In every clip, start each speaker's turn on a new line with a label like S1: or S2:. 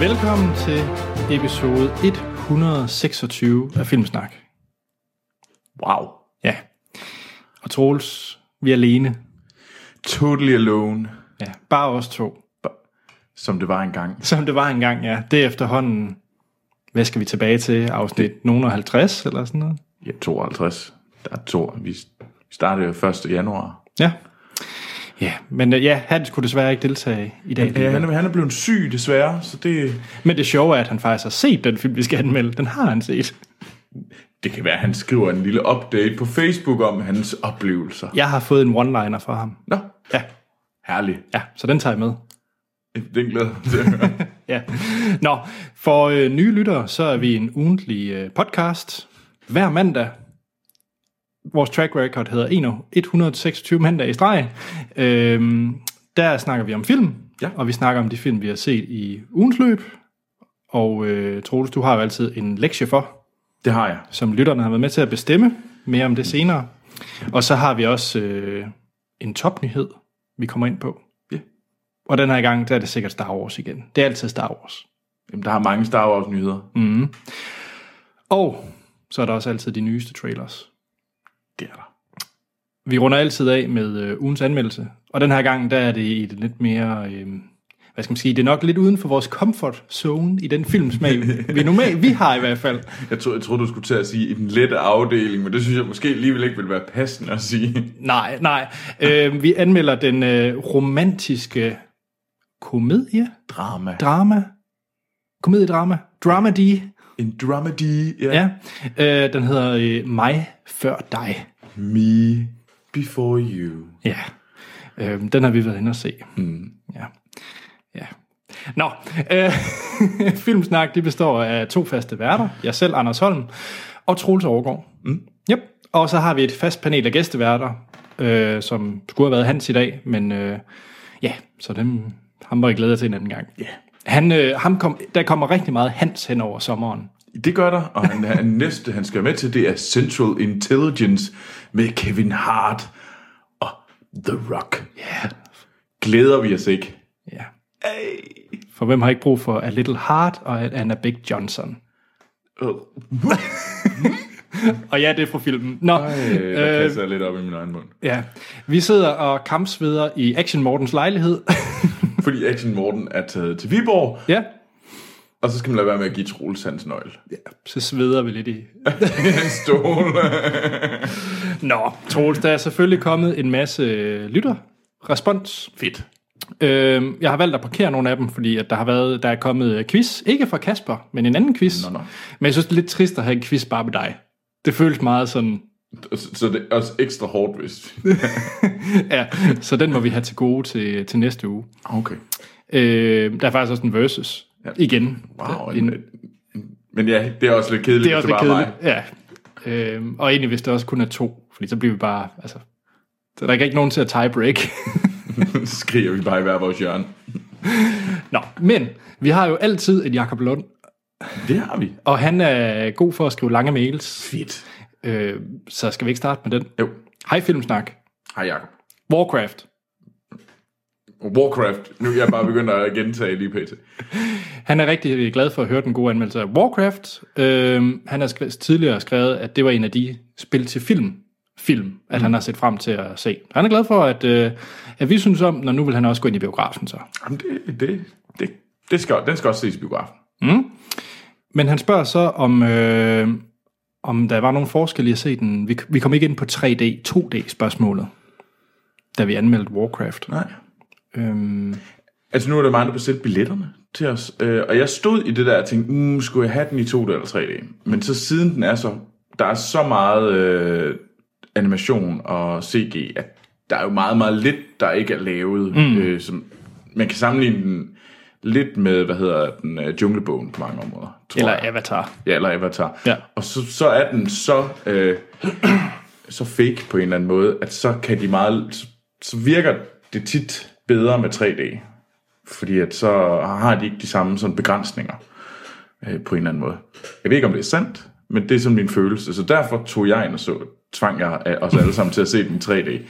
S1: Velkommen til episode 126 af Filmsnak.
S2: Wow.
S1: Ja. Og Troels, vi er alene.
S2: Totally alone,
S1: Ja, bare os to.
S2: som det var engang.
S1: Som det var engang, ja. Det er efterhånden, hvad skal vi tilbage til? Afsnit nogen og 50 eller sådan noget?
S2: Ja, 52. Der er to. Vi vi startede jo 1. januar.
S1: Ja. Ja, men øh, ja, han skulle desværre ikke deltage i dag.
S2: Ja, han
S1: alligevel.
S2: er, han er blevet syg desværre, så det...
S1: Men det sjove er, at han faktisk har set den film, vi skal anmelde. Den har han set.
S2: Det kan være, at han skriver en lille update på Facebook om hans oplevelser.
S1: Jeg har fået en one-liner fra ham.
S2: Nå,
S1: Ja,
S2: herlig.
S1: ja, så den tager jeg med.
S2: Den glæder jeg mig til at høre.
S1: Ja. Nå, for øh, nye lyttere, så er vi en ugentlig øh, podcast. Hver mandag. Vores track record hedder 1 126 mandag i streg. Øhm, der snakker vi om film,
S2: Ja.
S1: og vi snakker om de film, vi har set i ugens løb. Og øh, Troels, du har jo altid en lektie for,
S2: Det har jeg.
S1: som lytterne har været med til at bestemme. Mere om det senere. Og så har vi også øh, en topnyhed, vi kommer ind på.
S2: Ja.
S1: Og den her gang, der er det sikkert Star Wars igen. Det er altid Star Wars.
S2: Jamen, der har mange Star Wars-nyheder. Mm.
S1: Og så er der også altid de nyeste trailers.
S2: Det er der.
S1: Vi runder altid af med øh, ugens anmeldelse, og den her gang, der er det i det lidt mere, øh, hvad skal man sige, det er nok lidt uden for vores comfort zone i den filmsmag, vi normalt, vi har i hvert fald.
S2: Jeg troede, jeg troede, du skulle til at sige i den lette afdeling, men det synes jeg måske alligevel ikke ville være passende at sige.
S1: Nej, nej. Øh, vi anmelder den øh, romantiske komedie,
S2: Drama.
S1: drama, komediedrama, dramedy,
S2: En dramedy. Ja.
S1: ja. Øh, den hedder øh, Mig før dig.
S2: Me before you.
S1: Ja, øhm, den har vi været inde og se. Mm. Ja. ja. Nå, øh, Filmsnak det består af to faste værter. Jeg selv, Anders Holm, og Troels Overgaard. Mm. Yep. Og så har vi et fast panel af gæsteværter, øh, som skulle have været Hans i dag, men øh, ja, så dem, ham må jeg glæde jer til en anden gang.
S2: Ja.
S1: Han, øh, ham kom, der kommer rigtig meget Hans hen over sommeren.
S2: Det gør der, og han, han næste, han skal med til, det er Central Intelligence med Kevin Hart og The Rock.
S1: Ja.
S2: Glæder vi os ikke?
S1: ja.
S2: Ej.
S1: For hvem har ikke brug for A Little Heart og Anna Big Johnson?
S2: Øh,
S1: Og ja, det er fra filmen. Nå,
S2: Øh,
S1: Øh,
S2: der kasser jeg lidt op i min egen mund.
S1: Ja, vi sidder og kampsveder i Action Mortens lejlighed.
S2: Fordi Action Morten er taget til Viborg,
S1: ja,
S2: og så skal man lade være med at give Troels hans nøgle.
S1: så sveder vi lidt i.
S2: En stol.
S1: Nå, Troels, der er selvfølgelig kommet en masse øh, lytter. Respons.
S2: Fedt.
S1: Øhm, jeg har valgt at parkere nogle af dem, fordi at der, har været, der er kommet øh, quiz. Ikke fra Kasper, men en anden quiz.
S2: Nå, nå.
S1: Men jeg synes, det er lidt trist at have en quiz bare med dig. Det føles meget sådan...
S2: Så så det er også ekstra hårdt, hvis...
S1: Ja, så den må vi have til gode til, til næste uge.
S2: Okay.
S1: Øh, der er faktisk også en versus. Ja. Igen.
S2: Wow.
S1: en,
S2: En, men ja, det er også lidt kedeligt,
S1: Det er også lidt
S2: hvis bare
S1: kedeligt. Ja. Øhm, og egentlig hvis det også kun er to, fordi så bliver vi bare, altså, så er der er ikke nogen til at tiebreak.
S2: mig. Så skriger vi bare i hver vores hjørne.
S1: Nå, men vi har jo altid en Jakob Lund,
S2: Det har vi.
S1: og han er god for at skrive lange mails,
S2: Fedt.
S1: øh, så skal vi ikke starte med den.
S2: Jo.
S1: Hej Filmsnak.
S2: Hej Jacob.
S1: Warcraft.
S2: Warcraft. Nu er jeg bare begyndt at gentage lige pt.
S1: Han er rigtig glad for at høre den gode anmeldelse af Warcraft. Øhm, han har skrevet, tidligere skrevet, at det var en af de spil til film, film at mm. han har set frem til at se. Han er glad for, at, øh, at vi synes om, når nu vil han også gå ind i biografen så.
S2: Jamen, det, det, det, det skal, den skal også ses i biografen.
S1: Men han spørger så, om, øh, om der var nogle forskelle i at se den. Vi, vi kom ikke ind på 3D, 2D-spørgsmålet, da vi anmeldte Warcraft.
S2: Nej.
S1: Øhm,
S2: Altså, nu er der mange, der bestilte billetterne til os. Øh, og jeg stod i det der og tænkte, mm, skulle jeg have den i 2D eller 3D? Men så siden den er så... Der er så meget øh, animation og CG, at der er jo meget, meget lidt, der ikke er lavet. Mm. Øh, som, man kan sammenligne den lidt med, hvad hedder den, øh, Junglebogen på mange områder. tror jeg.
S1: eller Avatar.
S2: Ja, eller Avatar.
S1: Ja.
S2: Og så, så er den så, øh, så fake på en eller anden måde, at så kan de meget, så, så virker det tit bedre med 3D. Fordi at så har de ikke de samme sådan begrænsninger øh, på en eller anden måde. Jeg ved ikke, om det er sandt, men det er sådan min følelse. Så derfor tog jeg ind og så, tvang jeg øh, os alle sammen til at se den i 3D.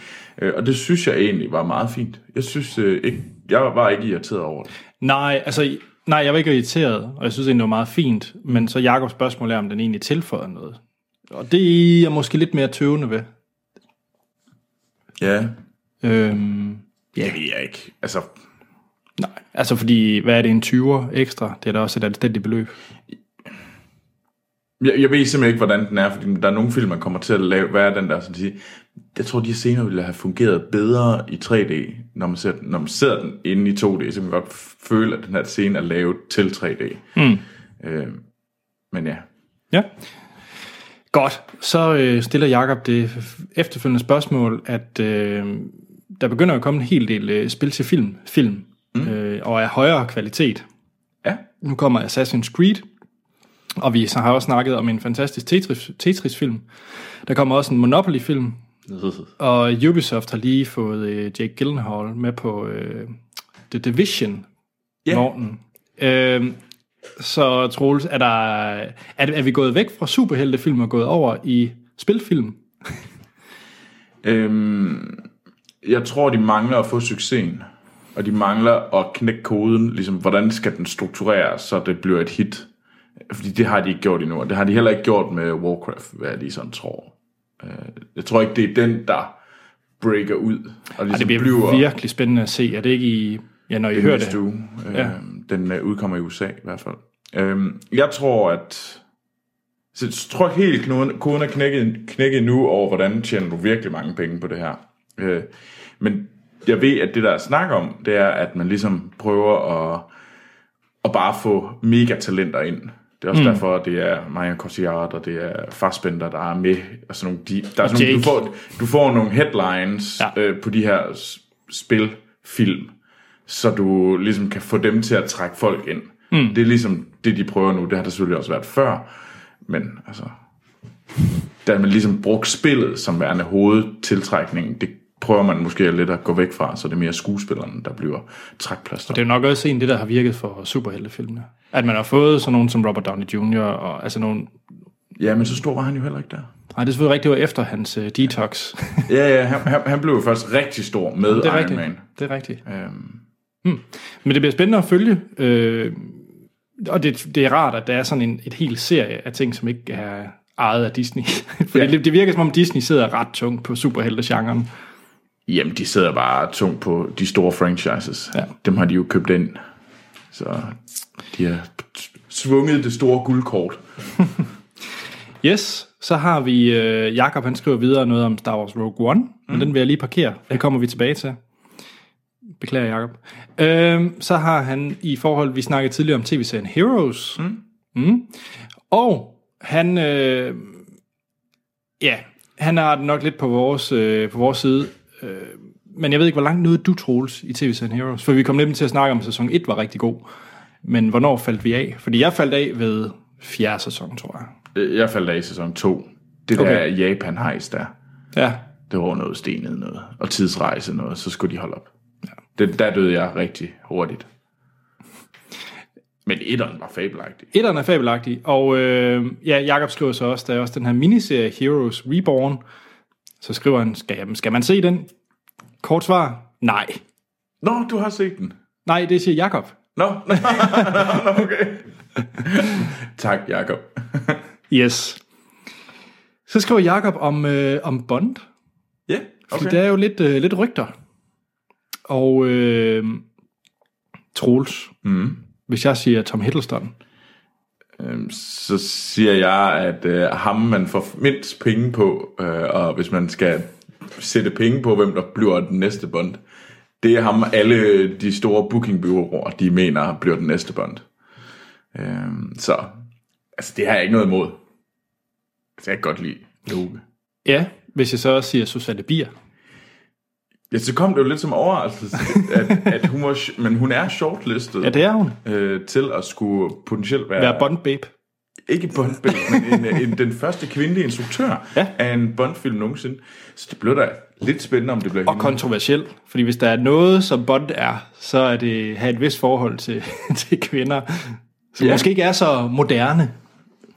S2: Øh, og det synes jeg egentlig var meget fint. Jeg synes øh, ikke, jeg var ikke irriteret over det.
S1: Nej, altså Nej, jeg var ikke irriteret, og jeg synes egentlig, det var meget fint. Men så Jakobs spørgsmål er, om den egentlig tilføjer noget. Og det er jeg måske lidt mere tøvende ved.
S2: Ja,
S1: Øhm,
S2: det ved jeg ikke. Altså,
S1: nej, altså fordi, hvad er det, en 20'er ekstra? Det er da også et anstændigt beløb.
S2: jeg, jeg ved simpelthen ikke, hvordan den er, fordi der er nogle film, man kommer til at lave. Hvad er den der, sådan at sige, jeg tror, de senere ville have fungeret bedre i 3D, når man ser, den- når man ser den inde i 2D, så kan man godt føle, at den her scene er lavet til 3D. Mm. Øh, men ja,
S1: Ja. Godt. Så øh, stiller Jakob det efterfølgende spørgsmål, at øh, der begynder at komme en hel del øh, spil til film, film mm. øh, og af højere kvalitet.
S2: ja,
S1: Nu kommer Assassin's Creed, og vi så har også snakket om en fantastisk Tetris- Tetris-film. Der kommer også en Monopoly-film, og Ubisoft har lige fået øh, Jake Gyllenhaal med på øh, The Division
S2: Ja.
S1: yeah. morgen. Øh, så Troels, er, der, er, er vi gået væk fra superheltefilm og gået over i spilfilm?
S2: Øhm, jeg tror, de mangler at få succesen. Og de mangler at knække koden. Ligesom, hvordan skal den struktureres, så det bliver et hit? Fordi det har de ikke gjort endnu. Og det har de heller ikke gjort med Warcraft, hvad jeg lige sådan tror. Øh, jeg tror ikke, det er den, der breaker ud. Og ligesom
S1: Ej, det bliver virkelig spændende at se. Er det ikke i... Ja, når I hører det.
S2: næste uge. Øh, Den øh, udkommer i USA i hvert fald. Øh, jeg tror, at... Så jeg tror ikke helt, knoden- koden er knækket, knækket nu over, hvordan tjener du virkelig mange penge på det her. Øh, men jeg ved, at det, der er snak om, det er, at man ligesom prøver at, at bare få mega talenter ind. Det er også mm. derfor, at det er Maja Cotillard, og det er Fassbender, der er med. Og sådan nogle, de, der er sådan, nogle- du,
S1: Jake.
S2: får, du får nogle headlines
S1: Ja.
S2: ja. øh, på de her s- spil, film, så du ligesom kan få dem til at trække folk ind. Mm. Det er ligesom det, de prøver nu. Det har der selvfølgelig også været før, men altså... Der har man ligesom brugt spillet som værende hovedtiltrækningen. Det prøver man måske lidt at gå væk fra, så det er mere skuespillerne, der bliver trækplaster.
S1: Det er jo nok også en det, der har virket for superheltefilmene. At man har fået sådan nogen som Robert Downey Jr. og altså nogen...
S2: Ja, men så stor var han jo heller ikke der.
S1: Nej, det er selvfølgelig rigtigt, det var efter hans uh, detox.
S2: Ja, ja, han, han, han blev jo først rigtig stor med
S1: det er
S2: Iron
S1: rigtigt.
S2: Man.
S1: Det er rigtigt. Hmm.
S2: Øhm,
S1: Men det bliver spændende at følge. Øh, og det, det er rart, at der er sådan en et hel serie af ting, som ikke er ejet af Disney. For ja.
S2: Ja.
S1: det, det virker som om Disney sidder ret tungt på superheltegenren.
S2: jamen, de sidder bare tungt på de store franchises.
S1: Ja.
S2: Dem har de jo købt ind. Så de har svunget det store guldkort.
S1: Yes, så har vi... Øh, Jakob han skriver videre noget om Star Wars Rogue One, mm. men den vil jeg lige parkere. Det kommer vi tilbage til. Beklager, Jakob. Øh, så har han i forhold... Vi snakkede tidligere om tv-serien Heroes. Mm. Mm. Og han... Øh, ja, han er nok lidt på vores, øh, på vores side. Øh, men jeg ved ikke, hvor langt nåede du, Troels, i tv-serien Heroes? For vi kom nemlig til at snakke om, at sæson 1 var rigtig god. Men hvornår faldt vi af? Fordi jeg faldt af ved fjerde sæson, tror jeg.
S2: Øh, Jeg faldt af i sæson 2. Det okay. der
S1: Okay.
S2: japan hejs der,
S1: Ja,
S2: det var noget stenet noget. Og tidsrejse noget, så skulle de holde op. Ja. Det, der døde jeg rigtig hurtigt. Men etteren var fabelagtig.
S1: Etteren er fabelagtig, og øh, ja, Jakob skriver så også, der er også den her miniserie Heroes Reborn. Så skriver han, skal, jeg, skal man se den? Kort svar, nej.
S2: Nå, du har set den.
S1: Nej, det siger Jakob.
S2: Nå, no. okay. tak, Jacob.
S1: Yes. Så skriver Jakob om, øh, om Bond,
S2: Ja, yeah,
S1: fordi okay. der er jo lidt, øh, lidt rygter. Og øh, Troels, mm. hvis jeg siger Tom Hiddleston,
S2: Øhm, Så siger jeg, at øh, ham man får mindst penge på, øh, og hvis man skal sætte penge på, hvem der bliver den næste bond, det er ham alle de store bookingbyråer, de mener bliver den næste bond. Øhm, så, altså det har jeg ikke noget imod. Altså, jeg kan godt lide Loke.
S1: ja, hvis jeg så også siger Susanne Bier,
S2: Ja, så kom det jo lidt som overraskelse, at, at hun var, sh- men hun er shortlistet
S1: ja, det er hun.
S2: øh, til at skulle potentielt være,
S1: Være Bond-babe.
S2: ikke Bond, men en, en, den første kvindelige instruktør
S1: Ja.
S2: ja. af en Bond-film nogensinde. Så det blev da lidt spændende, om det blev
S1: Og kontroversiel, fordi hvis der er noget, som Bond er, så er det at have et vist forhold til, til kvinder, som ja.
S2: Ja.
S1: måske ikke er så moderne.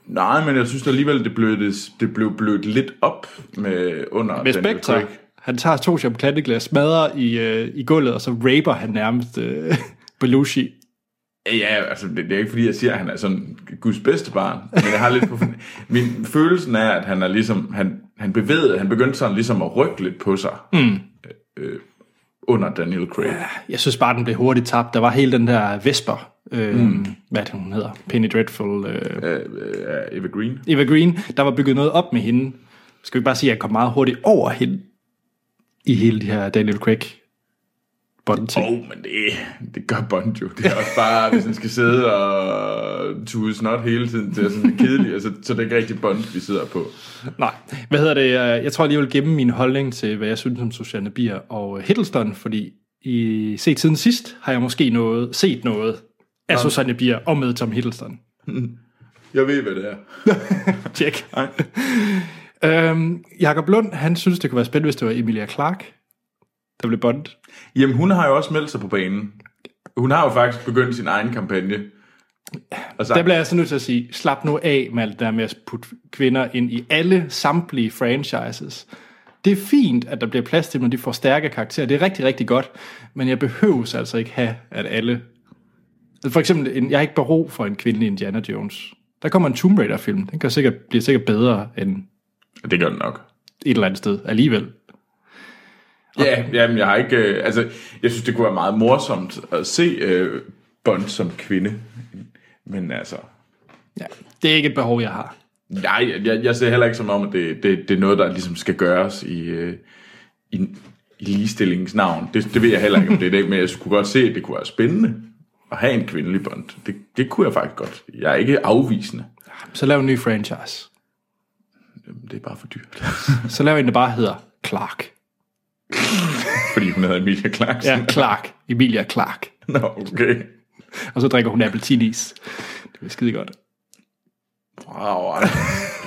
S2: Nej, men jeg synes alligevel, det blev, det, det blev blødt lidt op med under
S1: Med
S2: Daniel
S1: Spectre,
S2: Craig.
S1: han tager to champagneglas, smadrer i, øh, i gulvet, og så raper han nærmest øh, Belushi.
S2: Ja, altså det, det er ikke fordi, jeg siger, at han er sådan Guds bedste barn, men jeg har lidt på... fornem- Min følelsen er, at han er ligesom... Han, han bevægede, han begyndte sådan ligesom at rykke lidt på sig. Mm. Øh, under Daniel Craig.
S1: Jeg synes bare, den blev hurtigt tabt. Der var hele den der Vesper, øh, mm. hvad er det, hun hedder, Penny Dreadful, øh,
S2: Øh, øh, Eva Green.
S1: Eva Green, der var bygget noget op med hende. Skal vi bare sige, at jeg kom meget hurtigt over hende i hele de her Daniel Craig bond
S2: Åh, oh, men det, det gør Bond jo. Det er også bare, hvis han skal sidde og tude snot hele tiden, det er sådan lidt kedeligt, altså, så det er ikke rigtig Bond, vi sidder på.
S1: Nej, hvad hedder det? øh, Jeg tror lige, jeg vil gemme min holdning til, hvad jeg synes om Susanne Bier og øh, Hiddleston, fordi i set siden sidst har jeg måske noget, set noget af Susanne Bier og med Tom Hiddleston.
S2: Jeg ved, hvad det er.
S1: Tjek.
S2: Nej.
S1: Øhm, Jakob Lund, han synes, det kunne være spændende, hvis det var Emilia Clark, der blev bondet.
S2: Jamen, hun har jo også meldt sig på banen. Hun har jo faktisk begyndt sin egen kampagne. Og sagt,
S1: Der bliver jeg så nødt til at sige, slap nu af med alt det der med at putte kvinder ind i alle samtlige franchises. Det er fint, at der bliver plads til dem, og de får stærke karakterer. Det er rigtig, rigtig godt. Men jeg behøves altså ikke have, at alle... Altså For eksempel, en, jeg er ikke bero for en kvindelig Indiana Jones. Der kommer en Tomb Raider-film. Den kan sikkert, bliver sikkert bedre end
S2: Det gør den nok.
S1: et eller andet sted alligevel.
S2: Ja, jamen, jeg har ikke... Øh, altså, jeg synes, det kunne være meget morsomt at se øh, Bond som kvinde. Men altså...
S1: Ja, det er ikke et behov, jeg har.
S2: Nej, jeg, jeg ser heller ikke som om, at det, det, det er noget, der ligesom skal gøres i, øh, i, i ligestillingens navn. Det, det ved jeg heller ikke, om det er det, men jeg kunne godt se, at det kunne være spændende at have en kvindelig Bond. Det, det kunne jeg faktisk godt. Jeg er ikke afvisende.
S1: Så lav en ny franchise.
S2: Jamen, Øhm, Det er bare for dyrt.
S1: Så lav en, der bare hedder Clark.
S2: Fordi hun hedder Emilia Clarkson.
S1: Ja, Clark. Emilia Clark.
S2: Nå, okay.
S1: Og så drikker hun appelsinis. Det bliver skide godt.
S2: Wow, ej.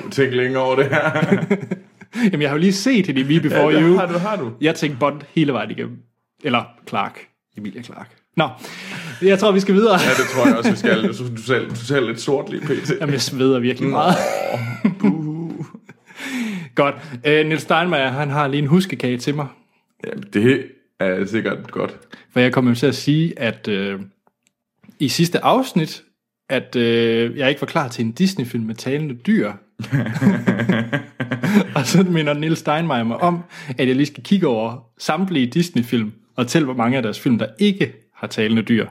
S2: du tænker længe over det her.
S1: Jamen, jeg har jo lige set hende i Me Before
S2: Ja, det
S1: You.
S2: har du, har du.
S1: Jeg tænkte Bond hele vejen igennem. Eller Clark. Emilia Clark. Nå, jeg tror, vi skal videre.
S2: Ja, det tror jeg også, vi skal. Du, du, ser, du ser lidt sort lige pt.
S1: Jamen, jeg sveder virkelig meget. Godt. Øh, Niels Steinmeier, han har lige en huskekage til mig.
S2: Jamen, det er sikkert godt.
S1: For jeg kom jo til at sige, at øh, i sidste afsnit, at øh, jeg ikke var klar til en Disney-film med talende dyr. og så minder Nils Steinmeier mig om, at jeg lige skal kigge over samtlige Disney-film, og tælle, hvor mange af deres film, der ikke har talende dyr.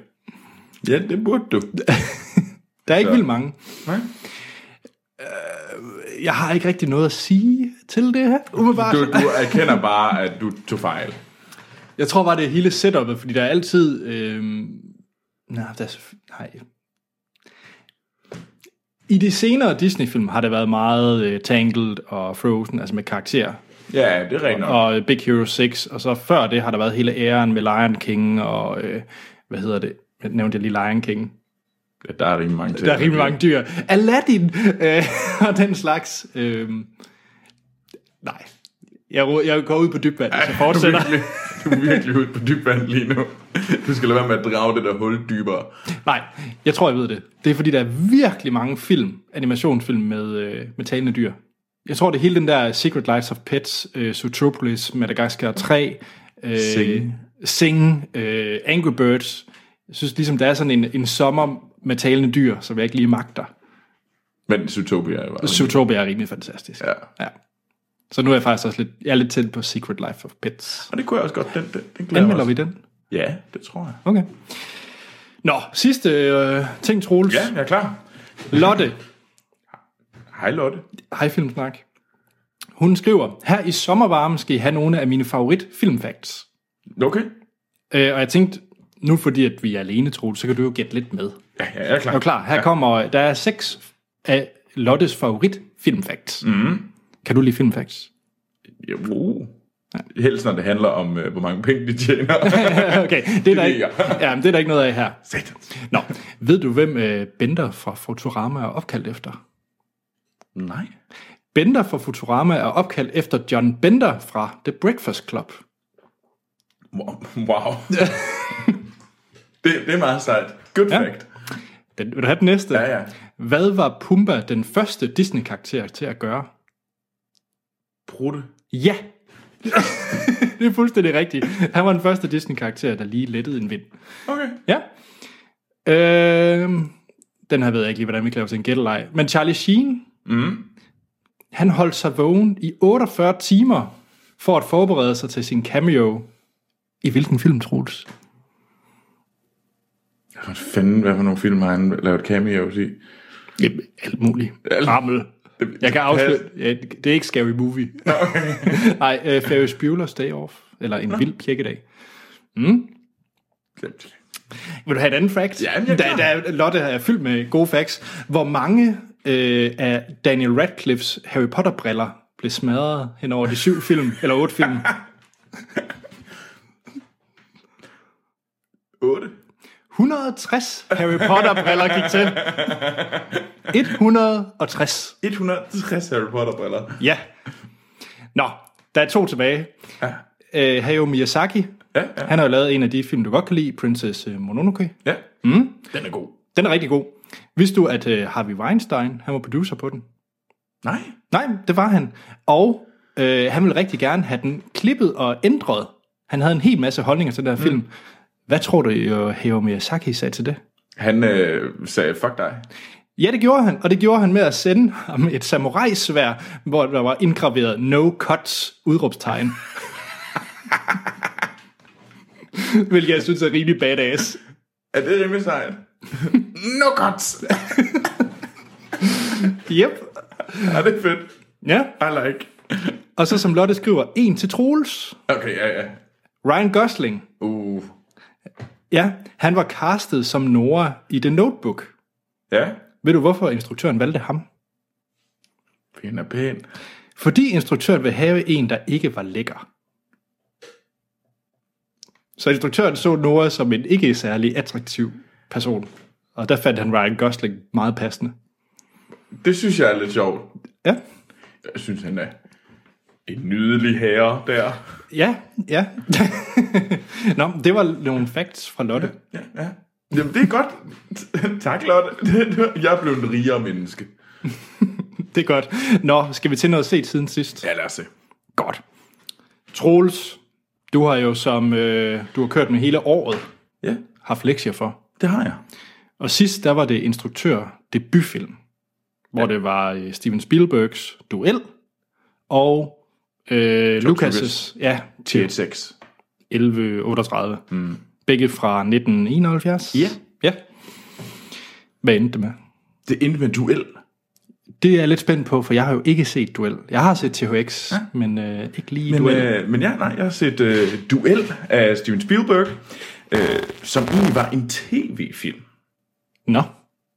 S2: Ja, det burde du.
S1: Der er ikke vildt mange.
S2: Nej.
S1: Jeg har ikke rigtig noget at sige til det her, umiddelbart.
S2: Du, du erkender bare, at du tog fejl.
S1: Jeg tror bare, det er hele setupet, fordi der er altid... Øh... Nej, der er... selvfø- Nej. I de senere Disney-film har det været meget øh, Tangled og Frozen, altså med karakterer,
S2: Ja, det er rigtigt nok.
S1: og øh, Big Hero 6, og så før det har der været hele æren med Lion King og... Øh, hvad hedder det? Jeg nævnte jeg lige Lion King.
S2: Ja, der er rimelig mange ting.
S1: Der er rimelig mange dyr. Aladdin øh, og den slags... Øh... Nej. Jeg, ro- jeg går ud på dybvand, så fortsætter.
S2: Du er virkelig, du er virkelig ude på dyb vand lige nu. Du skal lade være med at drage det der hul dybere.
S1: Nej, jeg tror, jeg ved det. Det er, fordi der er virkelig mange film, animationsfilm med, øh, med talende dyr. Jeg tror, det er hele den der Secret Lives of Pets, øh, Zootropolis, Madagascar 3, øh,
S2: Sing.
S1: Sing øh, Angry Birds. Jeg synes ligesom, der er sådan en, en sommer med talende dyr, som jeg ikke lige magter.
S2: Men Zootopia er jo bare-
S1: Zootopia er rimelig fantastisk.
S2: Ja.
S1: ja. Så nu er jeg faktisk også lidt, jeg er lidt tæt på Secret Life of Pets.
S2: Og det kunne jeg også godt. Den, den, den glæder jeg
S1: Anmelder
S2: mig
S1: vi
S2: også.
S1: den?
S2: Ja, det tror jeg.
S1: Okay. Nå, sidste øh, ting, Troels.
S2: Ja, jeg er klar.
S1: Lotte,
S2: Hej Lotte.
S1: Hej Filmsnak. Hun skriver, her i sommervarmen skal I have nogle af mine favorit filmfacts.
S2: Okay.
S1: Øh, og jeg tænkte, nu fordi at vi er alene, Troel, så kan du jo gætte lidt med.
S2: Ja, ja, jeg er
S1: Er
S2: klar.
S1: du klar? Her kommer, der er seks af Lottes favorit filmfacts. Mm.
S2: Mhm.
S1: Kan du lide filmfacts?
S2: Ja, uh. Helst når det handler om, øh, hvor mange penge de tjener.
S1: okay, det er, der ikke,
S2: jeg.
S1: ja, men det er der ikke noget af her.
S2: Satans.
S1: Nå, ved du, hvem øh, Bender fra Futurama er opkaldt efter?
S2: Nej.
S1: Bender fra Futurama er opkaldt efter John Bender fra The Breakfast Club.
S2: Wow. wow. det, det er meget sejt. Good
S1: Ja.
S2: fact.
S1: Den, vil du have den næste?
S2: Ja, ja.
S1: Hvad var Pumba den første Disney-karakter til at gøre?
S2: Brutte.
S1: Ja! det er fuldstændig rigtigt. Han var den første Disney-karakter, der lige lettede en vind.
S2: Okay.
S1: Ja. Øh, den her ved jeg ikke lige, hvordan vi kan lave til en gættelej. Men Charlie Sheen,
S2: Mm.
S1: han holdt sig vågen i 48 timer for at forberede sig til sin cameo. I hvilken film, Troels?
S2: Hvad fanden, hvad for nogle film har han lavet cameos i?
S1: Jamen, alt muligt. Rammel. Jeg kan afsløre, ja, det er ikke Scary Movie. Nej, uh, Ferris Bueller's Day Off. Eller En Vild Kirkedag.
S2: Glemt.
S1: Vil du have et andet fact?
S2: Ja, men jeg er
S1: der, der
S2: klar.
S1: er Lotte er fyldt med gode facts. Hvor mange øh, af Daniel Radcliffe's Harry Potter-briller blev smadret hen over de syv film, eller otte film?
S2: 8.
S1: 160 Harry Potter-briller gik til. 160.
S2: 160 Harry Potter-briller.
S1: Ja. Nå, der er to tilbage.
S2: Ja.
S1: Øh, Hayao Miyazaki,
S2: Ja, ja.
S1: han har jo lavet en af de film, du godt kan lide, Princess øh, Mononoke.
S2: ja. Mm. Den er god.
S1: Den er rigtig god. Vidste du, at øh, Harvey Weinstein, han var producer på den?
S2: Nej.
S1: Nej, det var han. Og øh, han ville rigtig gerne have den klippet og ændret. Han havde en hel masse holdninger til den her film. Hvad tror du, øh, Hayao Miyazaki sagde til det?
S2: Han øh, sagde, fuck dig.
S1: Ja, det gjorde han, og det gjorde han med at sende ham et samurajsvær, hvor der var indgraveret no cuts udråbstegn. Hvilket jeg synes er rimelig badass.
S2: Er det rimelig sejt? no cuts!
S1: Yep.
S2: er det er fedt?
S1: Ja,
S2: I like.
S1: og så som Lotte skriver, en til Troels,
S2: Okay, ja, ja.
S1: Ryan Gosling.
S2: Uh.
S1: Ja, han var castet som Nora i The Notebook.
S2: Ja.
S1: Ved du, hvorfor instruktøren valgte ham?
S2: Pæn er pæn.
S1: Fordi instruktøren vil have en, der ikke var lækker. Så instruktøren så Nora som en ikke særlig attraktiv person. Og der fandt han Ryan Gosling meget passende.
S2: Det synes jeg er lidt sjovt.
S1: Ja,
S2: Jeg synes, han er en nydelig herre der.
S1: ja, ja. Nå, det var nogle facts fra Lotte.
S2: Ja, ja. Jamen, det er godt. tak, Lotte. jeg er blevet en rigere menneske.
S1: Det er godt. Nå, skal vi til noget set siden sidst?
S2: Ja, lad os se.
S1: Godt. Troels, du har jo som øh, du har kørt med hele året,
S2: Ja,
S1: haft lektier for.
S2: det har jeg.
S1: Og sidst, der var det instruktør debutfilm, hvor det var øh, Steven Spielbergs duel, og øh, Lucas' ja, til
S2: 6.
S1: 1138. Mm. Begge fra 1971.
S2: Ja.
S1: ja. Hvad endte det med?
S2: Det endte med en duel.
S1: Det er jeg lidt spændt på, for jeg har jo ikke set duel. Jeg har set THX, ja. men øh, ikke lige men,
S2: Men,
S1: duel. Øh,
S2: øh, men ja, nej, jeg har set øh, Duel af Steven Spielberg, øh, som egentlig var en tv-film.
S1: nå.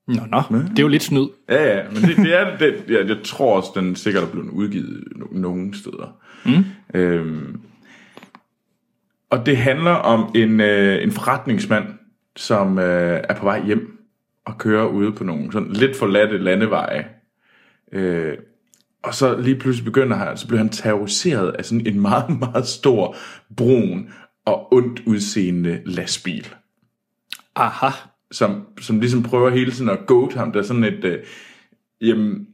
S1: Nå, nå. Det er jo lidt snyd.
S2: Ja, ja, men det, det er det. Ja, jeg tror også, den sikkert er blevet udgivet no- nogen steder. Mm. Øhm, og det handler om en, øh, en forretningsmand, som øh, er på vej hjem og kører ude på nogle sådan lidt forladte landeveje. Øh, og så lige pludselig begynder han, så bliver han terroriseret af sådan en meget, meget stor, brun og ondt udseende lastbil
S1: Aha.
S2: som, som ligesom prøver hele tiden at goat ham. Der er sådan et, øh, jamen,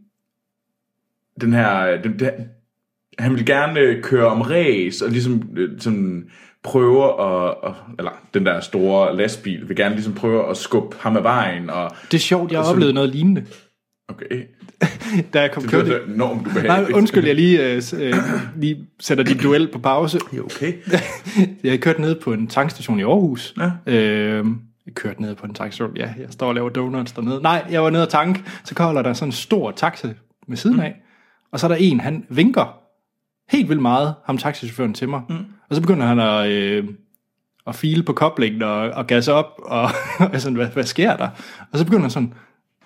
S2: den her, øh, den, der, han vil gerne øh, køre om ræs, og ligesom øh, sådan prøver at, og, eller den der store lastbil, vil gerne ligesom prøve at skubbe ham af vejen, og
S1: Det er sjovt, jeg har oplevet noget lignende,
S2: okay,
S1: da jeg kom
S2: Altså, det er
S1: kørende.
S2: så enormt
S1: Nej,
S2: ubehageligt.
S1: undskyld, jeg lige, øh, s- øh, lige sætter din duel på pause.
S2: Okay.
S1: Jeg har kørt ned på en tankstation i Aarhus.
S2: Ja.
S1: Øh, jeg kørte ned på en tankstation. Ja, jeg står og laver donuts dernede. Nej, jeg var nede og tanke. Så kommer der sådan en stor taxa med siden af. Og så er der en, han vinker helt vildt meget, ham taxichaufføren til mig. Mm. Og så begynder han at, øh, at file på koblingen og, og gasse op. Og, og sådan, hvad, hvad sker der? Og så begynder han sådan,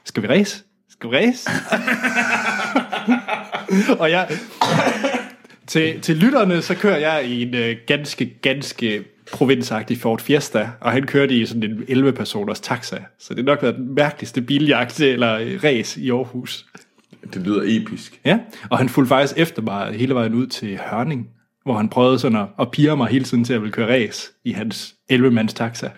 S1: skal vi race? Skal vi race? og jeg, til, til lytterne, så kører jeg i en øh, ganske, ganske provinsagtig Ford Fiesta, og han kørte i sådan en 11-personers taxa. Så det har nok været den mærkeligste biljagt eller øh, race i Aarhus.
S2: Det lyder episk.
S1: Ja, og han fulgte faktisk efter mig hele vejen ud til Hørning, hvor han prøvede sådan at, at pire mig hele tiden til at ville køre race i hans 11-mands taxa.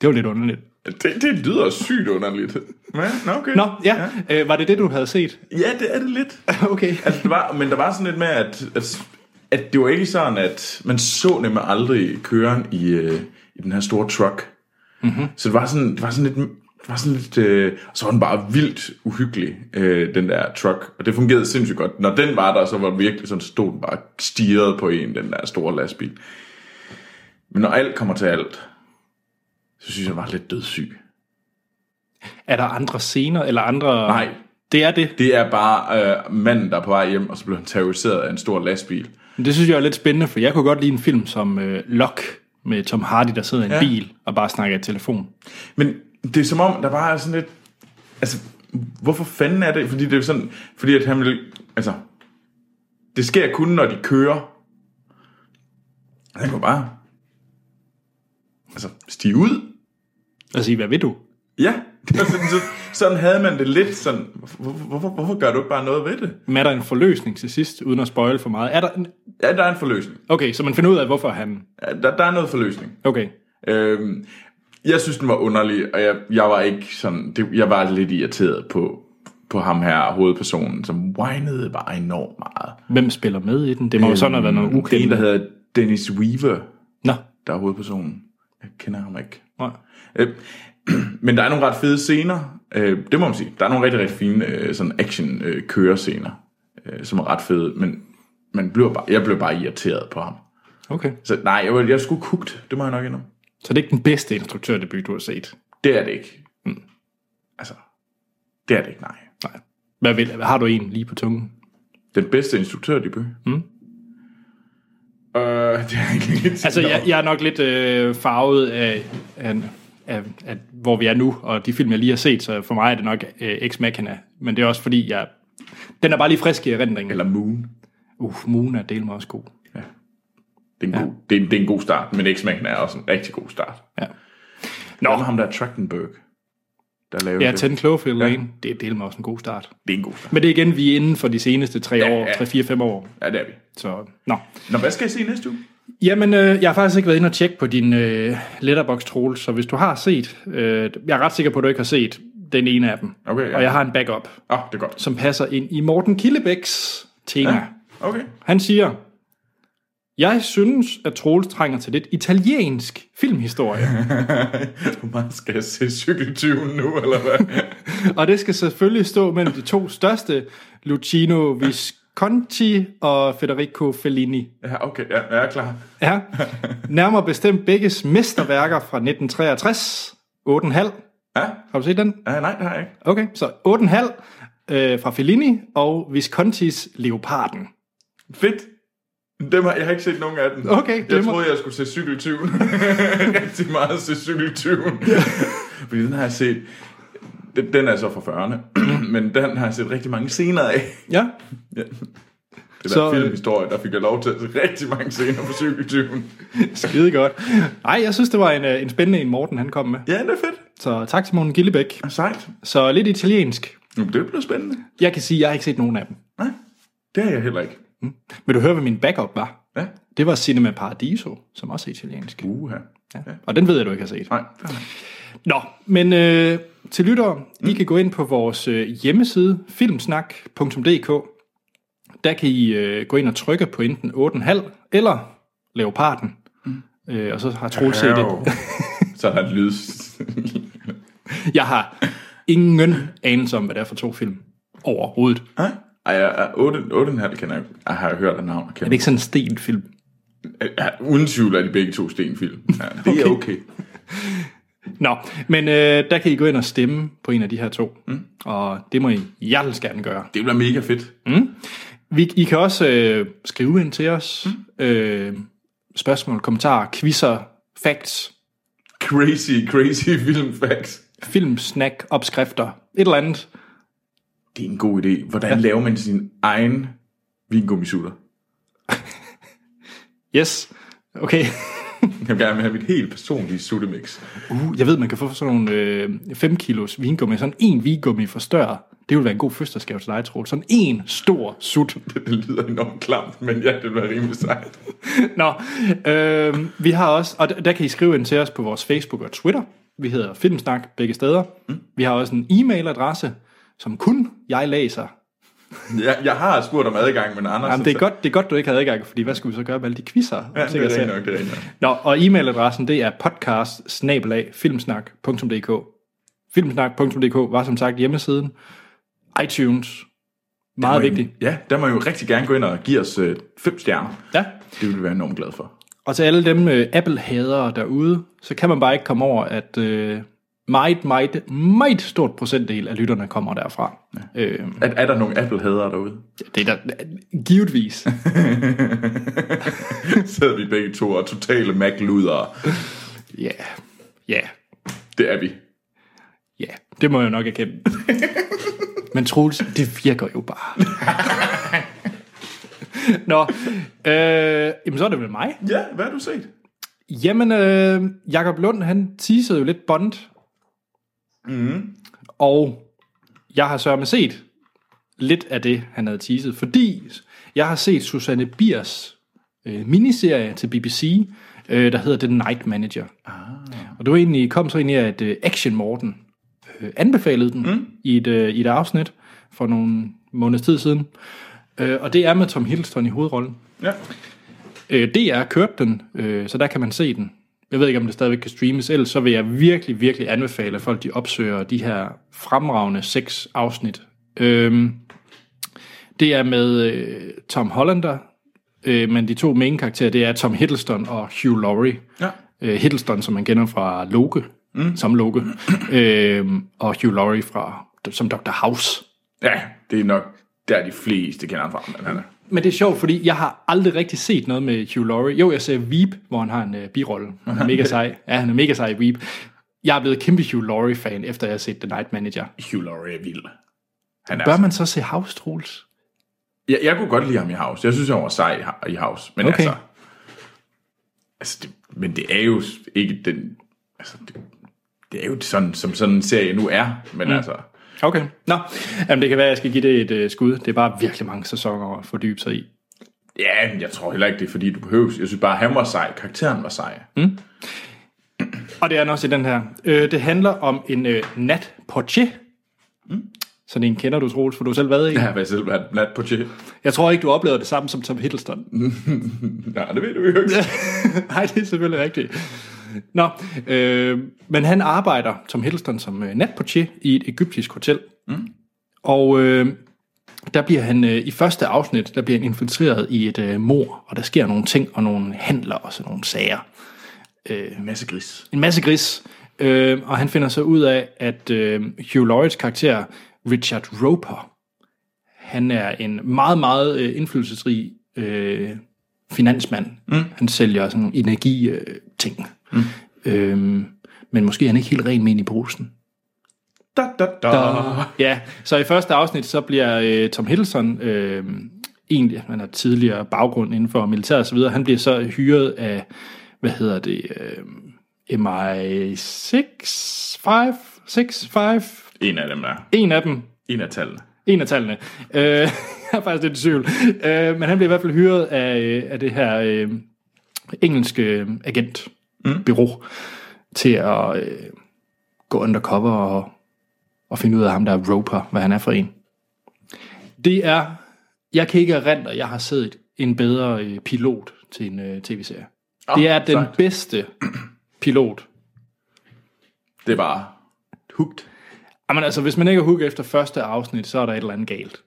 S1: Det var lidt underligt.
S2: Det, det lyder sygt underligt. Ja, nå, okay.
S1: Nå, ja, ja. Øh, var det det, du havde set?
S2: Ja, det er det lidt.
S1: okay.
S2: Altså, det var, men der var sådan lidt med, at, at, at det var ikke sådan, at man så nemlig aldrig køren i, øh, i den her store truck. Mm-hmm. Så det var sådan, det var sådan lidt... Det var sådan lidt øh, så var den bare vildt uhyggelig, øh, den der truck. Og det fungerede sindssygt godt. Når den var der, så var den virkelig sådan, stod den bare stirret på en, den der store lastbil. Men når alt kommer til alt, så synes jeg, den var lidt dødssyg.
S1: Er der andre scener, eller andre...
S2: Nej,
S1: Det er det.
S2: det er bare øh, manden, der er på vej hjem, og så blev han terroriseret af en stor lastbil.
S1: Men det synes jeg er lidt spændende, for jeg kunne godt lide en film som øh, Lock med Tom Hardy, der sidder i en ja. bil og bare snakker i telefon.
S2: Men det er som om, der bare er sådan lidt... Altså, hvorfor fanden er det? Fordi det er jo sådan... Fordi at han vil... Altså, det sker kun, når de kører. Han kunne bare... Altså, stige ud.
S1: Og sige, hvad ved du?
S2: Ja, det var sådan, så, sådan havde man det lidt sådan... Hvorfor, hvorfor, hvorfor gør du ikke bare noget ved det?
S1: Men er der en forløsning til sidst, uden at spoil for meget? Er der en...
S2: Ja, der er en forløsning.
S1: Okay, så man finder ud af, hvorfor han...
S2: Ja, Der, der er noget forløsning.
S1: Okay.
S2: Øhm, jeg synes, den var underlig, og jeg, jeg var ikke sådan... Det, jeg var lidt irriteret på, på ham her, hovedpersonen, som whinede bare enormt meget.
S1: Hvem spiller med i den? Det må jo sådan have været noget
S2: Øhm, Det er en,
S1: ukendt.
S2: der hedder Dennis Weaver,
S1: Nå,
S2: der er hovedpersonen. Jeg kender ham ikke.
S1: nej.
S2: Øh, men der er nogle ret fede scener. Øh, det må man sige. Der er nogle rigtig, rigtig fine øh, sådan action øh, kørescener, øh, som er ret fede, men man bliver bare, jeg blev bare irriteret på ham.
S1: Okay.
S2: Så nej, jeg, var- jeg skulle kugt. Det må jeg nok indrømme.
S1: Så det er ikke den bedste instruktørdebut, du har set?
S2: Det er det ikke. Mm. Altså, det er det ikke, nej.
S1: Nej. Hvad, vil, har du en lige på tungen?
S2: Den bedste instruktør, de bøger. Mm. Øh, det er jeg ikke helt
S1: Altså,
S2: sikker
S1: jeg, jeg er nok lidt øh, farvet af, af, af, af, hvor vi er nu, og de film, jeg lige har set, så for mig er det nok øh, Ex Machina. Men det er også fordi, jeg... Den er bare lige frisk i erindringen. Eller...
S2: Eller Moon.
S1: Uh, Moon er del mig også god.
S2: Det er en, ja. god, det er, en- det er en god start, men X-Men er også en rigtig god start.
S1: Ja.
S2: Nå. Hvad med ham der Trachtenberg, der lavede
S1: Ja,
S2: det?
S1: Ten Cloverfield Lane, ja. det er del mig også en god start.
S2: Det er en god start.
S1: Men det er igen, vi er inden for de seneste tre ja,
S2: Ja,
S1: år,
S2: ja.
S1: tre, fire, fem år.
S2: Ja, det er vi.
S1: Så, nå.
S2: Nå, hvad skal jeg se næste uge?
S1: Jamen, øh, jeg har faktisk ikke været inde og tjekke på din øh, letterbox troel så hvis du har set, øh, jeg er ret sikker på, at du ikke har set den ene af dem.
S2: Okay, ja.
S1: Og jeg har en backup.
S2: Åh, oh, det er godt.
S1: som passer ind i Morten Killebæks tema. Ja.
S2: Okay.
S1: Han siger, jeg synes, at Troels trænger til lidt italiensk filmhistorie,
S2: Hvor meget skal jeg se cykeltyven nu, eller hvad?
S1: og det skal selvfølgelig stå mellem de to største, Lucino Visconti og Federico Fellini.
S2: ja, okay, ja, jeg er klar.
S1: Ja, nærmere bestemt begges mesterværker fra 1963, 8,5.
S2: Ja,
S1: Har du set den?
S2: ja nej, det har jeg ikke.
S1: Okay, så 8,5 øh, fra Fellini og Viscontis Leoparden.
S2: Fedt. Dem har, jeg har ikke set nogen af dem.
S1: Okay,
S2: jeg
S1: glemmer.
S2: troede, jeg skulle se cykeltyven. Rigtig meget se cykeltyven. Fordi den har jeg set... Den, den er så fra 40'erne, men den har jeg set rigtig mange scener af.
S1: Ja,
S2: Det der
S1: Så,
S2: så,
S1: øh,
S2: filmhistorie, der fik jeg lov til at se rigtig mange scener på cykeltyven.
S1: Skide godt. Nej, jeg synes, det var en, øh, en spændende en Morten, han kom med.
S2: Ja, det er fedt.
S1: Så tak til Morten Gillebæk.
S2: Sejt.
S1: Så lidt italiensk.
S2: Nu, det blev spændende.
S1: Jeg kan sige, at jeg har ikke set nogen af dem.
S2: Nej, det har jeg heller ikke.
S1: Vil du høre, hvad min backup var?
S2: Ja.
S1: Det var Cinema Paradiso, som også er italiensk.
S2: Uha. Uh, Ja.
S1: Og den ved jeg, du ikke har set.
S2: Nej, det har jeg ikke.
S1: Nå, men øh, til lyttere, mm. I kan gå ind på vores øh, hjemmeside, filmsnak.dk. Der kan I øh, gå ind og trykke på enten 8,5 eller Leoparden. Mm. Øh, og så har Troels set det.
S2: Så har det lyd.
S1: Jeg har ingen anelse om, hvad det er for to film overhovedet. Er
S2: Nej. Ej, jeg er 8,5 kender jeg, jeg har hørt af navn. Kender.
S1: det ikke sådan en stenfilm?
S2: Ja, uden tvivl er de begge to stenfilm. Ja, det er okay.
S1: Nå, men øh, der kan I gå ind og stemme på en af de her to. Mm. Og det må I hjertens gerne gøre.
S2: Det bliver mega fedt.
S1: Vi, I kan også øh, skrive ind til os. Mm. Øh, spørgsmål, kommentarer, quizzer, facts,
S2: Crazy, crazy film facts.
S1: filmsnak, opskrifter, et eller andet.
S2: Det er en god idé. Hvordan ja. laver man sin egen vingummisutter?
S1: Yes. Okay.
S2: Jeg vil gerne have mit helt personlige suttemix.
S1: Uh, jeg ved, man kan få sådan nogle øh, 5 kilos vingummi. Sådan en vingummi for større. Det ville være en god fødselsdagsgave til dig, Troel. Sådan en stor sut.
S2: Det, det lyder enormt klamt, men ja, det bliver rimelig sejt.
S1: Nå, øh, vi har også, og der, der kan I skrive ind til os på vores Facebook og Twitter. Vi hedder Filmsnak begge steder. Mm. Vi har også en e-mailadresse, som kun jeg læser.
S2: Jeg, jeg har spurgt om adgang, men Anders...
S1: Jamen, det, er godt, det er godt, du ikke havde adgang, fordi hvad skulle vi så gøre med alle de quizzer?
S2: Ja, det er rigtigt nok, det er rigtigt nok.
S1: Nå, og e-mailadressen det er podcast filmsnak.dk. Filmsnak.dk var som sagt hjemmesiden. iTunes. Meget
S2: Men
S1: vigtigt.
S2: Ja, der må I jo rigtig gerne gå ind og give os øh, fem stjerner.
S1: Ja.
S2: Det vil vi være enormt glade for.
S1: Og til alle dem øh, Apple-hadere derude, så kan man bare ikke komme over, at øh, meget, meget, meget stort procentdel af lytterne kommer derfra. Ja. Øh,
S2: Er, er der nogle Apple-hadere derude?
S1: det er da givetvis.
S2: Sidder vi begge to og totale Mac-ludere.
S1: Ja, ja,
S2: Det er vi.
S1: ja. Det må jeg jo nok erkende. Men Troels, det virker jo bare. Nå, øh, jamen så er det vel mig.
S2: Ja, hvad har du set?
S1: Jamen, øh, Jakob Lund, han teasede jo lidt Bond. Mm. Mm-hmm. Og jeg har sørme set lidt af det, han havde teaset, fordi jeg har set Susanne Biers øh, miniserie til BBC, øh, der hedder The Night Manager. Ah. Og det var egentlig, kom så egentlig af, at øh, Action Morten øh, anbefalede den mm. i, et, øh, i et afsnit for nogle måneders tid siden. Øh, og det er med Tom Hiddleston i hovedrollen.
S2: Ja.
S1: Øh, DR kørte den, øh, så der kan man se den. Jeg ved ikke, om det stadigvæk kan streames, ellers så vil jeg virkelig, virkelig anbefale, at folk de opsøger de her fremragende seks afsnit. Øhm, det er med øh, Tom Hollander, øh, men de to main karakterer, det er Tom Hiddleston og Hugh Laurie.
S2: Ja.
S1: Øh, Hiddleston, som man kender fra Loke, mm. som Loke, øh, og Hugh Laurie fra, som Dr. House.
S2: Ja, det er nok der de fleste kender ham fra. Men han er.
S1: Men det er sjovt, fordi jeg har aldrig rigtig set noget med Hugh Laurie. Jo, jeg ser Veep, hvor han har en øh, birolle. Han er mega sej. Ja, han er mega sej i Veep. Jeg er blevet kæmpe Hugh Laurie-fan, efter jeg har set The Night Manager.
S2: Hugh Laurie er vild. Han er altså-
S1: Bør man så se House, Troels?
S2: Jeg, jeg kunne godt lide ham i House. Jeg synes, han var sej i Ho- i House. Men
S1: Okay.
S2: okay. altså... altså det, men det er jo ikke den... Altså, det, det er jo sådan, som sådan en serie nu er. Men mm. altså...
S1: Okay. Nå, Jamen, det kan være, at jeg skal give det et øh, skud. Det er bare virkelig mange sæsoner at fordybe sig i.
S2: Ja, men jeg tror heller ikke, det er fordi, du behøver... Jeg synes bare, han var sej. Karakteren var sej. Mm.
S1: Og det er den også i den her. Øh, det handler om en øh, nat portier. Mm. Sådan en kender du, Troels, for du har selv været i.
S2: Jeg har selv været nat på tje.
S1: Jeg tror ikke, du oplevede det samme som Tom Hiddleston.
S2: Nej, det ved du jo ikke.
S1: Nej, det er selvfølgelig rigtigt. Nå, øh, men han arbejder, Tom Hiddleston, som øh, natportier i et egyptisk hotel. Mm. Og øh, der bliver han, øh, i første afsnit, der bliver han infiltreret i et øh, mor, og der sker nogle ting, og nogle handler og sådan nogle sager.
S2: En masse gris.
S1: En masse gris. Øh, og han finder så ud af, at øh, Hugh Laurie's karakter, Richard Roper, han er en meget, meget øh, indflydelsesrig øh, finansmand. Mm. Han sælger sådan nogle energi-ting. Mm. Øhm, men måske er han ikke helt ren men i posen.
S2: Da, da, da. da.
S1: Ja, så i første afsnit, så bliver øh, Tom Hiddleston, øh, egentlig, han har tidligere baggrund inden for militæret og så videre, han bliver så hyret af, hvad hedder det, øh, MI6, 5, 6, 5,
S2: En af dem der.
S1: en af dem,
S2: En af tallene.
S1: en af tallene. Øh, jeg er faktisk lidt i tvivl. Øh, men han bliver i hvert fald hyret af, øh, af det her øh, engelske agentbyrå mm. til at øh, gå undercover og, og finde ud af ham, der er Roper, hvad han er for en. Det er, jeg kan ikke erindre, jeg har set en bedre øh, pilot til en øh, tv-serie. Oh, det er den
S2: sejt.
S1: bedste pilot.
S2: Det var hugt.
S1: Jamen altså, hvis man ikke er hook efter første afsnit, så er der et eller andet galt.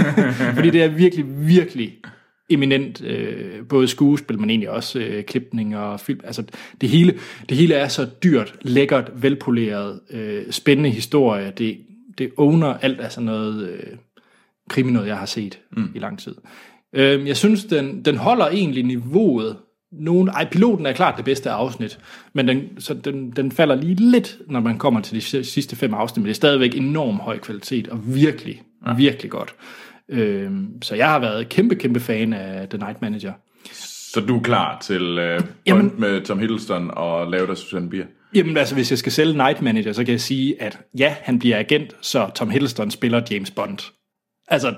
S1: Fordi det er virkelig, virkelig eminent, øh, både skuespil, men egentlig også øh, klipning og film. Altså, det hele, det hele er så dyrt, lækkert, velpoleret, øh, spændende historie. Det, det owner alt af sådan noget øh, krimi, noget jeg har set mm. i lang tid. Øh, jeg synes, den, den holder egentlig niveauet. Nogen, ej, piloten er klart det bedste afsnit, men den, så den, den falder lige lidt, når man kommer til de si- sidste fem afsnit, men det er stadigvæk enorm høj kvalitet, og virkelig, ja. virkelig godt. Øh, så jeg har været kæmpe, kæmpe fan af The Night Manager.
S2: Så du er klar til øh,
S1: Jamen-
S2: Bond med Tom Hiddleston og lave dig Susanne Bier?
S1: Jamen altså, hvis jeg skal sælge Night Manager, så kan jeg sige, at ja, han bliver agent, så Tom Hiddleston spiller James Bond. Altså,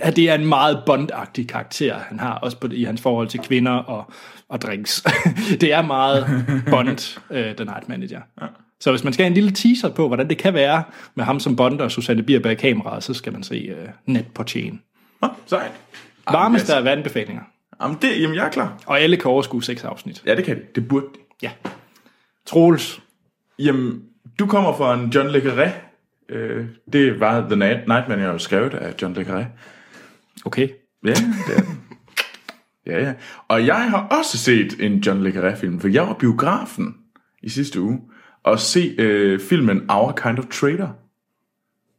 S1: at det er en meget Bond-agtig karakter, han har, også på, i hans forhold til kvinder og, og drinks. det er meget Bond, uh, The øh, Night Manager. Så hvis man skal have en lille teaser på, hvordan det kan være med ham som Bond og Susanne Bier bag kameraet, så skal man se øh, net på tjen.
S2: Nå, sejt.
S1: Varmeste af vandbefalinger.
S2: Jamen, det, jamen, jeg er klar.
S1: Og alle kan overskue seks afsnit.
S2: Ja, det kan de. Det burde de.
S1: Ja. Troels.
S2: Jamen, du kommer fra en John Le Carré. Øh, det var The Night, Nightman, jeg har skrevet af John Le Carré.
S1: Okay.
S2: Ja, det er den. Ja, ja. Og jeg har også set en John Le Carré-film, for jeg var i biografen i sidste uge og se øh, filmen Our Kind of Traitor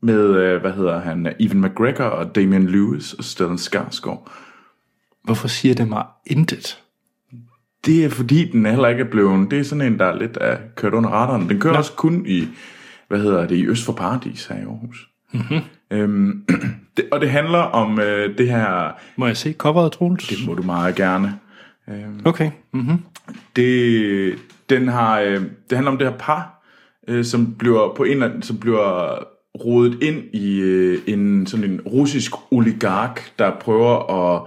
S2: med, øh, hvad hedder han, Evan McGregor og Damian Lewis og Stellan Skarsgård.
S1: Hvorfor siger det mig intet?
S2: Det er fordi, den heller ikke er blevet... Det er sådan en, der er lidt af kørt under radaren. Den kører Nå. også kun i, hvad hedder det, i Øst for Paradis her i Aarhus. Mm-hmm. Øhm, det, og det handler om øh, det her...
S1: Må jeg se coveret, Troels?
S2: Det må du meget gerne. Øhm,
S1: Okay. Mm-hmm.
S2: det, den har, øh, det handler om det her par, øh, som bliver på en eller anden, som bliver rodet ind i øh, en sådan en russisk oligark, der prøver at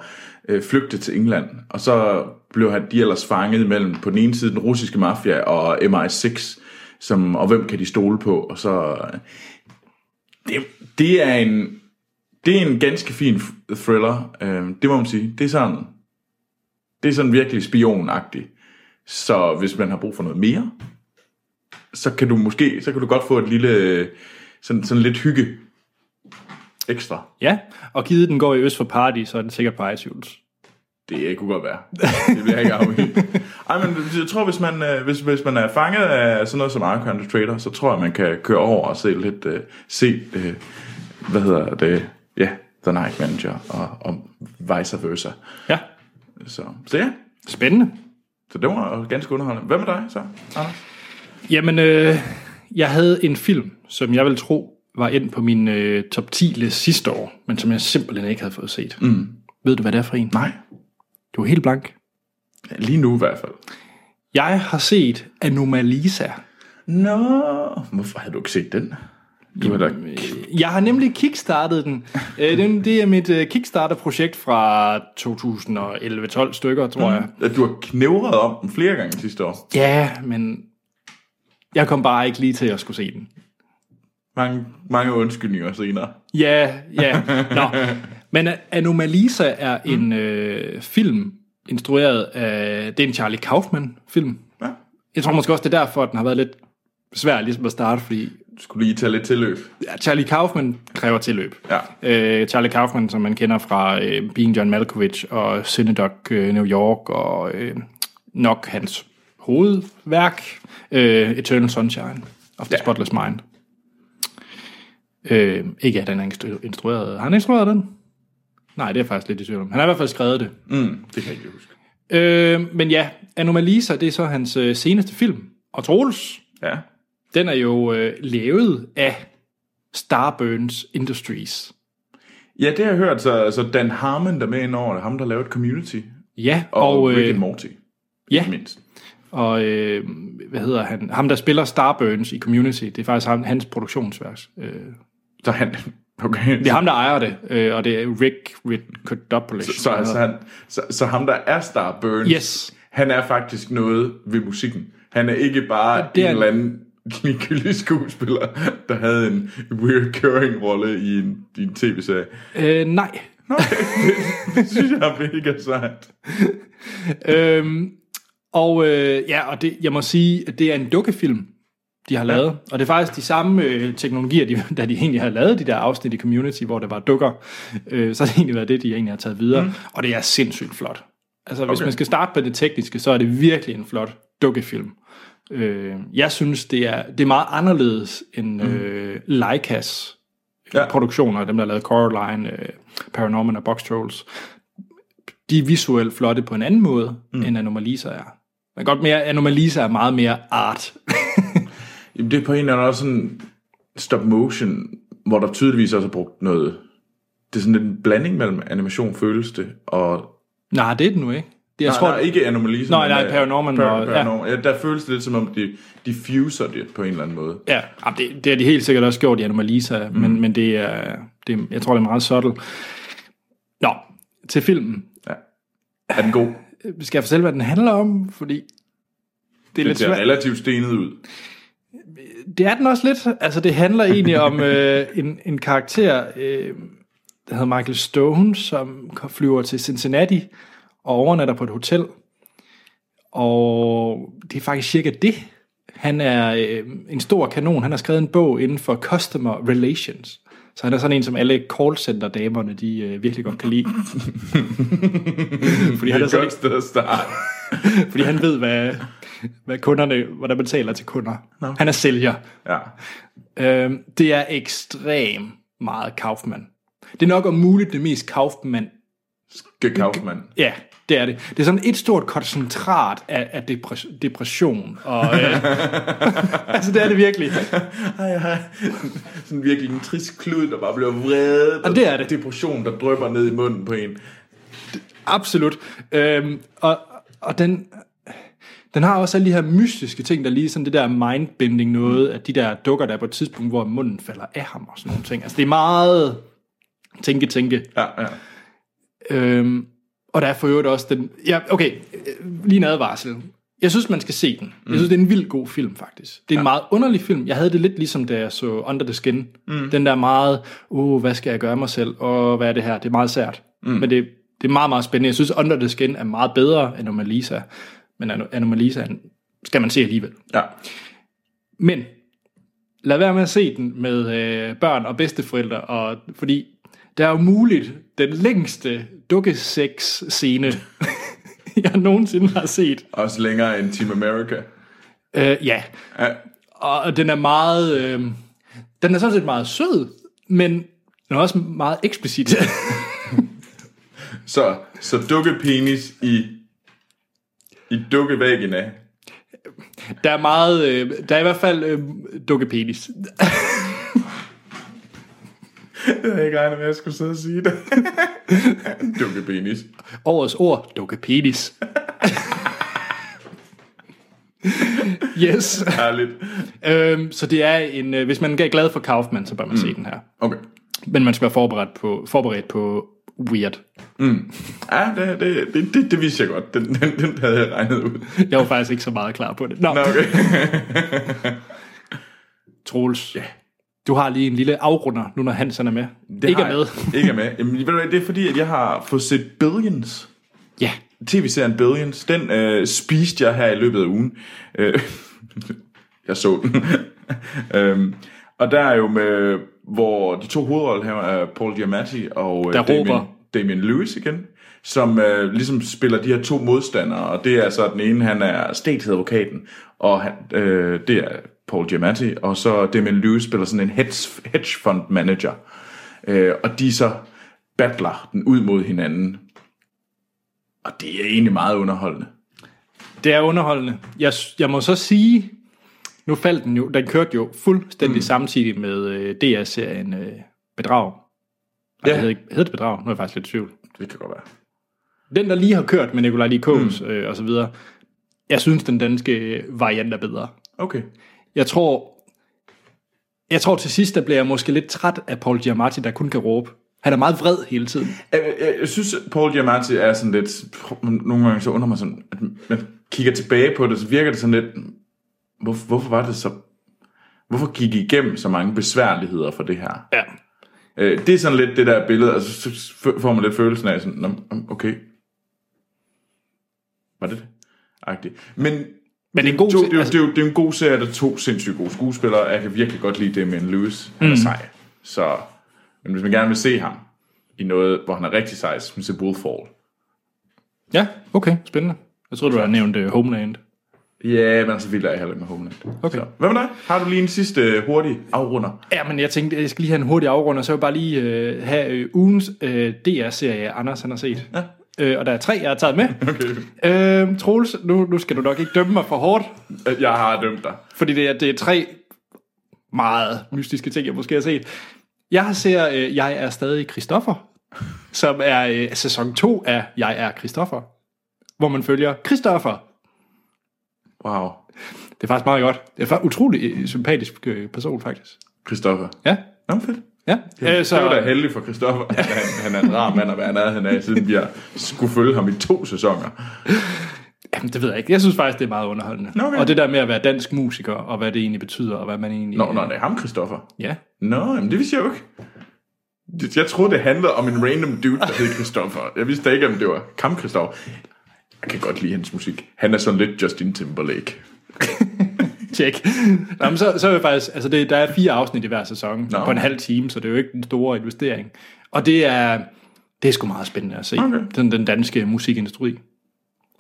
S2: øh, flygte til England. Og så blev han de ellers fanget mellem på den ene side den russiske mafia og MI6, som, og hvem kan de stole på? Og så øh, det, det er en det er en ganske fin f- thriller. Øh, det må man sige. Det er sådan det er sådan virkelig spionagtigt. Så hvis man har brug for noget mere, så kan du måske, så kan du godt få et lille, øh, sådan, sådan lidt hygge ekstra.
S1: Ja, og givet den går i Øst for Paradis, så er den sikkert på iTunes.
S2: Det kunne godt være. Det bliver jeg ikke afhængig. Ej, men jeg tror, hvis man, øh, hvis, hvis man er fanget af sådan noget som Arkham Trader, så tror jeg, man kan køre over og se lidt, øh, se, øh, hvad hedder det, ja, The Night Manager og, og vice versa.
S1: Ja,
S2: Så, så ja,
S1: spændende.
S2: så det var ganske underholdende. Hvad med dig så, Anders?
S1: Jamen, øh, jeg havde en film, som jeg vil tro var ind på min øh, top 10 liste sidste år, men som jeg simpelthen ikke havde fået set. Mm. Ved du, hvad det er for en?
S2: Nej,
S1: Du er helt blank.
S2: lige nu i hvert fald.
S1: Jeg har set Anomalisa.
S2: Nå, hvorfor havde du ikke set den? Du har da...
S1: øh. Jeg har nemlig kickstartet den. Øh, den- Det er mit øh, kickstarter-projekt fra 2011-12 stykker, tror jeg.
S2: at Du har knævret om den flere gange sidste år.
S1: Ja, men jeg kom bare ikke lige til at skulle se den.
S2: Mange, mange undskyldninger senere.
S1: Ja, ja. Nå. Men øh, Anomalisa er
S2: Mm.
S1: en øh, film, instrueret af... Det er en Charlie Kaufman-film.
S2: Ja.
S1: Jeg tror måske også, det er derfor, at den har været lidt svær ligesom at starte, fordi
S2: Du skulle lige tage lidt tilløb.
S1: ja, Charlie Kaufman kræver tilløb.
S2: Ja.
S1: Øh, Charlie Kaufman, som man kender fra øh, Being John Malkovich og Synagogue øh, New York og øh, nok hans hovedværk, øh, Eternal Sunshine of the ja. Spotless Mind. Øh, ikke at han er instru- instrueret. Har han instrueret den? Nej, det er jeg faktisk lidt i tvivl om. Han har i hvert fald skrevet det.
S2: Mm, det kan jeg ikke huske.
S1: Øh, men ja, Anomalisa, det er så hans øh, seneste film. Og Troels,
S2: Ja.
S1: den er jo øh, lavet af Starburns Industries.
S2: Ja, det har jeg hørt, så, så Dan Harmon, der er med ind over, det er ham, der lavede Community.
S1: Ja,
S2: Og,
S1: og,
S2: og Rick
S1: øh,
S2: and Morty.
S1: ja,
S2: ikke Mindst.
S1: og øh, hvad hedder han? Ham, der spiller Starburns i Community, det er faktisk ham, hans produktionsværk. Øh,
S2: Så han... Okay.
S1: det er ham, der ejer det, øh, og det er Rick Ritkodopoulos.
S2: Så, så, så, han, så, så ham, der er Star Burns,
S1: Yes.
S2: han er faktisk noget ved musikken. Han er ikke bare
S1: det
S2: det
S1: er
S2: er en
S1: han.
S2: eller anden ligegyldig skuespiller, der havde en recurring rolle i en, i en tv-serie.
S1: øh, nej.
S2: Det synes jeg er mega sejt.
S1: Øhm, og øh, ja, og det, jeg må sige, at det er en dukkefilm, de har lavet. Og det er faktisk de samme øh, teknologier, de, da de egentlig har lavet de der afsnit i Community, hvor der var dukker. Øh, så har det egentlig været det, de egentlig har taget videre. Mm. Og det er sindssygt flot. Altså, hvis
S2: Okay.
S1: man skal starte på det tekniske, så er det virkelig en flot dukkefilm. Øh, jeg synes, det er, det er meget anderledes end mm. øh, Leicas ja.
S2: Ja.
S1: produktioner, dem der lavede Coraline, øh, Paranorman og Box Trolls, de er visuelt flotte på en anden måde, mm. end Anomalisa er. Men godt mere, Anomalisa er meget mere art.
S2: Jamen, det er på en eller anden også sådan stop motion, hvor der tydeligvis også er brugt noget... Det er sådan lidt en blanding mellem animation, føles det, og...
S1: nej, det er det nu ikke. Det, jeg
S2: Jeg
S1: nej,
S2: tror
S1: tror,
S2: nej, ikke anomali.
S1: Nej, nej, Paranorman og- ja.
S2: Paranorman. Ja. der føles det lidt som om, de, de fuser det på en eller anden måde.
S1: Ja, jamen, det, det har de helt sikkert også gjort i Anomalisa, mm. men, men det er, det, er- jeg tror, det er meget subtle. Nå, til filmen.
S2: Er den god?
S1: Skal jeg fortælle, hvad den handler om? Fordi det er
S2: Den
S1: lidt
S2: ser
S1: svært.
S2: relativt stenet ud.
S1: Det er den også lidt. Altså, det handler egentlig om øh, en, en karakter, øh, der hedder Michael Stone, som flyver til Cincinnati og overnatter på et hotel. Og det er faktisk cirka det. Han er øh, en stor kanon. Han har skrevet en bog inden for Customer Relations. Så han er sådan en, som alle callcenter-damerne, de øh, virkelig godt kan lide. fordi,
S2: Det er
S1: han er
S2: et
S1: sådan,
S2: godt sted at starte.
S1: ikke- fordi han ved, hvad, hvad kunderne, hvordan man taler til kunder. No. Han er sælger.
S2: Ja.
S1: Øhm, det er ekstremt meget Kaufman. Det er nok om muligt det mest Kaufman.
S2: Good Kaufman.
S1: Ja, det er det. Det er sådan et stort koncentrat af, af depres- depression. Og, øh, altså, det er det virkelig.
S2: Ej, ej. Sådan virkelig en trist klud, der bare bliver vred.
S1: Og det er det.
S2: Depression, der drøber ned i munden på en.
S1: Absolut. Øhm, og, og den, den har også alle de her mystiske ting, der lige sådan det der mindbending noget, at de der dukker der er på et tidspunkt, hvor munden falder af ham og sådan nogle ting. Altså, det er meget tænke-tænke.
S2: Ja, ja.
S1: Øhm, og der er for øvrigt også den... Ja, okay, øh, lige en advarsel. Jeg synes, man skal se den. Jeg synes, det er en vild god film, faktisk. Det er en Mm. ja. meget underlig film. Jeg havde det lidt ligesom, da jeg så Under the Skin. Mm. Den der meget, uh, hvad skal jeg gøre mig selv? Og hvad er det her? Det er meget sært. Mm. Men det, det er meget, meget spændende. Jeg synes, Under the Skin er meget bedre end Anomalisa. Men Ano- Anomalisa skal man se alligevel.
S2: ja.
S1: Men lad være med at se den med øh, børn og bedsteforældre, og, fordi der er jo muligt den længste dukkesex-scene, jeg nogensinde har set.
S2: Også længere end Team America.
S1: Øh, ja,
S2: Ja.
S1: og, og den er meget... Øh, den er sådan set meget sød, men den er også meget eksplicit.
S2: Så, så dukke penis i, i dukke vagina.
S1: Der er meget... Øh, der er i hvert fald øh, dukkepenis.
S2: Jeg havde ikke regnet med, at jeg skulle sidde og sige det. dukke penis.
S1: Årets ord, dukkepenis. yes.
S2: Herligt.
S1: Øhm, så det er en, øh, hvis man er glad for Kaufman, så bør man mm. se den her.
S2: Okay.
S1: Men man skal være forberedt på, forberedt på weird.
S2: Ja, det, det, det, det, det vidste jeg godt. Den, den, den havde jeg regnet ud.
S1: Jeg var faktisk ikke så meget klar på det. Nå,
S2: Nå,
S1: no.
S2: okay.
S1: Troels. Ja. Du har lige en lille afrunder, nu når Hansen er med. Det ikke er
S2: har
S1: med.
S2: Jeg, ikke er med. Jamen, ved du hvad, det er fordi, at jeg har fået set Billions.
S1: Ja.
S2: TV-serien Billions, den øh, spiste jeg her i løbet af ugen. Øh, jeg så den. øhm, og der er jo med, hvor de to hovedrollhaver er Paul Giamatti og øh,
S1: Der råber.
S2: Damien, Damien Lewis igen, som øh, ligesom spiller de her to modstandere, og det er så den ene, han er statsadvokaten, og han, øh, det er Paul Giamatti, og så Damien Lewis spiller sådan en hedge, hedge fund manager, øh, og de så battler den ud mod hinanden, og det er egentlig meget underholdende.
S1: Det er underholdende. Jeg, s- jeg må så sige, nu faldt den jo, den kørte jo fuldstændig mm. samtidig med øh, DR-serien øh, Bedrag. Ja.
S2: Ja.
S1: Det hed, ikke- hed det Bedrag, nu er jeg faktisk lidt i tvivl.
S2: Det kan godt være.
S1: Den, der lige har kørt med Nikolaj Likos mm. øh, og så videre, jeg synes, den danske øh, variant er bedre.
S2: Okay.
S1: Jeg tror, jeg tror til sidst, der bliver jeg måske lidt træt af Paul Giamatti, der kun kan råbe. Han er meget vred hele tiden.
S2: Jeg, jeg, jeg synes, at Paul Giamatti er sådan lidt... Nogle gange så undrer mig sådan, at man kigger tilbage på det, så virker det sådan lidt... Hvor, hvorfor var det så... Hvorfor gik I igennem så mange besværligheder for det her?
S1: Ja.
S2: Øh, det er sådan lidt det der billede, og så, så f- får man lidt følelsen af sådan, "Nå, okay. Var det det? Agtigt. Men
S1: Men det er en god...
S2: Jo, det,
S1: se-
S2: er jo,
S1: altså,
S2: det, er jo, det er jo en god serie, der er to sindssygt gode skuespillere, og jeg kan virkelig godt lide Damien Lewis.
S1: Mm.
S2: Han er sej. Så, men hvis man gerne vil se ham i noget, hvor han er rigtig sej, så synes jeg Wolfall.
S1: ja, okay. Spændende. Jeg tror du har nævnt uh, Homeland.
S2: Ja, yeah, men så vild er jeg heller ikke med Homeland.
S1: Okay.
S2: Så, hvad med dig? Har du lige en sidste øh, hurtig afrunder?
S1: Ja, men jeg tænkte, jeg skal lige have en hurtig afrund, og så vil jeg bare lige uh, have uh, ugens uh, DR-serie, Anders han har set. Ja. Uh, og der er tre, jeg har taget med. Okay. Uh, Troels, nu, nu skal du nok ikke dømme mig for hårdt,
S2: Øh, Jeg har dømt dig.
S1: fordi det er, det er tre meget mystiske ting, jeg måske har set. Jeg ser, øh, jeg er stadig Christoffer, som er øh, sæson 2 af Jeg er Christoffer, hvor man følger Christoffer.
S2: Wow.
S1: Det er faktisk meget godt. Det er faktisk utrolig øh, sympatisk øh, person, faktisk.
S2: Christoffer.
S1: Ja,
S2: Nå, fedt.
S1: ja. Øh,
S2: Så... Det var da
S1: så,
S2: heldigt for Christoffer, at han, han er en rar mand at være nærheden af, siden vi har skulle følge ham i to sæsoner.
S1: Jamen, det ved jeg ikke. Jeg synes faktisk, det er meget underholdende.
S2: Nå, okay.
S1: Og det der med at være dansk musiker, og hvad det egentlig betyder, og hvad man egentlig...
S2: Nå, nå, det er ham, Christoffer.
S1: Ja.
S2: Nå, jamen det vidste jeg jo ikke. Det- Jeg troede, det handlede om en random dude, der hed Christoffer. Jeg vidste da ikke, om det var Kam Christoffer. Jeg kan godt lide hans musik. Han er sådan lidt Justin Timberlake.
S1: Tjek. Nå, men så, så er det faktisk, altså det, der er fire afsnit i hver sæson
S2: Nå.
S1: Nå. på en halv time, så det er jo ikke den store investering. Og det er, det er sgu meget spændende at se,
S2: Okay.
S1: den, den danske musikindustri.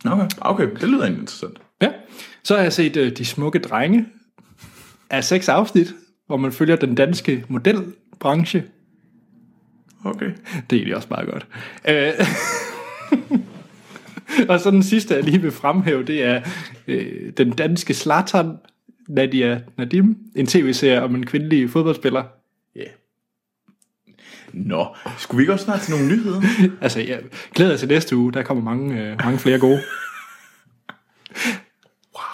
S2: Okay, okay det lyder egentlig interessant.
S1: Ja. Så har jeg set uh, De Smukke Drenge af seks afsnit, hvor man følger den danske modelbranche.
S2: Okay.
S1: Det er egentlig også meget godt. Øh, og så den sidste, jeg lige vil fremhæve, det er øh, den danske Slatan Nadia Nadim, en tv-serie om en kvindelig fodboldspiller.
S2: Ja. Yeah. Nå, skulle vi ikke også snart til nogle nyheder?
S1: Altså, jeg glæder jer til næste uge, der kommer mange, øh, mange flere gode.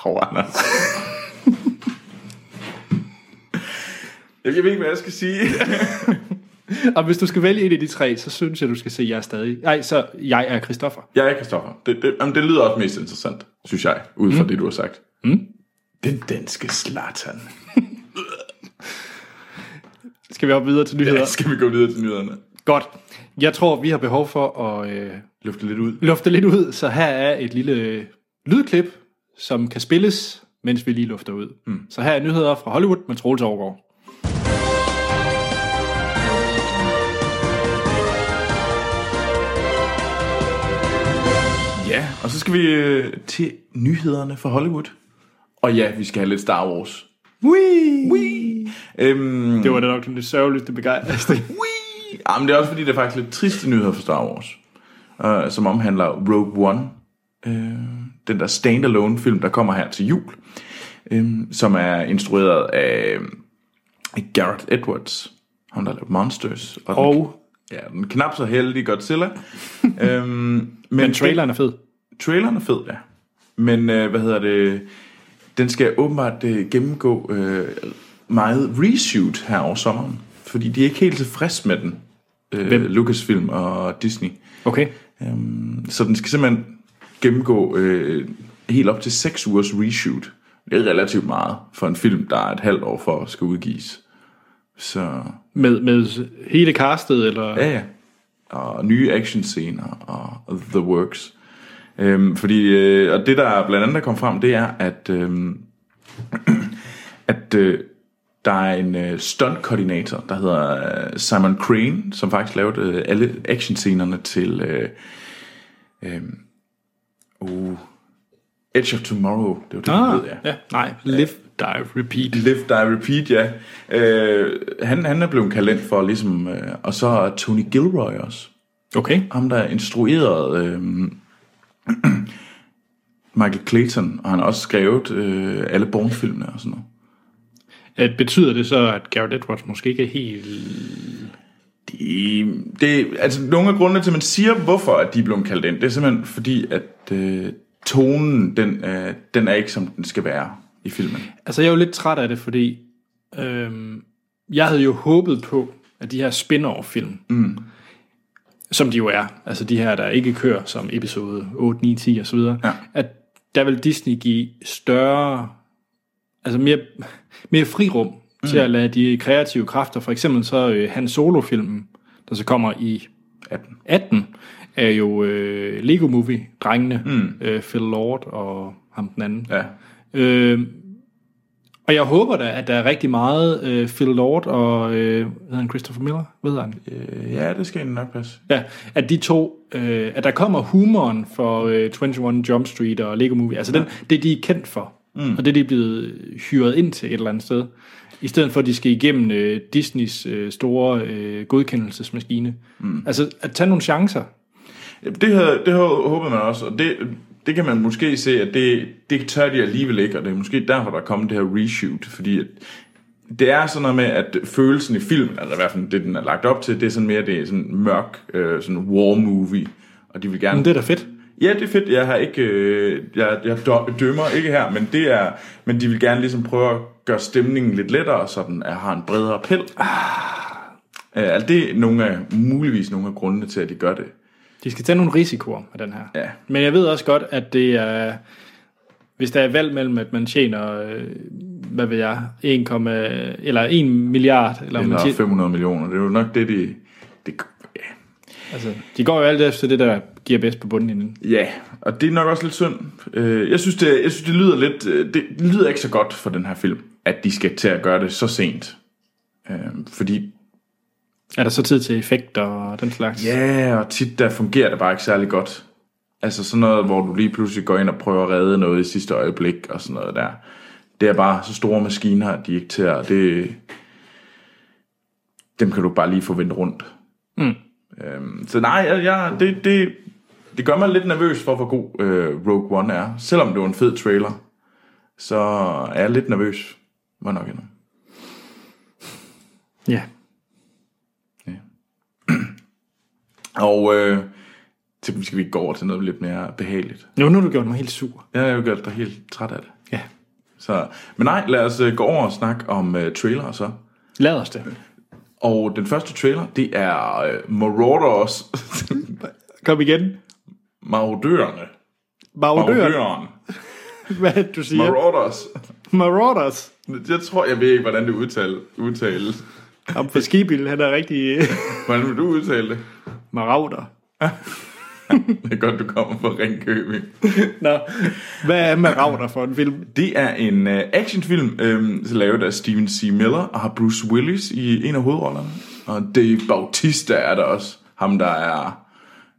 S2: Wow, Anders. jeg ved ikke, hvad jeg skal sige.
S1: Og hvis du skal vælge et af de tre, så synes jeg, du skal se Jeg er stadig. Nej, så Jeg er Christoffer.
S2: jeg er Kristoffer. Det, det, jamen, det lyder også mest interessant, synes jeg, ud fra mm. det, du har sagt. Mm. Den danske Zlatan.
S1: Skal vi op videre til nyheder?
S2: Ja, skal vi gå videre til nyhederne?
S1: Godt. Jeg tror, vi har behov for at øh,
S2: Lufte lidt ud.
S1: lufte lidt ud, så her er et lille øh, lydklip, som kan spilles, mens vi lige lufter ud. Mm. Så her er nyheder fra Hollywood med Troels Overgaard.
S2: Ja, og så skal vi øh, til nyhederne fra Hollywood. Og ja, vi skal have lidt Star Wars.
S1: Whee!
S2: Øhm,
S1: Det var da nok den lidt sørgeligste begejstring.
S2: Whee! Jamen, det er også fordi, det er faktisk lidt triste nyheder for Star Wars, øh, som omhandler Rogue One, øh, den der standalone film, der kommer her til jul, øh, som er instrueret af øh, Gareth Edwards, ham der har lavet Monsters, og, den,
S1: Og
S2: ja, den knap så heldige Godzilla. øhm, men,
S1: men traileren er fed.
S2: Traileren er fed, ja. Men øh, hvad hedder det? Den skal åbenbart øh, gennemgå øh, meget reshoot her over sommeren. Fordi de er ikke helt tilfredse med den. Øh, Lucasfilm og Disney.
S1: Okay.
S2: Øhm, så den skal simpelthen gennemgå øh, helt op til 6 ugers reshoot. Det er relativt meget for en film, der er et halvt år for at skal udgives. Så
S1: Med, med hele castet, eller...
S2: Ja, ja. Og nye actionscener og the works. Øhm, fordi, øh, og det der blandt andet er kommet frem, det er, at, øhm, at øh, der er en øh, stuntkoordinator, der hedder øh, Simon Crane, som faktisk lavede øh, alle actionscenerne til øh, øh, uh, Edge of Tomorrow. Det var det, ah, hed, ja.
S1: ja. Nej, live, dive, repeat.
S2: Live, Die, Repeat, ja. Øh, han, han er blevet kaldt for ligesom... Øh, og så er Tony Gilroy også.
S1: Okay.
S2: Ham, der instruerede øh, Michael Clayton. Og han har også skrevet øh, alle Bourne-filmene og sådan noget.
S1: At betyder det så, at Garrett Edwards måske ikke er helt...
S2: Det, det, altså, nogle af grundene til, at man siger, hvorfor at de er blevet kaldt ind, det er simpelthen fordi, at øh, tonen, den, øh, den er ikke, som den skal være i filmen.
S1: Altså, jeg er jo lidt træt af det, fordi øhm, jeg havde jo håbet på, at de her spin-off-film, mm. som de jo er, altså de her, der ikke kører som episode 8, 9, 10 osv.,
S2: Ja.
S1: at der vil Disney give større, altså mere, mere frirum mm. til at lade de kreative kræfter, for eksempel så øh, Han Solo-filmen, der så kommer i
S2: 18.
S1: 18 er jo øh, Lego Movie drengene mm. øh, Phil Lord og ham den anden.
S2: Ja.
S1: Øh, og jeg håber da at der er rigtig meget øh, Phil Lord og øh, hvad hedder han Christopher Miller, hvad hedder han?
S2: Øh, ja, det skal egentlig nok passe.
S1: Ja, at de to øh, at der kommer humoren for øh, 21 Jump Street og Lego Movie. Altså den det de er kendt for. Mm. Og det de er blevet hyret ind til et eller andet sted. I stedet for, at de skal igennem øh, Disneys øh, store øh, godkendelsesmaskine. Mm. Altså, at tage nogle chancer.
S2: Det, havde, det havde, håbede man også, og det, det kan man måske se, at det, det tør de alligevel ikke, og det er måske derfor, der er kommet det her reshoot, fordi at det er sådan noget med, at følelsen i filmen, eller i hvert fald det, den er lagt op til, det er sådan mere det er sådan mørk øh, sådan war movie, og de vil gerne...
S1: Men det er da fedt.
S2: Ja, det er fedt. Jeg har ikke, øh, jeg, jeg dø- dømmer ikke her, men det er, men de vil gerne ligesom prøve at gøre stemningen lidt lettere, så den er, har en bredere appel. Ah. Øh, altså, det er nogle af, muligvis nogle af grundene til, at de gør det.
S1: De skal tage nogle risikoer med den her.
S2: Ja.
S1: Men jeg ved også godt, at det er... Hvis der er valg mellem, at man tjener, øh, hvad ved jeg, 1, eller 1 milliard, eller, om man
S2: Eller
S1: tjener,
S2: 500 millioner. Det er jo nok det, de... Det, ja.
S1: altså, de går jo alt efter det, der giver bedst på bundlinjen.
S2: Ja, og det er nok også lidt synd. Øh, Jeg synes, det, jeg synes, det lyder lidt... øh, Det, det lyder ikke så godt for den her film, at de skal til at gøre det så sent. Øh, Fordi,
S1: Er der så tid til effekter og den slags?
S2: ja, og tit der fungerer det bare ikke særlig godt. Altså sådan noget, hvor du lige pludselig går ind og prøver at redde noget i sidste øjeblik og sådan noget der. Det er bare så store maskiner, at de ikke til at... Det, dem kan du bare lige få vendt rundt.
S1: Mm.
S2: Øhm, så nej, jeg, jeg, det, det, det gør mig lidt nervøs for, hvor god øh, Rogue One er. Selvom det var en fed trailer, så er jeg lidt nervøs. Var nok endnu.
S1: Ja.
S2: Og øh, til, skal vi gå over til noget lidt mere behageligt.
S1: Nu, nu har du gjort mig helt sur.
S2: Jeg har jo gjort dig helt træt af det.
S1: Ja.
S2: Så, men nej, lad os øh, gå over og snakke om øh, trailer så.
S1: Lad os det.
S2: Og den første trailer, det er øh, Marauders
S1: Kom igen.
S2: Maraudørerne.
S1: Marodøren.
S2: Maraudørerne.
S1: Hvad er det, du siger?
S2: Marauders.
S1: Marauders.
S2: Jeg tror, jeg ved ikke, hvordan det udtale, udtales.
S1: Om for Skibild, han er rigtig...
S2: Hvordan vil du udtale det?
S1: Marauder.
S2: Det er godt, du kommer fra Ringkøbing.
S1: Nå, hvad er Marauder for en film?
S2: Det er en uh, actionfilm, øhm, lavet af Steven C. Miller, og har Bruce Willis i en af hovedrollerne. Og Dave Bautista er der også. Ham, der er...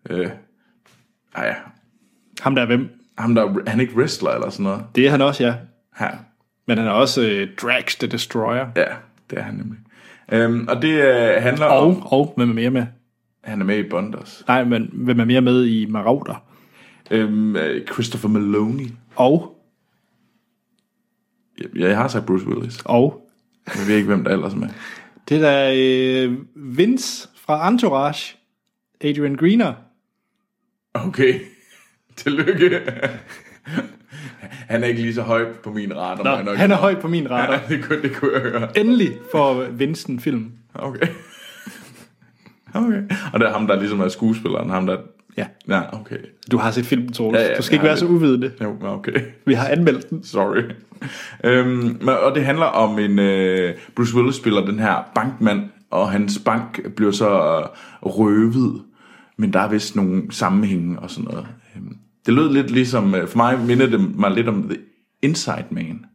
S2: Øh, ah ja,
S1: Ham der er hvem?
S2: ham der, er- han er ikke wrestler eller sådan noget.
S1: Det er han også, ja.
S2: Ja,
S1: Men han er også øh, Drax the Destroyer.
S2: ja det er han nemlig. Øhm, og det øh, handler
S1: Og,
S2: om...
S1: og hvem er mere med?
S2: Han er med i Bonders.
S1: Nej, men hvem er mere med i Marauder?
S2: Øhm, øh, Christopher Maloney.
S1: Og,
S2: Jeg, jeg har sagt Bruce Willis.
S1: og.
S2: Jeg ved ikke, hvem der ellers er med.
S1: Det der øh, Vince fra Entourage. Adrian Greener.
S2: Okay. Tillykke. han er ikke lige så høj på min radar. må jeg
S1: Nå,
S2: nok
S1: han er
S2: sige.
S1: høj på min radar.
S2: Ja, det kunne, det kunne jeg høre.
S1: Endelig får Vince en film.
S2: Okay. Okay. Og det er ham, der ligesom er skuespilleren. Ham, der...
S1: Ja.
S2: Ja, okay.
S1: Du har set filmen, Troels.
S2: Ja,
S1: Ja,
S2: ja,
S1: ja, du skal ikke
S2: jeg
S1: være så
S2: har
S1: uvidende.
S2: Jo, men okay.
S1: Vi har anmeldt den.
S2: Sorry. Øhm, men- og det handler om en... Øh, Bruce Willis spiller den her bankmand, og hans bank bliver så øh, røvet. Men der er vist nogle sammenhænge og sådan noget. Øhm, Det lød lidt ligesom... øh, For mig minder det mig lidt om The Inside Man.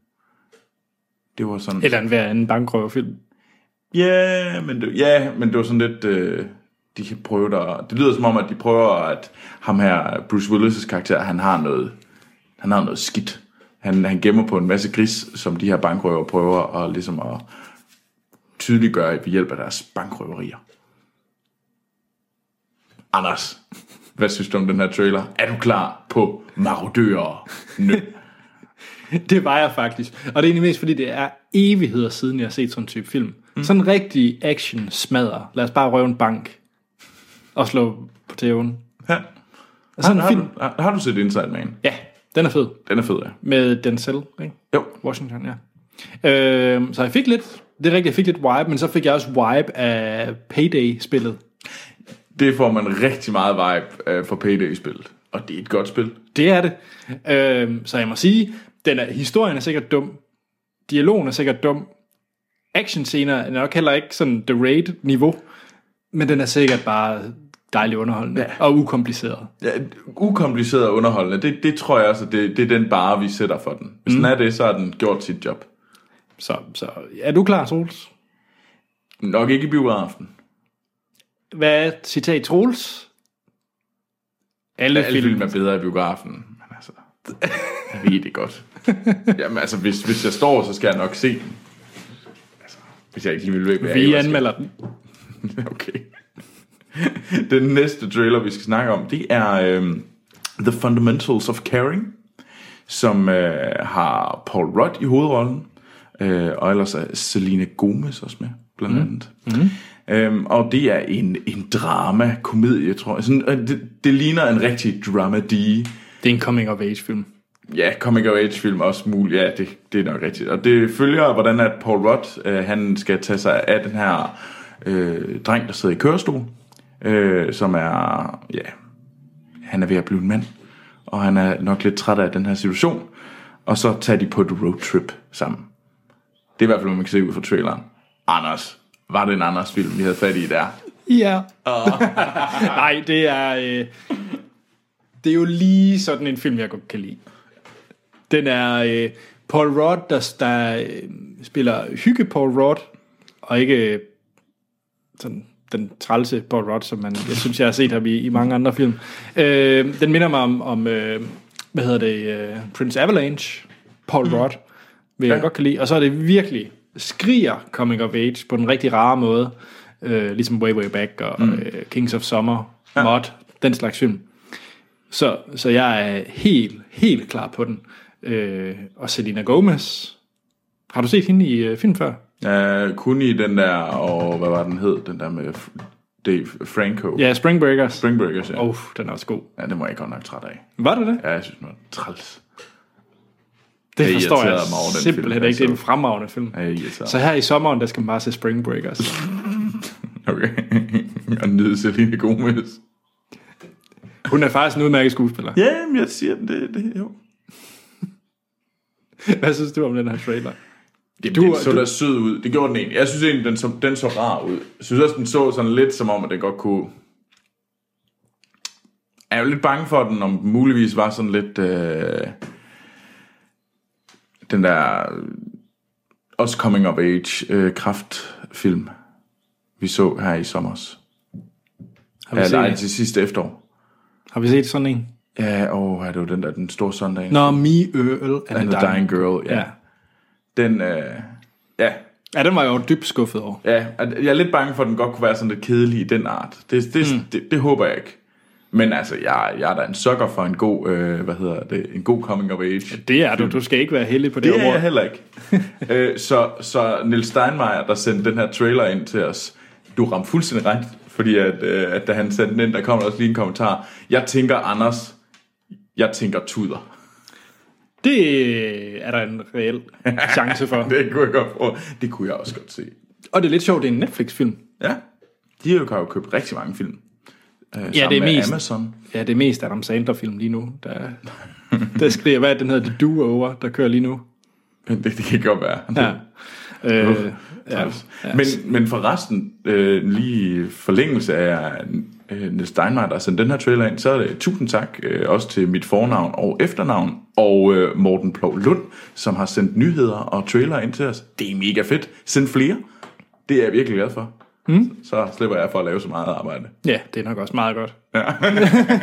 S2: Det var sådan...
S1: Eller en hver anden bankrøverfilm.
S2: Ja, yeah, men, det- ja, men det var sådan lidt... Øh, de kan prøve der. Det lyder som om, at de prøver, at ham her, Bruce Willis' karakter, han har noget, han har noget skidt. Han, han gemmer på en masse gris, som de her bankrøver prøver at, ligesom at tydeliggøre ved hjælp af deres bankrøverier. Anders, hvad synes du om den her trailer? Er du klar på marodører?
S1: Det var jeg faktisk. Og det er egentlig mest, fordi det er evigheder siden, jeg har set sådan en type film. Mm. Sådan en rigtig action smadrer. Lad os bare røve en bank og slå på tæven.
S2: Ja.
S1: Sådan en
S2: Har,
S1: film.
S2: du, har, har du set Inside Man?
S1: Ja, den er fed.
S2: Den er fed, ja.
S1: Med Denzel, ikke?
S2: Jo.
S1: Washington, ja. Øhm, så jeg fik lidt, det er rigtigt, jeg fik lidt vibe, men så fik jeg også vibe af Payday-spillet.
S2: Det får man rigtig meget vibe øh, for Payday-spillet. Og det er et godt spil.
S1: Det er det. Øhm, så jeg må sige, den er, historien er sikkert dum. Dialogen er sikkert dum. Actionscener er nok heller ikke sådan The Raid-niveau. Men den er sikkert bare dejlig underholdende ja. og ukompliceret.
S2: Ja, ukompliceret og underholdende, det, det tror jeg også, at det, det er den bare, vi sætter for den. Hvis mm. den er det, så har den gjort sit job.
S1: Så, så er du klar, Troels?
S2: Nok ikke i biografen.
S1: Hvad er citat Troels? Alle,
S2: Alle
S1: Alle film.
S2: film er bedre i biografen. Men altså, jeg ved det godt. Jamen altså, hvis, hvis jeg står, så skal jeg nok se den. Altså, hvis jeg ikke lige vil løbe. hvad jeg
S1: Vi
S2: ellers skal.
S1: anmelder den.
S2: Okay. Den næste trailer, vi skal snakke om, det er øhm, The Fundamentals of Caring, som øh, har Paul Rudd i hovedrollen, øh, og ellers er Selena Gomez også med, blandt andet. Mm. Øhm, og det er en, en drama-komedie, tror jeg. Sådan, øh, det, det ligner en rigtig dramedy.
S1: Det er en coming-of-age-film.
S2: Ja, coming of age film også muligt. Ja, det, det er nok rigtigt. Og det følger, hvordan at Paul Rudd, øh, han skal tage sig af den her øh, dreng, der sidder i kørestol, øh, som er, ja, han er ved at blive en mand, og han er nok lidt træt af den her situation, og så tager de på et roadtrip sammen. Det er i hvert fald, hvad man kan se ud fra traileren. Anders. Var det en Anders-film, vi havde fat i der?
S1: Ja. Nej, det er... Øh, det er jo lige sådan en film, jeg godt kan lide. Den er øh, Paul Rudd, der, der øh, spiller hygge Paul Rudd, og ikke øh, sådan den trælse Paul Rudd, som man, jeg synes, jeg har set ham i, i mange andre film. Øh, den minder mig om, om øh, hvad hedder det, øh, Prince Avalanche, Paul mm. Rudd, vil jeg
S2: Ja.
S1: godt kan lide. Og så er det virkelig skriger coming of age på den rigtig rare måde, øh, ligesom Way Way Back og mm. øh, Kings of Summer, ja. Mod, den slags film. Så, så jeg er helt, helt klar på den. Øh, og Selena Gomez. Har du set hende i øh, film før?
S2: Uh, kun i den der, og hvad var den hed? Den der med F- Dave Franco.
S1: Ja, Spring Breakers. Spring.
S2: Spring Breakers, ja.
S1: Oh, den er også god.
S2: ja. det var jeg godt nok træt af.
S1: Var det det?
S2: Ja, jeg synes, man var træls.
S1: Det
S2: Jeg
S1: forstår jeg
S2: irriterede mig over den
S1: simpelthen
S2: film,
S1: ikke. Det er en
S2: altså.
S1: fremragende film.
S2: Ja,
S1: Så
S2: så...
S1: her i sommeren, der skal man bare se Spring altså. Breakers.
S2: Okay. og nyde Selene Gomez.
S1: Hun er faktisk en udmærket skuespiller.
S2: Ja, men jeg siger den, det, det jo.
S1: Hvad synes du om den her trailer?
S2: Jamen,
S1: Du-
S2: du, den så
S1: du-
S2: du... da sød ud. Det gjorde den egentlig. Jeg synes egentlig, den så, den så rar ud. Jeg synes også, den så sådan lidt som om, at den godt kunne... Jeg er jo lidt bange for at den, om den muligvis var sådan lidt... Øh... Den der... øh, Også coming of age øh, kraftfilm, vi så her i sommer.
S1: Har vi,
S2: Ja, nej,
S1: set,
S2: til sidste efterår.
S1: har vi set sådan en?
S2: Ja, åh, ja, det var den der, den store søndag.
S1: Nå, Me, Earl and,
S2: And the Dying Girl, ja.
S1: Ja.
S2: ja. Den, øh... ja,
S1: ja, den var jeg jo dybt skuffet over.
S2: Ja, at jeg er lidt bange for, at den godt kunne være sådan lidt kedelig i den art. Det, det, mm. det, det håber jeg ikke. Men altså, jeg, jeg er da en sukker for en god, øh, hvad hedder det, en god coming of age.
S1: Det er du. Du skal ikke være heldig på det,
S2: Det er
S1: område.
S2: jeg heller ikke. øh, så, så Nils Steinmeier, der sendte den her trailer ind til os, du ramte fuldstændig ret, fordi at, øh, at da han sendte den ind, der kom der også lige en kommentar. Jeg tænker Anders, jeg tænker Tuder.
S1: Det øh, er der en reel chance for.
S2: Det kunne jeg godt få. Det kunne jeg også godt se.
S1: Og det er lidt sjovt, det er en Netflix-film.
S2: Ja, de har jo købt rigtig mange film. Øh, ja,
S1: det er mest-
S2: Amazon.
S1: Ja, det er mest Adam Sandler-film lige nu. Der, der skriver, hvad er det, den hedder, The Do-Over, der kører lige nu.
S2: Men Det, det kan godt være.
S1: Ja. Øh,
S2: Ja. Men, men forresten, øh, lige i forlængelse af øh, Niels Steinmeier, der har sendt den her trailer ind, så er det tusind tak øh, også til mit fornavn og efternavn, og øh, Morten Plov Lund, som har sendt nyheder og trailer ind til os. Det er mega fedt. Send flere. Det er jeg virkelig glad for. Mm. Så slipper jeg for at lave så meget arbejde.
S1: ja, det er nok også meget godt. Ja.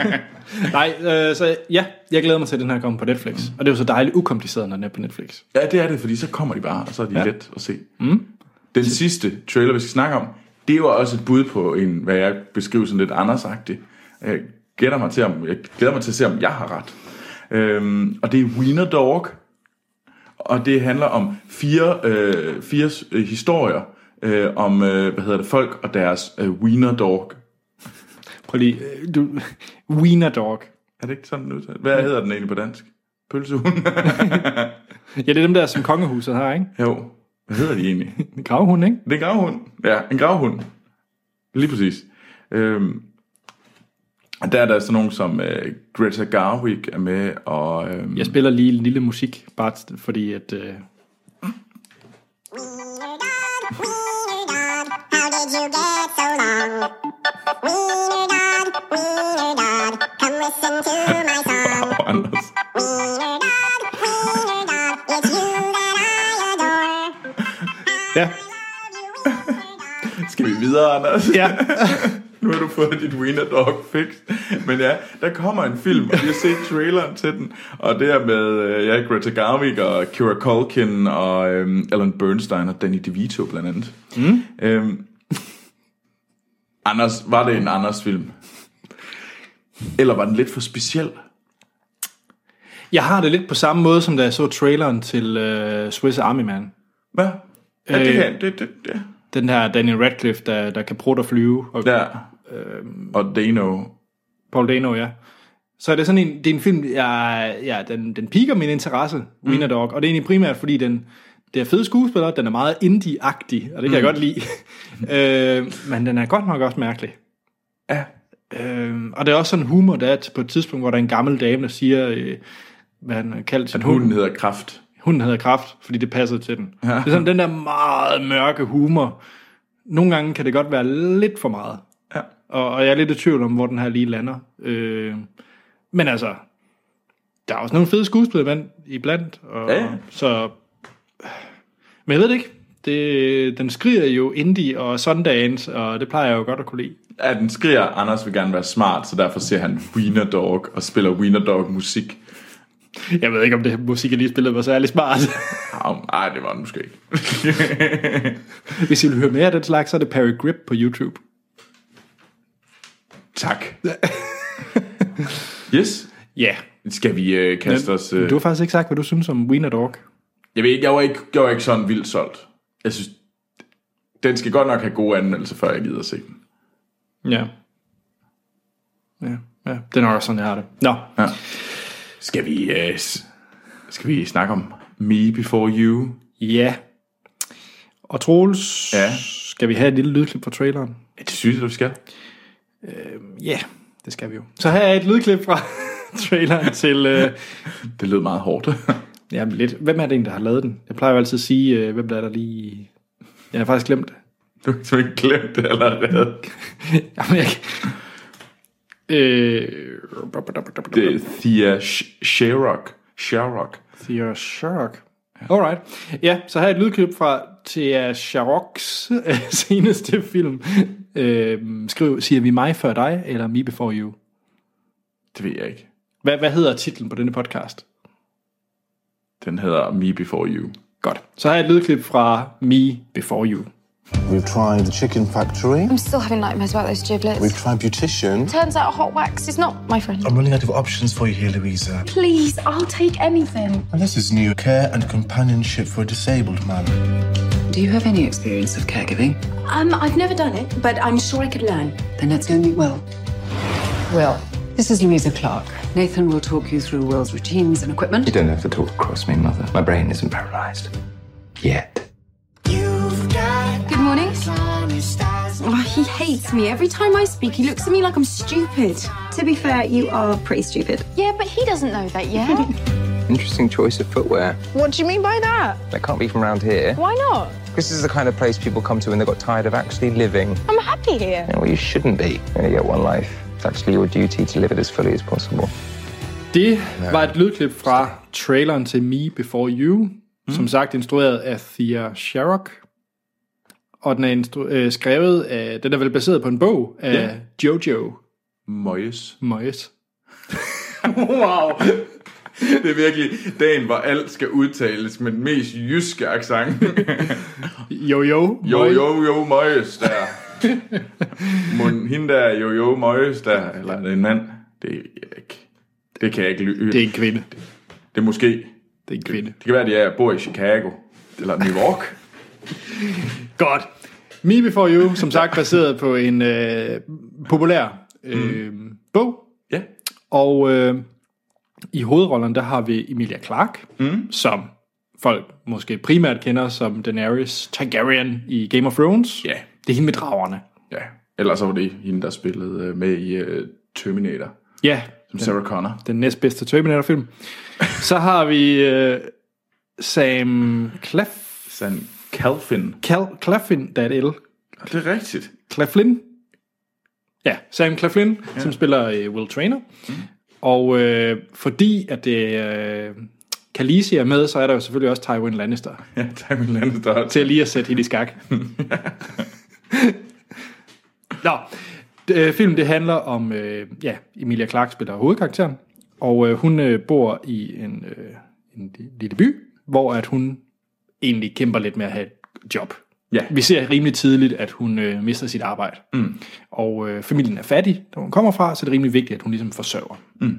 S1: Nej, øh, så ja, jeg glæder mig til, at den her kommer på Netflix. Og det er jo så dejligt ukompliceret, når den er på Netflix.
S2: Ja, det er det, fordi så kommer de bare, og så er de ja. let at se. Mm. Den sidste trailer, vi skal snakke om, det var også et bud på en, hvad jeg beskriver sådan lidt andersagtig. Jeg, gætter mig til, om, jeg glæder mig til at se, om jeg har ret. Øhm, og det er Wiener Dog, og det handler om fire, øh, fire øh, historier øh, om, øh, hvad hedder det, folk og deres øh, Wiener Dog.
S1: Prøv lige, øh, du, Wiener Dog.
S2: Er det ikke sådan, den udtales? Hvad hedder den egentlig på dansk? Pølsehund?
S1: Ja, det er dem der, som kongehuset har, ikke?
S2: jo, hvad hedder de egentlig?
S1: En gravhund, ikke?
S2: Det er en gravhund. Ja, en gravhund. Lige præcis. Øhm, og der er der sådan nogen som øh, Greta Garwick er med, og øhm,
S1: Jeg spiller lige en lille musik, bare t- fordi at... Øh,
S3: Wiener dog, wiener dog, how did you get so long? Wiener dog, wiener dog, come listen to my song.
S2: og Anders.
S3: Wiener dog, wiener dog, it's you that I adore.
S1: ja,
S3: I love you, wiener dog.
S2: Skal vi videre, Anders?
S1: ja.
S2: Nu har du fået dit Wiener Dog fix. Men ja, der kommer en film, og vi har set traileren til den. Og det er med øh, ja, Greta Garvik og Kira Culkin og øhm, Ellen Bernstein og Danny DeVito blandt andet. Mm. Øhm, Anders, var det en Anders film? Eller var den lidt for speciel?
S1: Jeg har det lidt på samme måde, som da jeg så traileren til øh, Swiss Army Man.
S2: Hvad? Ja, det,
S1: Øh.
S2: her, det, det, det.
S1: Den her Daniel Radcliffe, der, der kan prutte og flyve, og ja.
S2: Der. Og Dano.
S1: Paul Dano, ja. Så er det sådan en, det er en film, jeg, ja, den, den piker min interesse, mm. Wiener Dog, og det er egentlig primært, fordi den, det er fede skuespillere, den er meget indie-agtig, og det kan mm. jeg godt lide. øh, men den er godt nok også mærkelig.
S2: Ja.
S1: Øh, Og det er også sådan humor, der er til- på et tidspunkt, hvor der er en gammel dame, der siger, øh, hvad han kaldte sin hund.
S2: Hunden hedder Kraft.
S1: Hunden havde kraft, fordi det passede til den. Ja. Det er sådan den der meget mørke humor. Nogle gange kan det godt være lidt for meget.
S2: Ja.
S1: Og, og jeg er lidt i tvivl om, hvor den her lige lander. Øh, men altså, der er også nogle fede skuespillere iblandt- iblandt. Og,
S2: Ja.
S1: Så, men jeg ved det ikke. Det, den skriger jo indie og Sundance, og det plejer jeg jo godt at kunne lide.
S2: Ja, den skriger, Anders vil gerne være smart, så derfor ser han Wiener Dog og spiller Wiener Dog musik.
S1: Jeg ved ikke, om det her musik, jeg lige spillede, var særlig smart.
S2: Nej, det var den måske ikke.
S1: Hvis I vil høre mere af den slags, så er det Perry Grip på YouTube.
S2: Tak. yes.
S1: Ja,
S2: Skal vi øh, kaste os... Øh...
S1: du har faktisk ikke sagt, hvad du synes om Wiener Dog.
S2: Jeg ved ikke, jeg var ikke, jeg var ikke sådan vildt solgt. Jeg synes, den skal godt nok have gode anmeldelser, før jeg gider se den.
S1: Ja. Ja, ja. det er nok også sådan, jeg har det. Nå,
S2: Ja. Skal vi, øh, s- skal vi snakke om Me Before You?
S1: ja. Og Troels,
S2: Ja.
S1: skal vi have et lille lydklip fra traileren?
S2: Ja, Det synes jeg, du skal.
S1: Ja, det skal vi jo. Så her er et lydklip fra traileren til... Øh,
S2: Det lød meget hårdt.
S1: ja, lidt. Hvem er det egentlig, der har lavet den? Jeg plejer jo altid at sige, øh, hvem der er der lige... Jeg har faktisk glemt det.
S2: du har simpelthen glemt det allerede.
S1: Jamen, jeg... Øh...
S2: Det er Thea Sh- Sherrock. Sherrock.
S1: Thea Sherrock. Alright. Ja, så har jeg et lydklip fra Thea Sherrocks øh, seneste film. Øh, skriv, siger vi mig før dig, eller me before you?
S2: Det ved jeg ikke.
S1: Hvad, hvad hedder titlen på denne podcast?
S2: Den hedder Me Before You.
S1: Godt. Så har jeg et lydklip fra me before you.
S4: We've tried the chicken factory.
S5: I'm still having nightmares about those giblets.
S4: We've tried beautician.
S5: Turns out hot wax is not my friend.
S6: I'm running out of options for you here, Louisa.
S7: Please, I'll take anything.
S6: And this is new care and companionship for a disabled man.
S8: Do you have any experience of caregiving?
S7: Um, I've never done it, but I'm sure I could learn.
S8: Then let's go meet Will. Will, this is Louisa Clark. Nathan will talk you through Will's routines and equipment.
S9: You don't have to talk across me, Mother. My brain isn't paralyzed. Yet.
S7: Good morning. Oh, he hates me. Every time I speak, he looks at me like I'm stupid. To be fair, you are pretty stupid.
S5: Yeah, but he doesn't know that yet.
S9: Interesting choice of footwear.
S10: What do you mean by that?
S9: That can't be from around here.
S10: Why not?
S9: This is the kind of place people come to when they got tired of actually living.
S10: I'm happy here.
S9: And well, you shouldn't be. You only get one life. It's actually your duty to live it as fully as possible.
S1: Det var et lydklip fra traileren til Me Before You, mm. som sagt instrueret af Thea Sherrock. Og den er instru- øh, skrevet af, den er vel baseret på en bog af
S2: Ja.
S1: Jojo
S2: Møjes.
S1: Moyes.
S2: Wow. Det er virkelig dagen, hvor alt skal udtales med den mest jyske accent.
S1: Jojo
S2: Jo,
S1: Moyes.
S2: jo, jo, Møjes der. Mon, hende der, jo, jo, Møjes der. Eller er det en mand? Det, ved jeg ikke. det kan jeg ikke lyde.
S1: Det er en kvinde.
S2: det er måske.
S1: Det er en kvinde.
S2: Det kan være, at jeg bor i Chicago. Eller New York.
S1: Godt. Me Before You, som sagt baseret på en øh, populær øh, mm. bog.
S2: ja.
S1: Og øh, i hovedrollen, der har vi Emilia Clarke, mm. som folk måske primært kender som Daenerys Targaryen i Game of Thrones.
S2: Ja.
S1: Det er hende med dragerne.
S2: Ja. Ellers så var det hende, der spillede øh, med i øh, Terminator.
S1: Ja,
S2: Som Sarah Connor.
S1: den næstbedste Terminator-film. Så har vi øh, Sam Clef,
S2: San Calvin.
S1: Cal, Claflin, der er et L.
S2: Det er rigtigt.
S1: Claflin. Ja, Sam Claflin, ja. som spiller øh, Will Trainer. Mm. Og øh, fordi at det øh, Khaleesi er med, så er der jo selvfølgelig også Tywin Lannister.
S2: Ja, Diamond Lannister.
S1: til lige at sætte hende i skak. Nå, øh, filmen det handler om, øh, ja, Emilia Clarke spiller hovedkarakteren, og øh, hun øh, bor i en, øh, en lille by, hvor at hun egentlig kæmper lidt med at have et job.
S2: Ja.
S1: Vi ser rimelig tidligt, at hun øh, mister sit arbejde. Mm. Og øh, familien er fattig, der hun kommer fra, så det er rimelig vigtigt, at hun ligesom forsørger. Mm.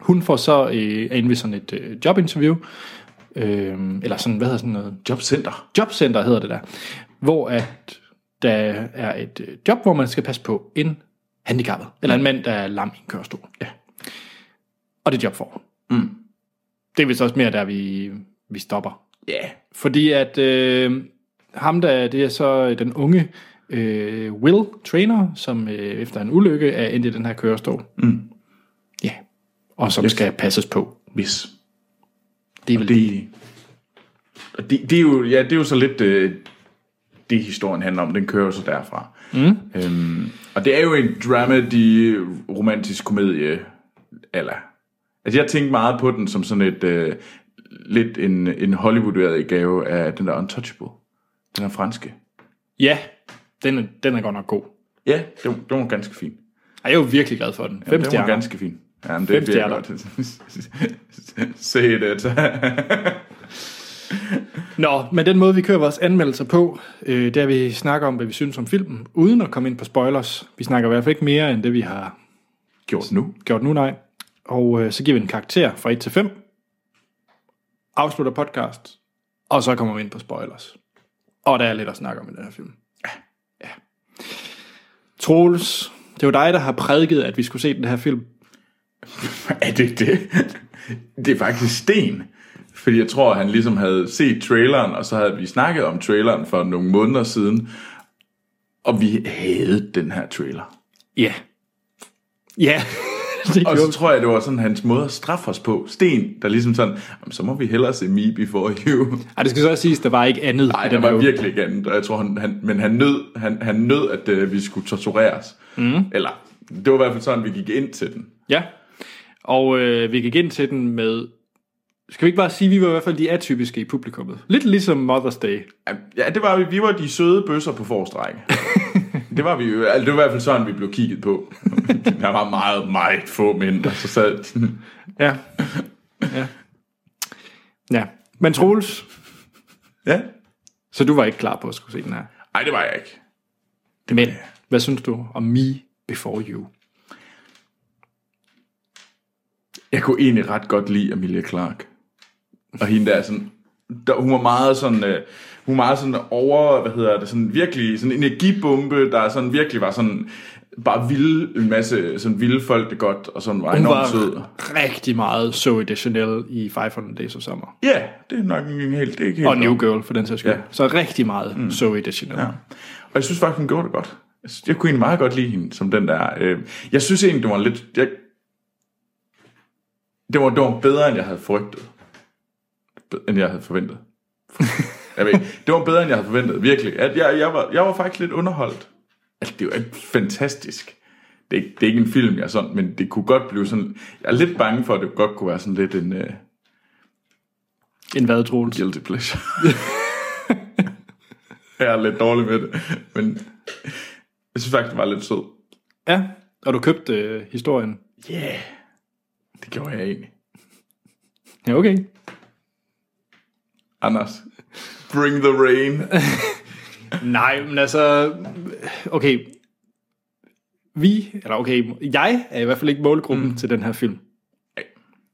S1: Hun får så øh, er inde ved sådan et øh, jobinterview, øh, eller sådan, hvad hedder sådan noget?
S2: Jobcenter.
S1: jobcenter hedder det der, hvor at der er et øh, job, hvor man skal passe på en handicappet, eller en mand, der er lam i en kørestol. Mm. Ja. Og det job får hun. Mm. Det er vist også mere, der vi, vi stopper.
S2: Ja.
S1: Fordi at øh, ham, der det er så den unge øh, Will Trainer, som øh, efter en ulykke er endt i den her kørestol.
S2: Mm.
S1: Ja, og som yes. skal passes på.
S2: Hvis.
S1: Det er vel det.
S2: Og det, det, er jo, ja, det er jo så lidt øh, det, historien handler om. Den kører jo så derfra.
S1: Mm.
S2: Øhm, og det er jo en dramedy, romantisk komedie, eller. Altså, jeg tænkte meget på den som sådan et, øh, lidt en, en Hollywood-været gave af den der Untouchable. Den er franske.
S1: Ja, den, er- den er godt nok god.
S2: Ja, det, var- det var ganske fint.
S1: Ej, Jeg er jo virkelig glad for den.
S2: Ja,
S1: Fem
S2: det var
S1: stjerner.
S2: ganske fint. Ja, men
S1: Fem
S2: det er
S1: stjerner.
S2: godt. Se det.
S1: Nå, men den måde, vi kører vores anmeldelser på, øh, der vi snakker om, hvad vi synes om filmen, uden at komme ind på spoilers. Vi snakker i hvert fald ikke mere, end det vi har
S2: Gjort nu.
S1: gjort nu, nej. Og øh, så giver vi en karakter fra 1 til 5, afslutter podcast, og så kommer vi ind på spoilers. Og der er lidt at snakke om i den her film. Ja. ja. Troels, det er jo dig, der har prædiket, at vi skulle se den her film.
S2: Er det det? Det er faktisk Sten. Fordi jeg tror, han ligesom havde set traileren, og så havde vi snakket om traileren for nogle måneder siden. Og vi havde den her trailer.
S1: Ja. Ja, det
S2: Og
S1: gjorde
S2: så tror jeg, det var sådan hans måde at straffe os på. Sten, der ligesom sådan, "Jamen, så må vi hellere se Me Before You.
S1: Ej, det skal så også siges, der var ikke andet.
S2: Nej,
S1: i
S2: der
S1: den her
S2: var
S1: uge.
S2: virkelig ikke andet. Og jeg tror, han, han, men han nød, han, han nød at øh, vi skulle tortureres. Mm. Eller, det var i hvert fald sådan, vi gik ind til den.
S1: Ja, og øh, vi gik ind til den med... Skal vi ikke bare sige, at vi var i hvert fald de atypiske i publikummet? Lidt ligesom Mother's Day.
S2: Ja, det var vi. Vi var de søde bøsser på forstrække. det var vi jo. Altså, det var i hvert fald sådan, vi blev kigget på. der var meget, meget få mænd, der så sad.
S1: Ja. Ja. ja. Men Troels,
S2: ja.
S1: så du var ikke klar på at skulle se den her.
S2: Nej, det var jeg ikke.
S1: Men hvad synes du om Me Before You?
S2: Jeg kunne egentlig ret godt lide Amelia Clark. Og hende der er sådan... Der, hun var meget sådan... Øh, hun var meget sådan over... Hvad hedder det? Sådan virkelig... Sådan en energibombe, der sådan virkelig var sådan... Bare vilde, en masse sådan vilde folk det godt, og sådan var
S1: Hun
S2: enormt
S1: var
S2: sød.
S1: rigtig meget Zoe Deschanel i 500 Days of Summer.
S2: Ja, yeah, det er nok ikke helt... Det er ikke helt
S1: Og New Girl, for den sags skyld.
S2: Ja.
S1: Ja. Så rigtig meget mm. Zoe Deschanel. Ja.
S2: Ja. Og jeg synes faktisk, hun gjorde det godt. Jeg synes- Jeg kunne egentlig meget godt lide hende, som den der. Øh, jeg synes egentlig, det var lidt... Jeg, det, var, det var bedre, end jeg havde frygtet. Be- End jeg havde forventet. jeg ved, ikke. det var bedre, end jeg havde forventet, virkelig. At jeg, jeg, var, jeg var faktisk lidt underholdt. Altså, det er jo ikke fantastisk. Det er, ikke, det er ikke en film, jeg er sådan, men det kunne godt blive sådan... Jeg er lidt bange for, at det godt kunne være sådan lidt en uh,
S1: En hvad, Troels?
S2: guilty pleasure. jeg er lidt dårlig med det, men jeg synes faktisk, det var lidt sød.
S1: Ja, og du købte øh, historien.
S2: Ja, yeah. det gjorde jeg egentlig.
S1: Ja, okay.
S2: Anders, bring the rain.
S1: Nej, men altså, okay, vi, eller okay, jeg er i hvert fald ikke målgruppen mm. til den her film.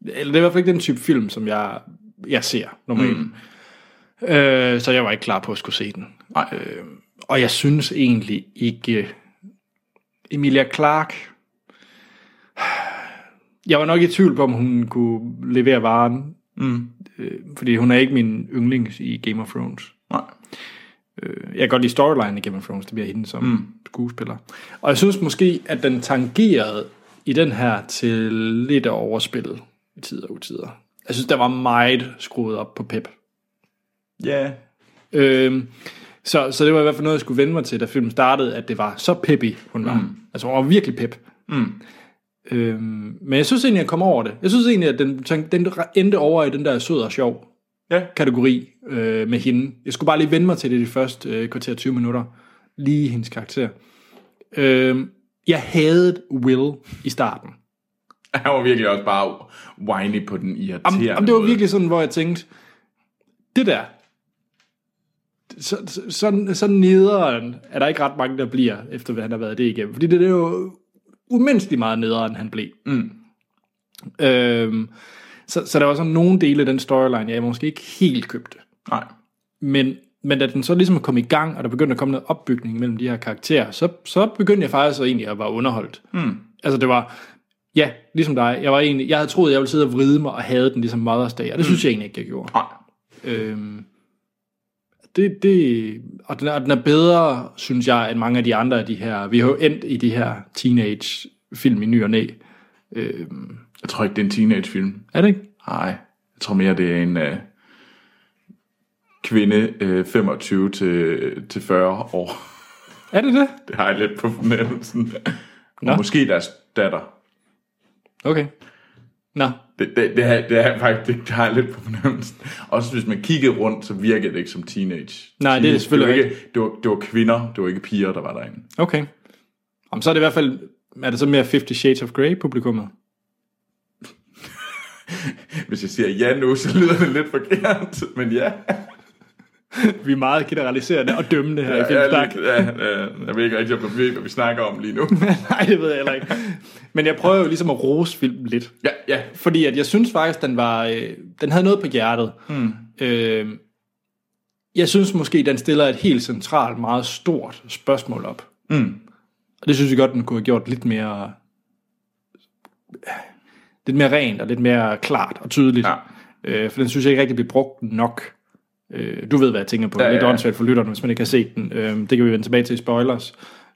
S1: Eller det er i hvert fald ikke den type film, som jeg, jeg ser normalt. Mm. Øh, så jeg var ikke klar på at skulle se den.
S2: Nej.
S1: Øh, og jeg synes egentlig ikke, Emilia Clark, jeg var nok i tvivl på, om hun kunne levere varen,
S2: Mm.
S1: øh, fordi hun er ikke min yndlings i Game of Thrones.
S2: Nej.
S1: Øh, Jeg kan godt lide storyline i Game of Thrones, det bliver hende som mm. skuespiller. Og jeg synes måske, at den tangerede i den her til lidt at overspille i tider og utider. Jeg synes, der var meget skruet op på Pep.
S2: Ja. Yeah.
S1: Øhm, så, så det var i hvert fald noget, jeg skulle vende mig til, da filmen startede, at det var så peppy, hun var. Mm. Altså, hun var virkelig pep. Mm. Øhm, men jeg synes egentlig, at jeg kom over det. Jeg synes egentlig, at den, tan- den endte over i den der sød og sjov
S2: Ja.
S1: kategori øh, med hende. Jeg skulle bare lige vende mig til det de første øh, kvarter 20 minutter. Lige hendes karakter. Øhm, jeg havde Will i starten.
S2: Han var virkelig også bare whiny på den
S1: Om,
S2: irriterende
S1: om det var
S2: måde.
S1: virkelig sådan, hvor jeg tænkte, det der, så, så, sådan, sådan nederen er der ikke ret mange, der bliver, efter hvad han har været det igennem. Fordi det, det er jo umenneskeligt meget nederen, han blev. Mm. Øhm, så, så der var sådan nogle dele af den storyline, jeg måske ikke helt købte.
S2: Nej.
S1: Men, men da den så ligesom kom i gang, og der begyndte at komme noget opbygning mellem de her karakterer, så, så begyndte jeg faktisk så egentlig at være underholdt. Mm. Altså det var, ja, ligesom dig, jeg, var egentlig, jeg havde troet, jeg ville sidde og vride mig og havde den ligesom Mother's Day, og det mm. synes jeg egentlig ikke, jeg gjorde.
S2: Nej.
S1: Øhm, det, det, og den er, den er bedre, synes jeg, end mange af de andre af de her. Vi har jo endt i de her teenage-film i ny og næ. Øhm,
S2: Jeg tror ikke, det er en teenagefilm.
S1: er det ikke?
S2: Nej, jeg tror mere, det er en øh, kvinde øh, 25 til, til 40 år.
S1: Er det det?
S2: Det har jeg lidt på fornemmelsen.
S1: Nå.
S2: Og måske deres datter.
S1: Okay. Nå,
S2: Det, det, det, har, det, har jeg faktisk, det har jeg lidt på fornemmelsen. Også hvis man kiggede rundt, så virkede det ikke som teenage.
S1: Nej, det er
S2: teenage.
S1: selvfølgelig
S2: det var ikke. Det var, det var kvinder, det var ikke piger, der var derinde.
S1: okay. Om så er det i hvert fald, er det så mere 50 Shades of Grey-publikummet?
S2: Hvis jeg siger ja nu, så lyder det lidt forkert, men ja.
S1: Vi er meget generaliserende og dømmende her i
S2: Jeg, er
S1: Filmsnak.
S2: lidt, ja, ja, jeg ved ikke rigtig, om du ved, hvad vi snakker om lige nu.
S1: Nej, det ved jeg heller ikke. Men jeg prøver jo ligesom at rose filmen lidt.
S2: Ja, ja.
S1: Fordi at jeg synes faktisk, den var, øh, den havde noget på hjertet.
S2: Hmm.
S1: Mm. Øh, jeg synes måske, den stiller et helt centralt, meget stort spørgsmål op. Mm.
S2: Hmm.
S1: Og det synes jeg godt, den kunne have gjort lidt mere, lidt mere rent og lidt mere klart og tydeligt.
S2: Ja.
S1: Øh, for den synes jeg ikke rigtig bliver brugt nok. Øh, du ved, hvad jeg tænker på. Ja,
S2: ja,
S1: lidt
S2: ja.
S1: åndssvagt for lytterne, hvis man ikke har set den. Øh, det kan vi vende tilbage til i spoilers.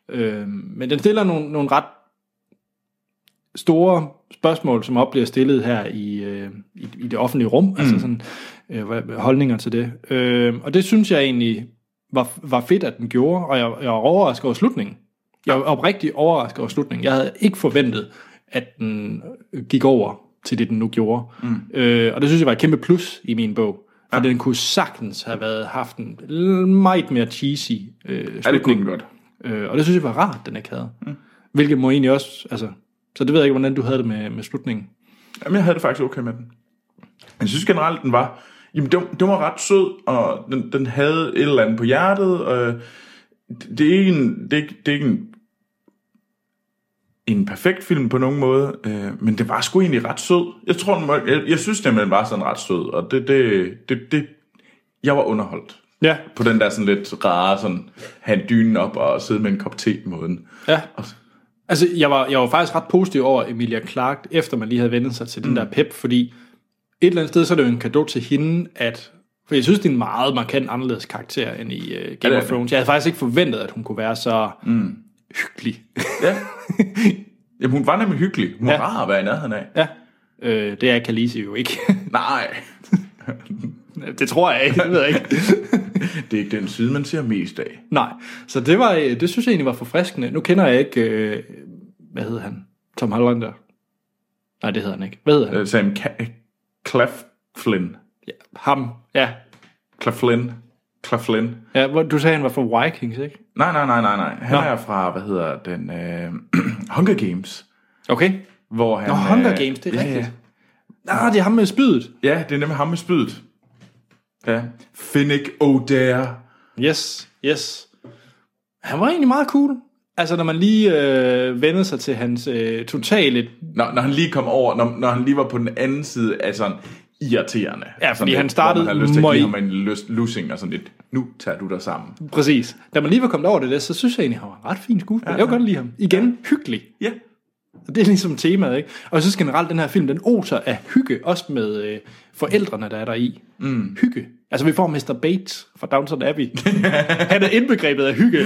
S1: Øh, men den stiller nogle, nogle ret store spørgsmål, som op bliver stillet her i, øh, i, i det offentlige rum, mm. altså sådan øh, hvad- holdninger til det. Øh, og det synes jeg egentlig var, var fedt, at den gjorde, og jeg, jeg var overrasket over slutningen. Jeg var oprigtigt overrasket over slutningen. Jeg havde ikke forventet, at den øh, gik over til det, den nu gjorde. Mm. Øh, og det synes jeg var et kæmpe plus i min bog. For den kunne sagtens have været, haft en l- meget mere cheesy øh, slutning.
S2: Ja, det kunne den godt.
S1: Øh, og det synes jeg var rart, den ikke havde. Mm. Hvilket må egentlig også, altså, så det ved jeg ikke, hvordan du havde det med, med slutningen.
S2: Jamen, jeg havde det faktisk okay med den. Jeg synes generelt, den var... Jamen, den, den var ret sød, og den, den havde et eller andet på hjertet. Og øh, det, det er ikke en... Det, er ikke- det er ikke en en perfekt film på nogen måde, øh, men det var sgu egentlig ret sød. Jeg tror, den var, jeg, jeg synes nemlig, den var sådan ret sød, og det, det, det, det, jeg var underholdt
S1: Ja,
S2: på den der sådan lidt rare, sådan, have dynen op og sidde med en kop te måden.
S1: ja. Altså, jeg var, jeg var faktisk ret positiv over Emilia Clarke, efter man lige havde vendt sig til den der pep, fordi et eller andet sted, så er det jo en gave til hende, at... For jeg synes, det er en meget markant anderledes karakter end i uh, Game
S2: det
S1: of
S2: det.
S1: Thrones. Jeg havde faktisk ikke forventet, at hun kunne være så mm. hyggelig.
S2: Ja. Jamen, hun var nemlig hyggelig. Hun var
S1: Ja.
S2: ja. rar at være i nærheden af.
S1: ja. Øh, det er Khaleesi jo ikke.
S2: Nej.
S1: det tror jeg ikke, det ved jeg ikke.
S2: Det er ikke den side, man ser mest af.
S1: Nej, så det, var, øh, det synes jeg egentlig var forfriskende. Nu kender jeg ikke, øh, hvad hedder han? Tom Hollander? Nej, det hedder han ikke. Hvad hedder han?
S2: Øh, Sam Ca- Claflin.
S1: Ja, ham, ja.
S2: Claflin. Claflin.
S1: ja hvor, du sagde, han var fra Vikings, ikke?
S2: Nej, nej, nej, nej, nej. Han
S1: Nå.
S2: Nå. er fra, hvad hedder den, øh, Hunger Games.
S1: Okay.
S2: Hvor han,
S1: Nå, Hunger Games, det er
S2: ja,
S1: rigtigt. Nej, det er ham med spydet.
S2: Ja. ja, det er nemlig ham med spydet. Ja. Finnick O'Dare.
S1: Yes, yes. Han var egentlig meget cool. Altså, når man lige øh, vendte sig til hans øh, totale...
S2: Når, når han lige kom over, når, når han lige var på den anden side af sådan irriterende.
S1: Ja, fordi
S2: sådan lidt,
S1: han startede
S2: Hvor man havde lyst til
S1: møg-
S2: at give ham en lyst, lussing og sådan lidt, nu tager du dig sammen.
S1: Præcis. Da man lige var kommet over det der, så synes jeg egentlig, han var en ret fin skuespiller. Jeg kunne godt lide ham. Igen, hyggelig.
S2: Ja.
S1: Og det er ligesom temaet, ikke? Og jeg synes generelt, den her film, den oser af hygge, også med øh, forældrene, der er der i. Mm. Hygge. Altså, vi får Mr. Bates fra Downton Abbey. Han er indbegrebet af hygge.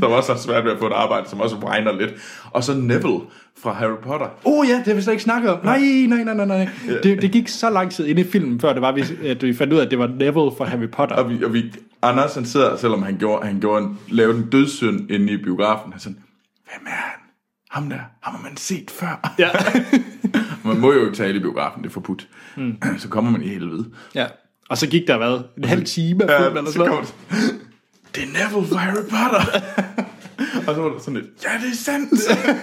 S2: Som også har svært ved at få et arbejde, som også whiner lidt. Og så Neville fra Harry Potter.
S1: Oh ja, det har vi slet ikke snakket om. Nej, nej, nej, nej, nej. Det, det gik så lang tid inde i filmen, før det var, vi, at vi fandt ud af, at det var Neville fra Harry Potter.
S2: Og vi, og vi Anders han sidder, selvom han gjorde, han gjorde en, lavede en dødssynd inde i biografen, han er sådan, hvem er han? Ham der, ham har man set før.
S1: Ja.
S2: man må jo ikke tale i biografen, det er forbudt. Mm. Så kommer man i helvede.
S1: Hmm. ja. Og så gik der, hvad, en halv time af filmen eller
S2: så
S1: sådan
S2: kommer
S1: noget.
S2: det, det er Neville fra Harry Potter. og så var det sådan lidt, ja det er sandt.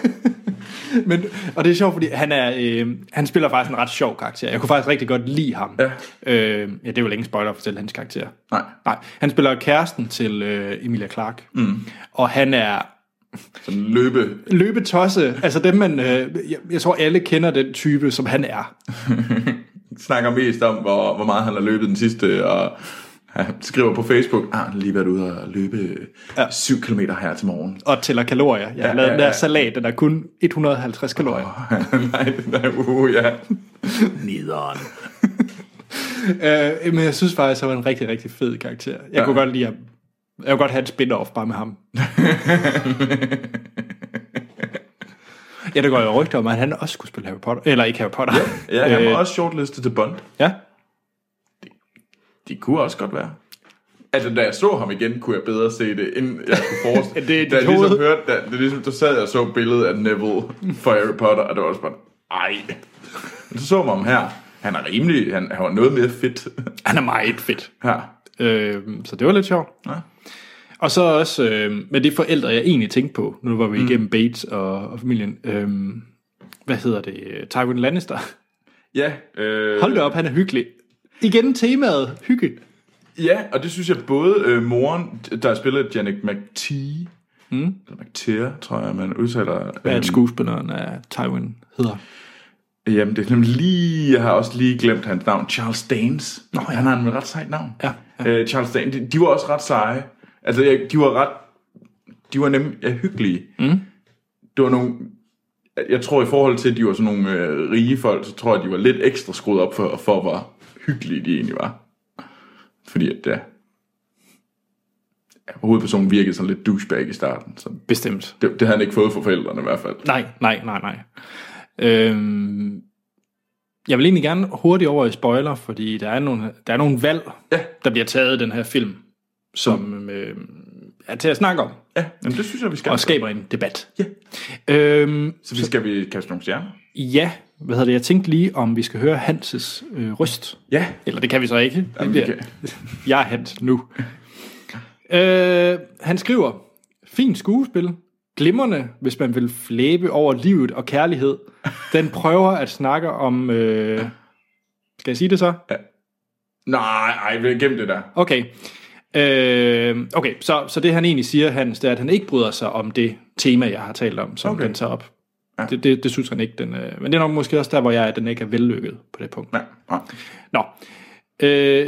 S1: Men, og det er sjovt, fordi han, er, øh, han spiller faktisk en ret sjov karakter. Jeg kunne faktisk rigtig godt lide ham.
S2: Ja.
S1: øh, ja det er vel ingen spoiler at fortælle hans karakter.
S2: Nej.
S1: Nej, han spiller kæresten til øh, Emilia Clarke. Mm. Og han er
S2: Sådan en løbe,
S1: løbetosse. Altså dem, man... Øh, jeg, jeg tror, alle kender den type, som han er.
S2: snakker mest om, hvor, hvor meget han har løbet den sidste, og han skriver på Facebook, ah, han har lige været ude og løbe ja. 7 km her til morgen.
S1: Og tæller kalorier. Jeg har ja, lavet
S2: Ja, ja,
S1: den der
S2: ja.
S1: salat, den er kun 150 kalorier.
S2: Nej, nej, uh, ja. Nederen.
S1: øh, men jeg synes faktisk, at han var en rigtig, rigtig fed karakter. Jeg ja. kunne godt lide, at jeg kunne godt have et spin-off bare med ham. ja, der går jo rygter om, at han også skulle spille Harry Potter. Eller ikke Harry Potter.
S2: Ja, han var
S1: Øh,
S2: også shortlistet til Bond.
S1: Ja.
S2: Det, det kunne også godt være. Altså, da jeg så ham igen, kunne jeg bedre se det, end jeg kunne forestille
S1: Det er dit
S2: da jeg ligesom
S1: hoved.
S2: hørte, da, det er ligesom, der sad jeg og så billedet af Neville fra Harry Potter, og det var også bare, ej. Men så så man ham her. Han er rimelig, han, han var noget mere fedt.
S1: Han er meget fedt.
S2: Ja.
S1: Øh, så det var lidt sjovt.
S2: Ja.
S1: Og så også øh, med de forældre, jeg egentlig tænkte på, nu var vi
S2: Mm.
S1: igennem Bates og, og familien. Øh, hvad hedder det? Øh, Tywin Lannister.
S2: Ja, øh,
S1: Hold da op, han er hyggelig. Igen temaet, hygge.
S2: Ja, og det synes jeg både øh, moren, der er spillet Janik McTee,
S1: Mm.
S2: eller McTeer, tror jeg, man udtaler.
S1: Hvad er
S2: øhm,
S1: skuespilleren af Tywin hedder?
S2: Jamen, det er nemlig lige... Jeg har også lige glemt hans navn. Charles Danes. Nå, ja. Han har en ret sejt navn.
S1: Ja,
S2: Øh, Charles Danes, de, de var også ret seje. Altså, jeg, de var ret... De var nemlig ja, hyggelige.
S1: Mm.
S2: Det var nogle... Jeg tror, i forhold til, at de var sådan nogle øh, rige folk, så tror jeg, de var lidt ekstra skruet op for, for hvor hyggelige de egentlig var. Fordi at, ja... ja, Hovedpersonen virkede sådan lidt douchebag i starten. Så
S1: Bestemt.
S2: det, det havde han ikke fået fra forældrene i hvert fald.
S1: Nej, nej, nej, nej. Øhm, jeg vil egentlig gerne hurtigt over i spoiler, fordi der er nogle, der er nogle valg,
S2: Ja.
S1: der bliver taget i den her film, som øh, er til at snakke om,
S2: Ja, jamen, det synes jeg, vi skal.
S1: og skaber en debat.
S2: Ja.
S1: Øhm,
S2: Så vi skal vi kaste nogle stjerner?
S1: ja, hvad hedder det? Jeg tænkte lige, om vi skal høre Hanses øh, røst.
S2: Ja,
S1: Eller det kan vi så ikke. Det
S2: Jamen,
S1: bliver-
S2: det kan-
S1: Jeg er Hans nu. øh, han skriver, fint skuespil, glimrende, hvis man vil flæbe over livet og kærlighed. Den prøver at snakke om... Øh, skal jeg sige det så?
S2: Nej, ej, vi gem det der.
S1: Okay. Øh, okay, så, så det han egentlig siger, Hans, det er, at han ikke bryder sig om det tema, jeg har talt om, som
S2: Okay.
S1: okay. den tager op.
S2: Ja.
S1: Ja. Det, det, det synes han ikke. Den, øh, men det er nok måske også der, hvor jeg er, at den ikke er vellykket på det punkt.
S2: Nej, nej.
S1: Nå. Øh,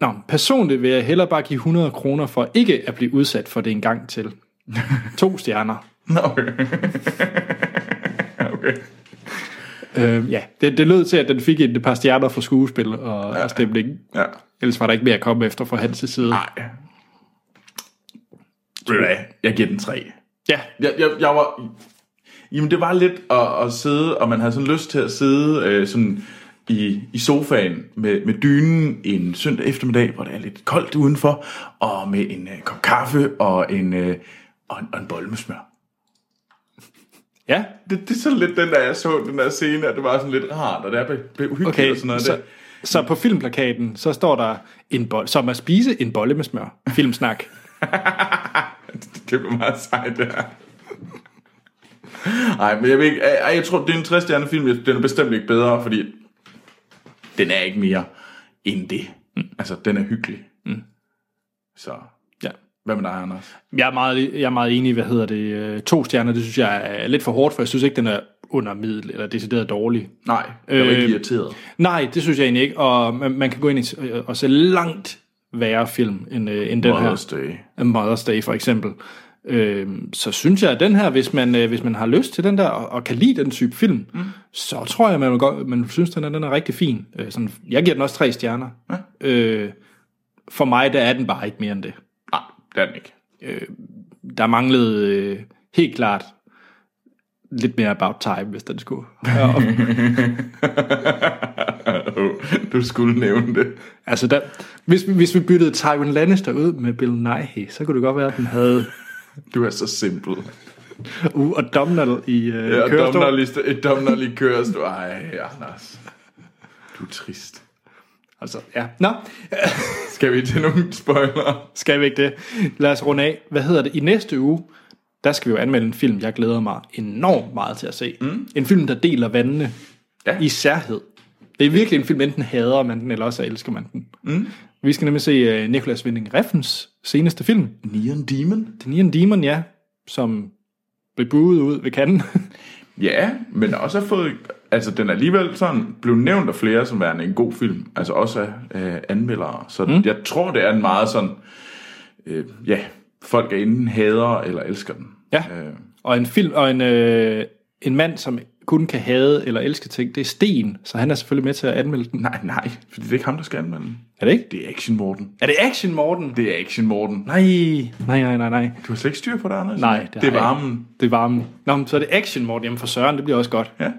S1: nå, personligt vil jeg hellere bare give 100 kroner for ikke at blive udsat for det en gang til. To stjerner.
S2: Nå, okay. okay.
S1: Øh, ja, det, det lød til, at den fik et par stjerner for skuespil og, ja. Ah. og stemning.
S2: Ja.
S1: Ellers var der ikke mere at komme efter fra hans side.
S2: Nej. Ved du hvad? Jeg giver den tre.
S1: Ja,
S2: Jeg, jeg, jeg var... Jamen, det var lidt at, at sidde, og man havde sådan lyst til at sidde øh, sådan i, i sofaen med, med dynen en søndag eftermiddag, hvor det er lidt koldt udenfor, og med en øh, kop kaffe og en, øh, og en, og en bolle med smør.
S1: ja.
S2: Det, det er sådan lidt den, der jeg så den der scene, at det var sådan lidt rart, og det er ble- blev uhyggeligt
S1: Okay,
S2: og sådan noget.
S1: så,
S2: der.
S1: så på filmplakaten, så står der en bolle, som at spise en bolle med smør. Filmsnak.
S2: Det blev meget sejt, det her. Ej, men jeg ved ikke, ej, jeg tror, det er en 60 stjerne film, jeg- den er bestemt ikke bedre, fordi den er ikke mere end det. Mm. Altså, den er hyggelig. Mm. Så,
S1: Ja.
S2: hvad med dig, Anders?
S1: Jeg er meget, jeg er meget enig i, hvad hedder det, øh, to stjerner, det synes jeg er lidt for hårdt, for jeg synes ikke, den er under middel, eller decideret dårlig.
S2: Nej, jeg var øh, ikke
S1: Øh,
S2: irriteret.
S1: Nej, det synes jeg egentlig ikke, og man, man kan gå ind i- øh, og se langt værre film end, øh, end den
S2: Mother's Day.
S1: her. A Mother's Day for eksempel. Øh, så synes jeg, at den her, hvis man, øh, hvis man har lyst til den der, og, og kan lide den type film, mm. så tror jeg, man, vil godt, man synes, den er, den er rigtig fin. Øh, sådan, jeg giver den også tre stjerner. Ja. Øh, for mig, der er den bare ikke mere end det.
S2: Nej, det er den ikke.
S1: Der manglede øh, helt klart lidt mere about time, hvis den skulle. Og,
S2: du skulle nævne det.
S1: Altså, der, hvis, vi- hvis vi byttede Tywin Lannister ud med Bill Nighy, så kunne det godt være, at den havde
S2: Du er så simpel.
S1: uh, og Domnall i øh,
S2: Ja,
S1: ja,
S2: og
S1: kørestol.
S2: domnerlig, st- et domnerlig kørestol. Ej, Anders. Du er trist.
S1: Altså, ja. Nå,
S2: Skal vi til nogle spoiler?
S1: skal vi ikke det? Lad os runde af. Hvad hedder det? I næste uge, der skal vi jo anmelde en film, jeg glæder mig enormt meget til at se. Mm. En film, der deler vandene
S2: Ja.
S1: ja. i særhed. Det er virkelig en film, enten hader man den, eller også elsker man den. Mm. Vi skal nemlig se øh, Nicolas Winding Refn's seneste film,
S2: Neon Demon?
S1: The Neon Demon, ja, som blev buet ud ved kanten.
S2: Ja, men også har fået... Altså, den er alligevel sådan blev nævnt af flere som værende en god film. Altså også af øh, anmeldere. Så mm. jeg tror, det er en meget sådan... Øh, ja, folk er enten hader eller elsker den.
S1: Ja.
S2: Øh,
S1: Og en film og en øh, en mand som kun kan have eller elske ting, det er Sten, så han er selvfølgelig med til at anmelde den.
S2: Nej, nej, for det er ikke ham, der skal anmelde den.
S1: Er det ikke?
S2: Det er Action Morten.
S1: Er det Action Morten?
S2: Det er Action Morten.
S1: Nej, nej, nej, nej, nej.
S2: Du har slet ikke styr på det, Anders.
S1: Nej,
S2: det,
S1: har
S2: det er
S1: jeg
S2: varmen.
S1: ikke. Det er varmen. Nå, men så er det Action Morten hjemme for Søren, det bliver også godt.
S2: Ja,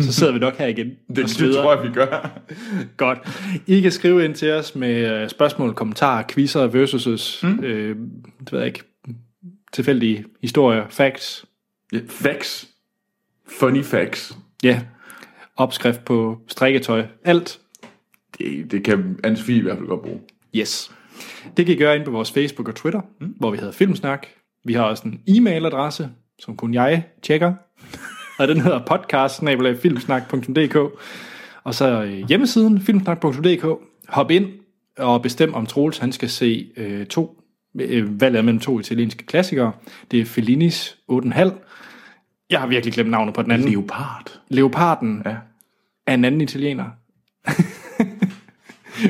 S1: Så sidder vi nok her igen.
S2: det,
S1: og
S2: det
S1: sveder.
S2: tror jeg, vi gør.
S1: Godt. I kan skrive ind til os med øh, spørgsmål, kommentarer, quizzer, versus, mm. øh, det ved jeg ikke, tilfældige historier, facts,
S2: Ja, facts. Funny facts.
S1: ja, opskrift på strikketøj, alt.
S2: Det, det kan anne i hvert fald godt bruge.
S1: Yes. Det kan I gøre ind på vores Facebook og Twitter, mm. hvor vi hedder Filmsnak. Vi har også en e-mailadresse, som kun jeg tjekker, og den hedder podcast-filmsnak.dk. Og så øh, hjemmesiden, filmsnak.dk. Hop ind og bestem, om Troels han skal se øh, to, øh, valget er mellem to italienske klassikere. Det er Fellinis 8,5. Jeg har virkelig glemt navnet på den anden.
S2: Leopard.
S1: Leoparden
S2: Ja.
S1: af en anden italiener.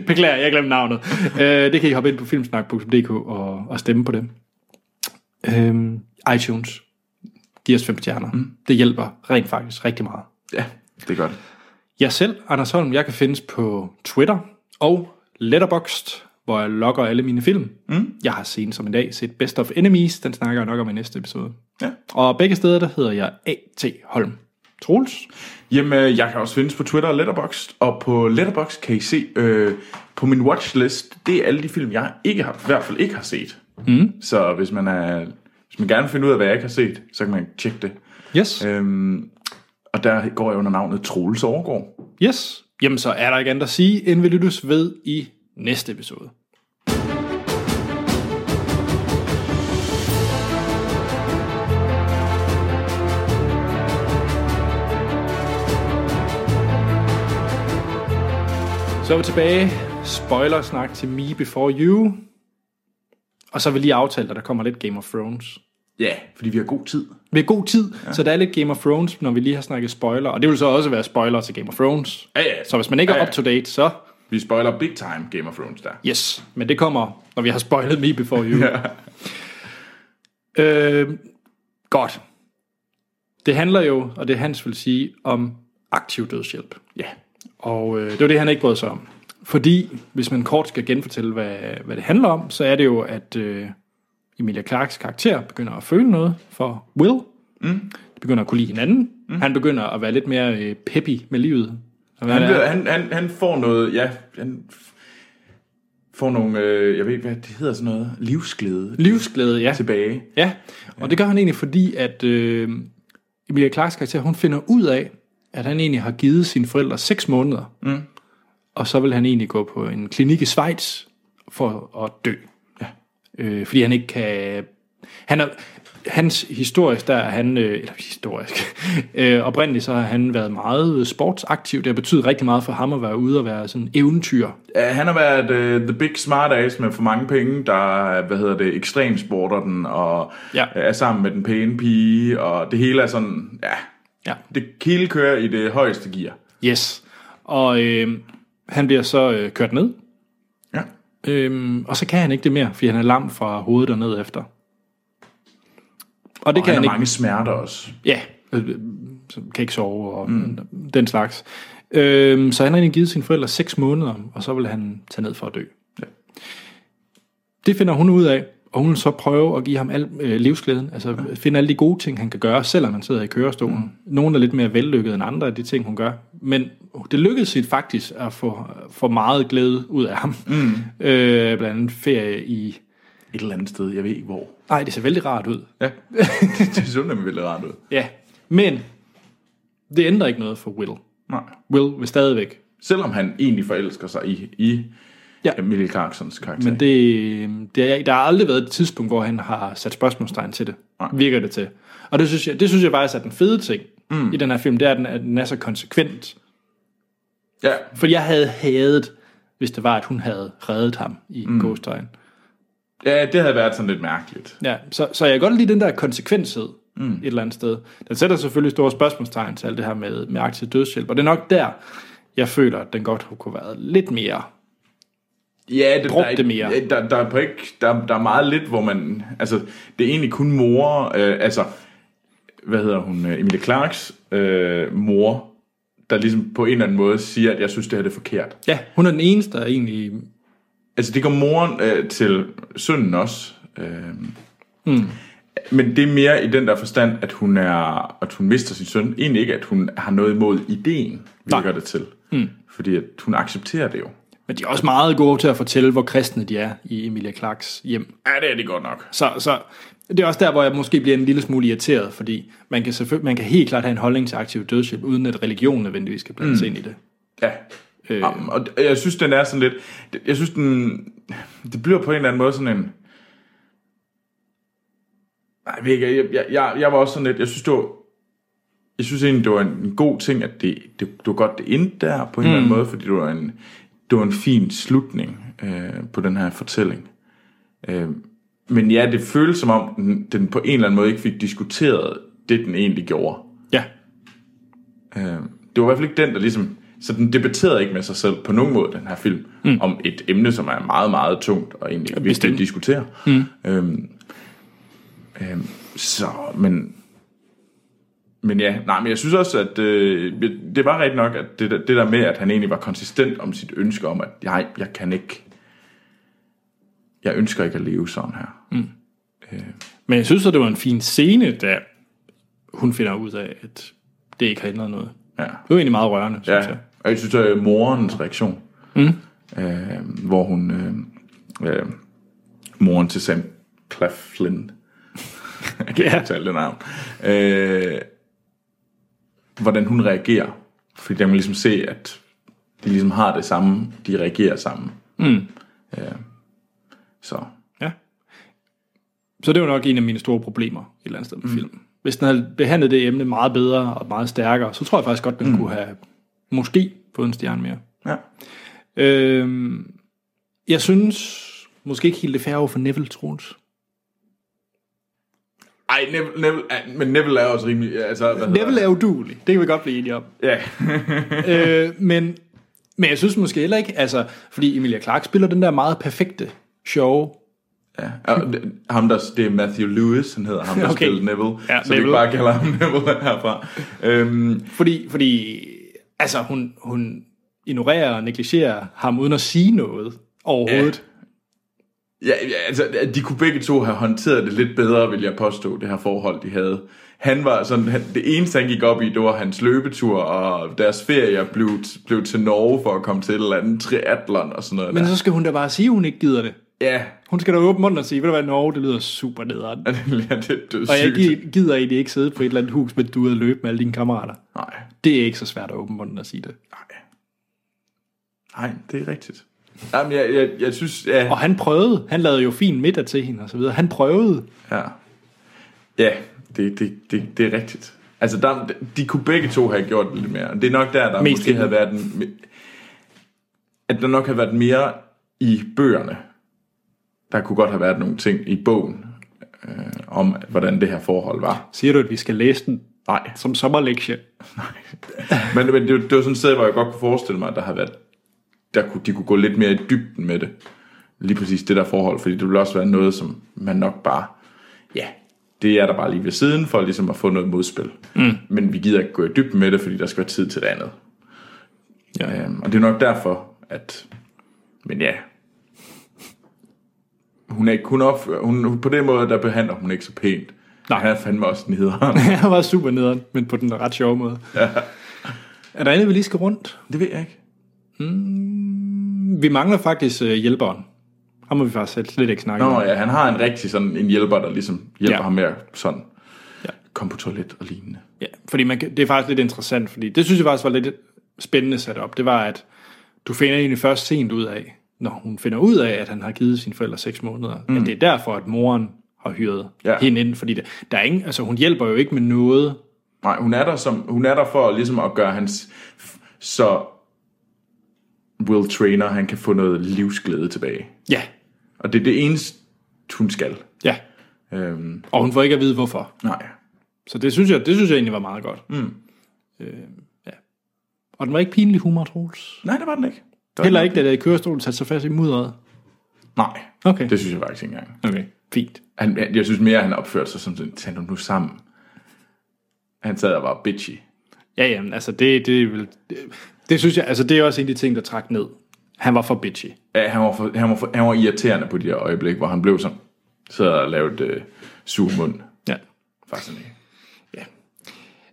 S1: Beklager, jeg glemte navnet. øh, det kan I hoppe ind på filmsnak.dk og, og stemme på det. Øhm, iTunes. Giv os fem stjerner. Mm. Det hjælper rent faktisk rigtig meget.
S2: Ja, det er godt.
S1: Jeg selv, Anders Holm, jeg kan findes på Twitter og Letterboxd, hvor jeg logger alle mine film. Mm. Jeg har sent som i dag set Best of Enemies, den snakker jeg nok om i næste episode.
S2: Ja.
S1: Og begge steder, der hedder jeg A.T. Holm. Troels?
S2: Jamen, øh, jeg kan også findes på Twitter og Letterboxd, og på Letterboxd kan I se øh, på min watchlist, det er alle de film, jeg ikke har, i hvert fald ikke har set. Mm. Så hvis man, er, hvis man gerne vil finde ud af, hvad jeg ikke har set, så kan man tjekke det.
S1: Yes.
S2: Øhm, og der går jeg under navnet Troels Overgaard.
S1: Yes. Jamen, så er der ikke andet at sige, end vi lyttes ved i næste episode. Så er vi tilbage. Spoiler-snak til Me Before You. Og så vil lige aftale, at der kommer lidt Game of Thrones.
S2: Ja, fordi vi har god tid.
S1: Ved god tid, ja. så der er lidt Game of Thrones, når vi lige har snakket spoiler. Og det vil så også være spoiler til Game of Thrones.
S2: Ja, ja.
S1: Så hvis man ikke
S2: Ja,
S1: er
S2: ja.
S1: up to date, så
S2: Vi spoiler big time Game of Thrones der.
S1: yes. Men det kommer, når vi har spoilet Me Before You. øh, godt. Det handler jo, og det Hans vil sige, om aktiv dødshjælp.
S2: Ja.
S1: Og øh, det var det, han ikke brød sig om. Fordi, hvis man kort skal genfortælle, hvad, hvad det handler om, så er det jo, at øh, Emilia Clarks karakter begynder at føle noget for Will. Mm. De begynder at kunne lide hinanden. Mm. Han begynder at være lidt mere øh, peppy med livet. Og
S2: Han,
S1: han
S2: ved,
S1: er,
S2: han, han, han får noget, ja, han f- får nogle, øh, jeg ved ikke, hvad det hedder sådan noget, livsglæde
S1: livsglæde, ja.
S2: tilbage.
S1: ja. Og det gør han egentlig, fordi at øh, Emilia Clarks karakter, hun finder ud af, at han egentlig har givet sine forældre 6 måneder. Mm. Og så vil han egentlig gå på en klinik i Schweiz for at dø. øh, fordi han ikke kan... Han er, hans historisk, der er han... Øh, eller historisk... Øh, oprindeligt så har han været meget sportsaktiv. Det har betydet rigtig meget for ham at være ude og være sådan eventyr.
S2: Ja, han har været uh, the big smart ass med for mange penge, der, er, hvad hedder det, ekstremsporter den, og
S1: Ja.
S2: ja. er sammen med den pæne pige, og det hele er sådan, ja,
S1: Ja.
S2: det hele kører i det højeste gear.
S1: Yes. Og øh, han bliver så øh, kørt ned.
S2: Ja.
S1: Øhm, og så kan han ikke det mere, fordi han er lam fra hovedet og ned efter. Og det kan
S2: Og han
S1: han
S2: har
S1: ikke.
S2: mange smerter også.
S1: Ja, øh, øh, så kan ikke sove og mm. den slags. Øhm, så han har egentlig givet sine forældre seks måneder, og så vil han tage ned for at dø. Ja. Det finder hun ud af, og hun vil så prøve at give ham al øh, livsglæden, altså ja. finde alle de gode ting, han kan gøre, selvom han sidder i kørestolen. Mm. Nogle er lidt mere vellykket end andre af de ting, hun gør. Men det lykkedes hende faktisk at få, få meget glæde ud af ham. Mm. Øh, blandt andet ferie i...
S2: Et eller andet sted, jeg ved ikke hvor.
S1: Nej, det ser vældig rart ud.
S2: Ja, det så nemlig vildt rart ud.
S1: Ja, men det ændrer ikke noget for Will.
S2: Nej.
S1: Will vil stadigvæk.
S2: Selvom han egentlig forelsker sig i, i
S1: Ja.
S2: ja. Emilie Clarksons karakter.
S1: Men det, det er, der har aldrig været et tidspunkt, hvor han har sat spørgsmålstegn til det.
S2: Nej.
S1: Virker det til. Og det synes jeg, det synes jeg faktisk er den fede ting mm. i den her film, det er, at den, at den er så konsekvent.
S2: Ja,
S1: For jeg havde hadet, hvis det var, at hun havde reddet ham i mm. gåstegn.
S2: ja, det havde været sådan lidt mærkeligt.
S1: Ja, så, så jeg kan godt lide den der konsekvenshed mm. et eller andet sted. Den sætter selvfølgelig store spørgsmålstegn til alt det her med, med aktiv dødshjælp, og det er nok der, jeg føler, at den godt kunne have været lidt mere.
S2: Ja, det,
S1: Brugte
S2: der, er-
S1: det mere.
S2: ja, Der, der, er på ikke, der, der er meget lidt, hvor man... Altså, det er egentlig kun mor... Øh, altså, hvad hedder hun, øh, Emilie Clarks øh, mor, der ligesom på en eller anden måde siger, at jeg synes, det her det er forkert.
S1: Ja, hun er den eneste, der egentlig...
S2: Altså, det går moren øh, til sønnen også. Øh,
S1: Mm.
S2: men det er mere i den der forstand, at hun, er, at hun mister sin søn. Egentlig ikke, at hun har noget imod ideen, virker det til.
S1: Mm.
S2: Fordi at hun accepterer det jo.
S1: Men de er også meget gode til at fortælle, hvor kristne de er i Emilia Clarks hjem.
S2: Ja, det er det godt nok.
S1: Så, så det er også der, hvor jeg måske bliver en lille smule irriteret, fordi man kan, selvføl- man kan helt klart have en holdning til aktiv dødshjælp, uden at religion nødvendigvis skal blandes mm. ind i det.
S2: Ja. Øh. Og d- jeg synes, den er sådan lidt... Jeg synes, den... Det bliver på en eller anden måde sådan en... Nej, jeg, ved ikke, jeg, jeg, jeg, jeg var også sådan lidt... Jeg synes, det var... Jeg synes egentlig, det var en, en god ting, at det, det, det var godt, det endte der på en mm. eller anden måde, fordi det var en, det var en fin slutning øh, på den her fortælling. Øh, men ja, det føles som om, den, den på en eller anden måde ikke fik diskuteret det, den egentlig gjorde.
S1: Ja.
S2: Øh, det var i hvert fald ikke den, der ligesom... Så den debatterede ikke med sig selv på nogen måde, den her film, mm. om et emne, som er meget, meget tungt, og egentlig ikke vigtigt at diskutere. Mm. Øhm, øhm, så, men... Men ja, nej, men jeg synes også, at øh, det var rigtigt nok, at det, der- det der med, at han egentlig var konsistent om sit ønske om, at nej, jeg kan ikke... Jeg ønsker ikke at leve sådan her.
S1: Men jeg synes, at det var en fin scene, da hun finder ud af, at det ikke har ændret noget.
S2: Ja.
S1: Det var egentlig meget rørende, synes
S2: Ja,
S1: jeg.
S2: og jeg synes, at øh, morens reaktion,
S1: Mm.
S2: øh, hvor hun, øh, øh, moren til Sam Claflin, jeg kan ikke tale det navn, øh, hvordan hun reagerer. Fordi der kan man ligesom se, at de ligesom har det samme, de reagerer sammen.
S1: Mm.
S2: Øh, så
S1: Så det var nok en af mine store problemer et eller andet sted med mm. filmen. Hvis den havde behandlet det emne meget bedre og meget stærkere, så tror jeg faktisk godt, den mm. kunne have måske fået en stjerne mere.
S2: Ja.
S1: Øhm, jeg synes måske ikke helt det færre over for Neville, Troels.
S2: ej, Neville, Neville, er- men Neville er også rimelig... Altså, hvad hedder
S1: Neville er udulig, det kan vi godt blive enige om.
S2: Ja.
S1: øh, men, men jeg synes måske heller ikke, altså, fordi Emilia Clarke spiller den der meget perfekte, sjove...
S2: Ja, og det- ham der, det er Matthew Lewis, han hedder ham, der
S1: Okay.
S2: okay. spillede Neville.
S1: Ja,
S2: Ja, så Neville. vi
S1: Neville.
S2: ikke bare kalder ham Neville herfra. Øhm,
S1: Fordi, fordi altså, hun, hun ignorerer og negligerer ham uden at sige noget overhovedet.
S2: ja, ja, altså, de kunne begge to have håndteret det lidt bedre, vil jeg påstå, det her forhold, de havde. Han var sådan, han, det eneste, han gik op i, det var hans løbetur, og deres ferie blev, blev til Norge for at komme til et eller andet triatlon og sådan noget.
S1: Men
S2: der.
S1: så skal hun da bare sige, at hun ikke gider det.
S2: Ja,
S1: Hun skal da åbne munden og sige, ved du hvad, Norge, det lyder super nederen.
S2: det er dødssygt.
S1: Og jeg gi- gider egentlig ikke sidde på et eller andet hus, men du er ude at løbe med alle dine kammerater.
S2: Nej,
S1: Det er ikke så svært at åbne munden og sige det.
S2: nej, det er rigtigt. Jamen, jeg, jeg, jeg synes... Ja.
S1: Og han prøvede. Han lavede jo fin middag til hende og så videre. Han prøvede.
S2: Ja, ja det, det, det, det er rigtigt. Altså, der, de kunne begge to have gjort det lidt mere. Det er nok der,
S1: Mest
S2: der Mest måske
S1: hende.
S2: havde været den, at der nok havde været mere i bøgerne. Der kunne godt have været nogle ting i bogen øh, om, hvordan det her forhold var.
S1: Siger du, at vi skal læse den
S2: Nej,
S1: som sommerlektie?
S2: men, men det, var- det var sådan et sted, hvor jeg godt kunne forestille mig, at der havde været, der kunne, de kunne gå lidt mere i dybden med det. Lige præcis det der forhold, fordi det ville også være noget, som man nok bare, ja, det er der bare lige ved siden, for ligesom at få noget modspil. Mm. Men vi gider ikke gå i dybden med det, fordi der skal være tid til det andet.
S1: Ja.
S2: Øhm, og det er nok derfor, at, men ja, hun er ikke kun op, hun, på den måde, der behandler hun ikke så pænt.
S1: Nej.
S2: Nej. Han er fandme også nederen.
S1: Han var super nederen, men på den ret sjove måde. Ja. Er der andet, vi lige skal rundt?
S2: det ved jeg ikke.
S1: Vi mangler faktisk øh, hjælperen. Ham må vi faktisk slet- slet ikke snakke
S2: Nå
S1: om.
S2: ja, han har en rigtig sådan en hjælper, der ligesom hjælper
S1: Ja.
S2: ja. ham med at sådan
S1: Ja.
S2: ja. komme på toilet og lignende.
S1: Ja, fordi man, kan- det er faktisk lidt interessant, fordi det synes jeg faktisk var lidt spændende sat op. Det var, at du finder egentlig først sent ud af, når hun finder ud af, at han har givet sine forældre seks måneder, mm. at det er derfor, at moren har hyret ja.
S2: Ja.
S1: hende ind, fordi det, der er ingen, altså hun hjælper jo ikke med noget.
S2: Nej, hun er der, som, hun er der for ligesom at gøre hans... f- Så Will Trainer, han kan få noget livsglæde tilbage.
S1: Ja,
S2: Og det er det eneste, hun skal.
S1: ja.
S2: Øhm,
S1: Og hun får ikke at vide, hvorfor.
S2: nej.
S1: Så det synes jeg, det synes jeg egentlig var meget godt. Mm. Øh, ja. Og den var ikke pinlig humor, Troels.
S2: Nej, det var den ikke. Det var
S1: Heller
S2: den
S1: ikke, da det i kørestolen satte sig fast i mudderet.
S2: Nej,
S1: Okay.
S2: det synes jeg faktisk ikke engang.
S1: Okay, fint.
S2: Han, jeg synes mere, at han opførte sig som sådan, tag nu nu sammen. Han sad og var bitchy.
S1: Ja, jamen, altså det, det, det, det, det synes jeg, altså det er også en af de ting, der trak ned. Han var for bitchy.
S2: Ja, han var, for, han, var for, han var irriterende på de der øjeblik, hvor han blev sådan, sad og lavede øh, surmund.
S1: Ja.
S2: Fascinerende.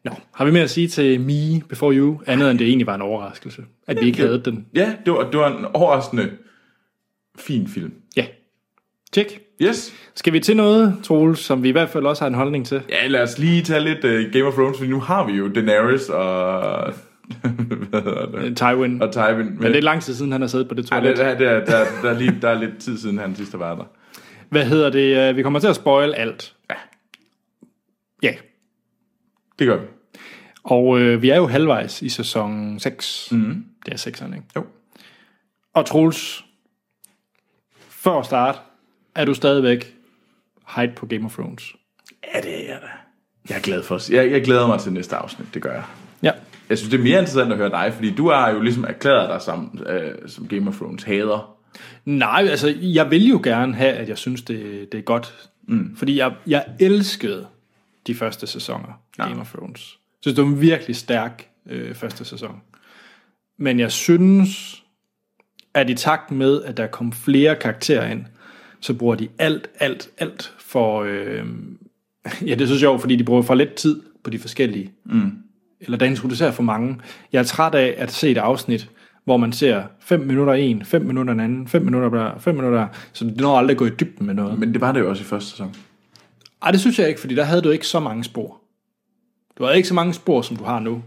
S1: Nå, har vi mere at sige til Me Before You, andet end det egentlig var en overraskelse, at vi ikke havde den.
S2: Ja, det var, det var en overraskende fin film.
S1: Ja. Tjek.
S2: Yes.
S1: Skal vi til noget, Troels, som vi i hvert fald også har en holdning til?
S2: Ja, lad os lige tage lidt uh, Game of Thrones, for nu har vi jo Daenerys og... hvad hedder det?
S1: Tywin.
S2: Og Tywin. Men,
S1: Men det er lang tid siden, han har siddet på det
S2: Ej, det,
S1: toilet.
S2: der, der, der, der, er lige, der er lidt tid siden, han sidst har været der.
S1: Hvad hedder det? Øh, Vi kommer til at spoil alt. Ja. Ja.
S2: Det gør vi.
S1: Og øh, vi er jo halvvejs i sæson 6. Mm. Det er 6'eren, ikke?
S2: Mhm. Jo.
S1: Og Troels, før at starte, er du stadigvæk hype på Game of Thrones?
S2: Ja, det er jeg da. Jeg er glad for os. Jeg, jeg glæder mig til næste afsnit, det gør jeg.
S1: Ja.
S2: Jeg synes, det er mere interessant at høre dig, fordi du har jo ligesom erklæret dig som, øh, som Game of Thrones hader.
S1: Nej, altså, jeg vil jo gerne have, at jeg synes, det, det er godt. Mm. Fordi jeg, jeg elskede de første sæsoner af Game of Thrones. Jeg synes, det var en virkelig stærk øh, første sæson. Men jeg synes, at i takt med, at der kom flere karakterer ind, så bruger de alt, alt, alt for... Øh, ja, det er så sjovt, fordi de bruger for lidt tid på de forskellige. Mm. Eller der introducerer for mange. Jeg er træt af at se et afsnit, hvor man ser 5 minutter en, 5 minutter en anden, 5 minutter der, 5 minutter der. Så det når aldrig at gå i dybden med noget.
S2: Men det var det jo også i første sæson.
S1: Ej, det synes jeg ikke, fordi der havde du ikke så mange spor. Du havde ikke så mange spor, som du har nu.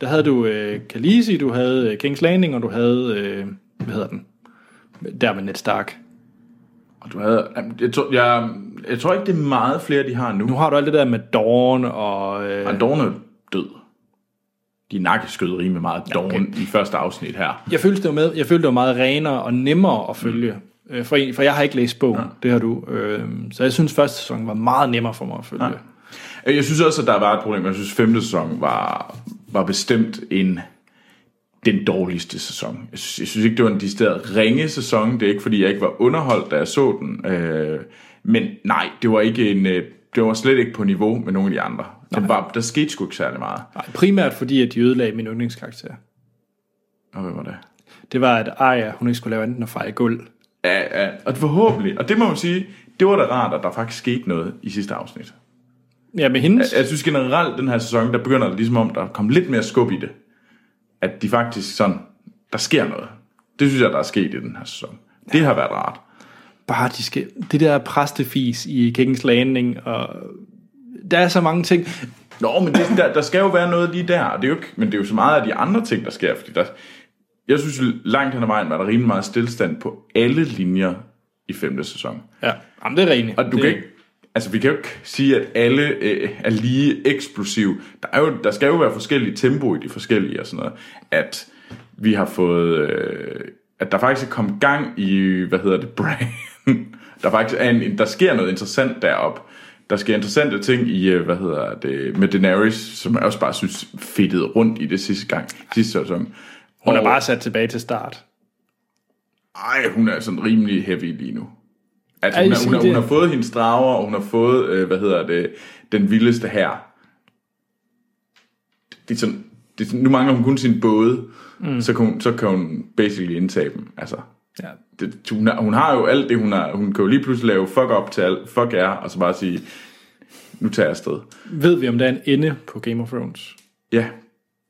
S1: Der havde du øh, Khaleesi, du havde øh, King's Landing, og du havde, øh, hvad hedder den? Der med Ned Stark.
S2: Og du havde... jamen, Jeg tror, jeg, jeg tror ikke, det er meget flere, de har nu.
S1: Nu har du alt det der med Dawn og... Øh,
S2: Og Dorne er død. De nakkeskød rimelig meget Dorne i første afsnit her.
S1: jeg følte, det var med, jeg følte, det var meget renere og nemmere at følge. Mm. For, en- for jeg har ikke læst bogen, ja. det har du. Øh, så jeg synes, første sæson var meget nemmere for mig at følge. Ja.
S2: Jeg synes også, at der var et problem. Jeg synes, femte sæson var, var bestemt en den dårligste sæson. Jeg synes, jeg synes ikke, det var en decideret ringe sæson. Det er ikke, fordi jeg ikke var underholdt, da jeg så den. Øh, men nej, det var, ikke en, øh, det var slet ikke på niveau med nogle af de andre. Den var, der skete sgu ikke særlig meget.
S1: Nej, primært fordi, at de ødelagde min yndlingskarakter.
S2: Og hvad var det?
S1: Det var, at Arya, hun ikke skulle lave andet end at feje gulv.
S2: Ja, ja. Og forhåbentlig, og det må man sige, det var da rart, at der faktisk skete noget i sidste afsnit. Altså,
S1: Ja, med hendes...
S2: Jeg synes generelt, den her sæson, der begynder det ligesom om, der kom lidt mere skub i det. At de faktisk sådan, der sker noget. Det synes jeg, der er sket i den her sæson. Det har været rart.
S1: bare de skal, det der præstefis i Kings Landing, og der er så mange ting.
S2: Nå, men det, der, der skal jo være noget lige der. og Det er jo ikke, men det er jo så meget af de andre ting, der sker. Fordi der, jeg synes, langt hen ad vejen var der rimelig meget stillstand på alle linjer i femte sæson.
S1: Ja, jamen det er rent.
S2: Og du
S1: det,
S2: det... kan ikke, altså vi kan jo ikke sige, at alle øh, er lige eksplosiv. Der, er jo, der skal jo være forskellige tempo i de forskellige og sådan noget. At vi har fået, øh, at der faktisk er kommet gang i, hvad hedder det, Brian. der faktisk er en, der sker noget interessant derop. Der sker interessante ting i, øh, hvad hedder det, med Daenerys, som jeg også bare synes fedtede rundt i det sidste gang, sidste sæson.
S1: Hun er
S2: Og-
S1: bare sat tilbage til start.
S2: ej, hun er sådan rimelig heavy lige nu. Altså,
S1: Ej,
S2: hun, er,
S1: sig
S2: hun, er,
S1: det.
S2: hun har fået hendes drager, og hun har fået, øh, hvad hedder det, den vildeste her. Det er sådan, det er sådan, nu mangler hun kun sin både, mm. så, kan hun, så kan hun basically indtage dem. Altså,
S1: Ja.
S2: det, hun, har, hun har jo alt det, hun har. Hun kan jo lige pludselig lave fuck op til alt, fuck er, og så bare sige, nu tager jeg afsted.
S1: Ved vi, om der er en ende på Game of Thrones?
S2: Ja,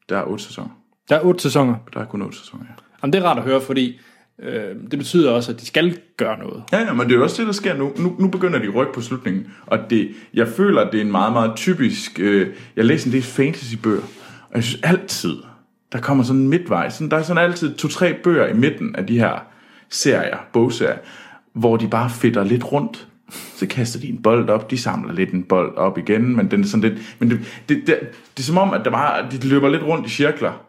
S2: der er otte sæsoner.
S1: Der er otte sæsoner.
S2: Der er kun otte sæsoner, ja.
S1: Jamen det er rart at høre, fordi øh, det betyder også, at de skal gøre noget.
S2: Ja, ja, men det er jo også det, der sker nu. Nu, nu begynder de at rykke på slutningen, og det, jeg føler, at det er en meget, meget typisk... Øh, jeg læser en del fantasybøger, og jeg synes altid, der kommer sådan en midtvej. Sådan, der er sådan altid to-tre bøger i midten af de her serier, bogserier, hvor de bare fedter lidt rundt. Så kaster de en bold op, de samler lidt en bold op igen, men den er sådan lidt... Men det, det, det, det er som om, at der bare, de løber lidt rundt i cirkler.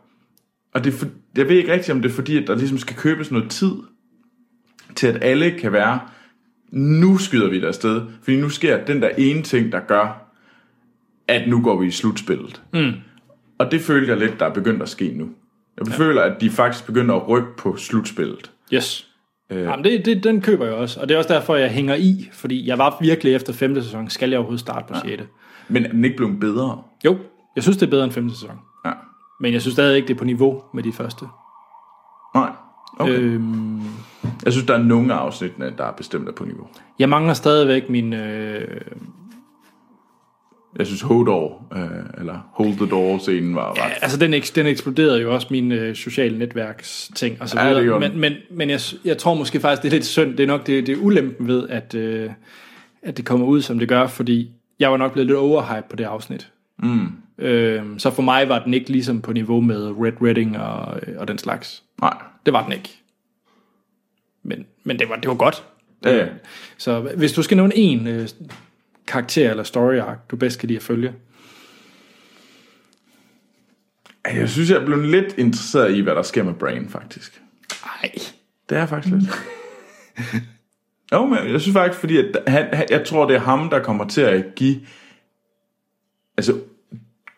S2: Og det, er for, jeg ved ikke rigtigt, om det er fordi, at der ligesom skal købes noget tid til at alle kan være, nu skyder vi der afsted, fordi nu sker den der ene ting, der gør, at nu går vi i slutspillet. Mm. Og det føler jeg lidt, der er begyndt at ske nu. Jeg føler, at de faktisk begynder at rykke på slutspillet.
S1: Yes. Øh. Jamen det, det, den Ah. køber jeg også, og det er også derfor, jeg hænger i, fordi jeg var virkelig efter femte sæson, skal jeg overhovedet starte på sjette?
S2: Men er den ikke blevet bedre?
S1: Jo, jeg synes, det er bedre end femte sæson.
S2: Ja.
S1: Men jeg synes stadig ikke, det er på niveau med de første.
S2: Nej. Okay.
S1: Øhm,
S2: Jeg synes, der er nogle af afsnittene, der er bestemt er på niveau.
S1: jeg mangler stadigvæk min... Øh,
S2: Jeg synes, Hold Door, øh, eller Hold the Door-scenen var ret...
S1: altså, den, eks, den eksploderede jo også mine øh, sociale netværks ting og så
S2: Ja, det
S1: videre.
S2: gjorde den.
S1: men men, men jeg, jeg tror måske faktisk, det er lidt synd. Det er nok det, det er ulempen ved, at, øh, at det kommer ud, som det gør, fordi jeg var nok blevet lidt overhyped på det afsnit. Mm. Øhm, så for mig var den ikke ligesom på niveau med Red Redding og, øh, og den slags.
S2: Nej.
S1: Det var den ikke. Men, men det, var, det var godt.
S2: Ja, ja.
S1: Så hvis du skal nævne en øh, karakter eller story arc, du bedst kan lide at følge.
S2: Jeg synes, jeg er blevet lidt interesseret i, hvad der sker med Brain, faktisk.
S1: Nej.
S2: Det er jeg faktisk lidt. jo, men jeg synes faktisk, fordi at han, han, jeg tror, det er ham, der kommer til at give... Altså,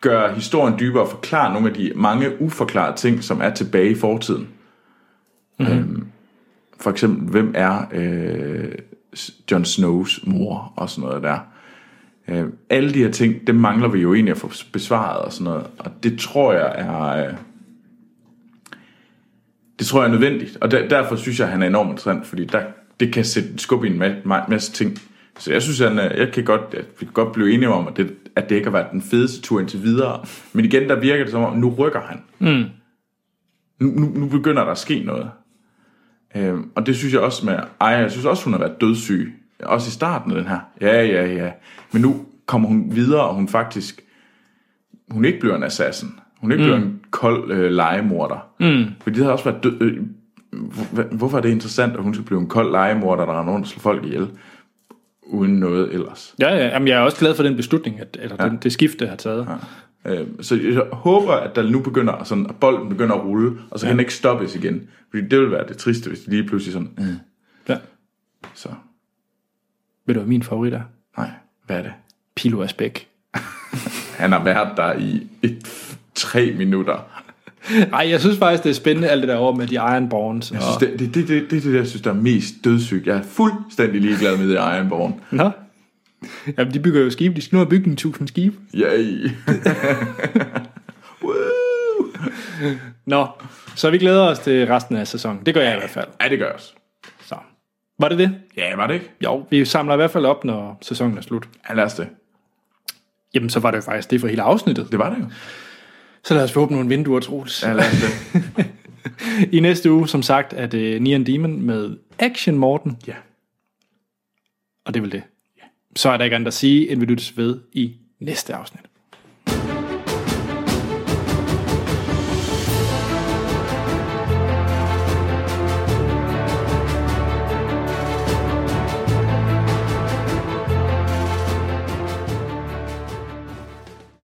S2: gøre historien dybere og forklare nogle af de mange uforklarede ting, som er tilbage i fortiden. Mm-hmm. Øhm, for eksempel, hvem er øh, Jon Snows mor og sådan noget der. Øh, alle de her ting, det mangler vi jo egentlig at få besvaret og sådan noget. Og det tror jeg er... Øh, det tror jeg er nødvendigt, og der, derfor synes jeg, at han er enormt interessant, fordi der, det kan sætte en skub i en ma- ma- masse ting. Så jeg synes, han, er- jeg kan godt, at vi kan godt blive enige om, at det, at det ikke har været den fedeste tur indtil videre. Men igen, der virker det som om, nu rykker han. Mm. Nu, nu, nu begynder der at ske noget. Øhm, og det synes jeg også med Ej, jeg synes også, hun har været dødssyg. Også i starten af den her. Ja, ja, ja. Men nu kommer hun videre, og hun faktisk... Hun ikke bliver en assassin. Hun ikke mm. bliver en kold øh, legemorder. Mm. Fordi det har også været død... Øh, hvor- hvorfor er det interessant, at hun skal blive en kold legemorder, der render rundt og slår folk ihjel? Uden noget ellers.
S1: Ja, ja jamen, jeg er også glad for den beslutning, at, eller ja. den, det skifte, jeg har taget. Ja.
S2: Øh, så jeg håber, at der nu begynder, at sådan, at bolden begynder at rulle, og så kan den ikke stoppes igen. Fordi det vil være det triste, hvis de lige pludselig sådan... Øh,
S1: Ja.
S2: så,
S1: Ved du, hvad min favorit er?
S2: nej, hvad er det?
S1: Pilo Asbæk.
S2: Han har været der i et, tre minutter.
S1: Nej, jeg synes faktisk, det er spændende, alt det der over med de Ironborns.
S2: Jeg synes, det, det, det, det, det, er det, jeg synes, der er mest dødssyg. Jeg er fuldstændig ligeglad med det i Ironborn.
S1: Nå. Jamen, de bygger jo skibe. De skal nu have bygget en tusind skibe.
S2: Yay. Woo.
S1: Nå, så vi glæder os til resten af sæsonen. Det gør jeg i hvert fald.
S2: ja, det gør jeg også.
S1: Så. Var det det?
S2: Ja, var det ikke?
S1: Jo, vi samler i hvert fald op, når sæsonen er slut.
S2: Ja, lad os det.
S1: Jamen, så var det jo faktisk det for hele afsnittet.
S2: Det var det jo.
S1: Så lad os få åbne nogle vinduer, Troels.
S2: Ja, lad os det.
S1: I næste uge, som sagt, er det Neon Demon med Action Morten.
S2: Ja.
S1: Og det er vel det. Så er der ikke andet at sige, end vi lyttes ved i næste afsnit.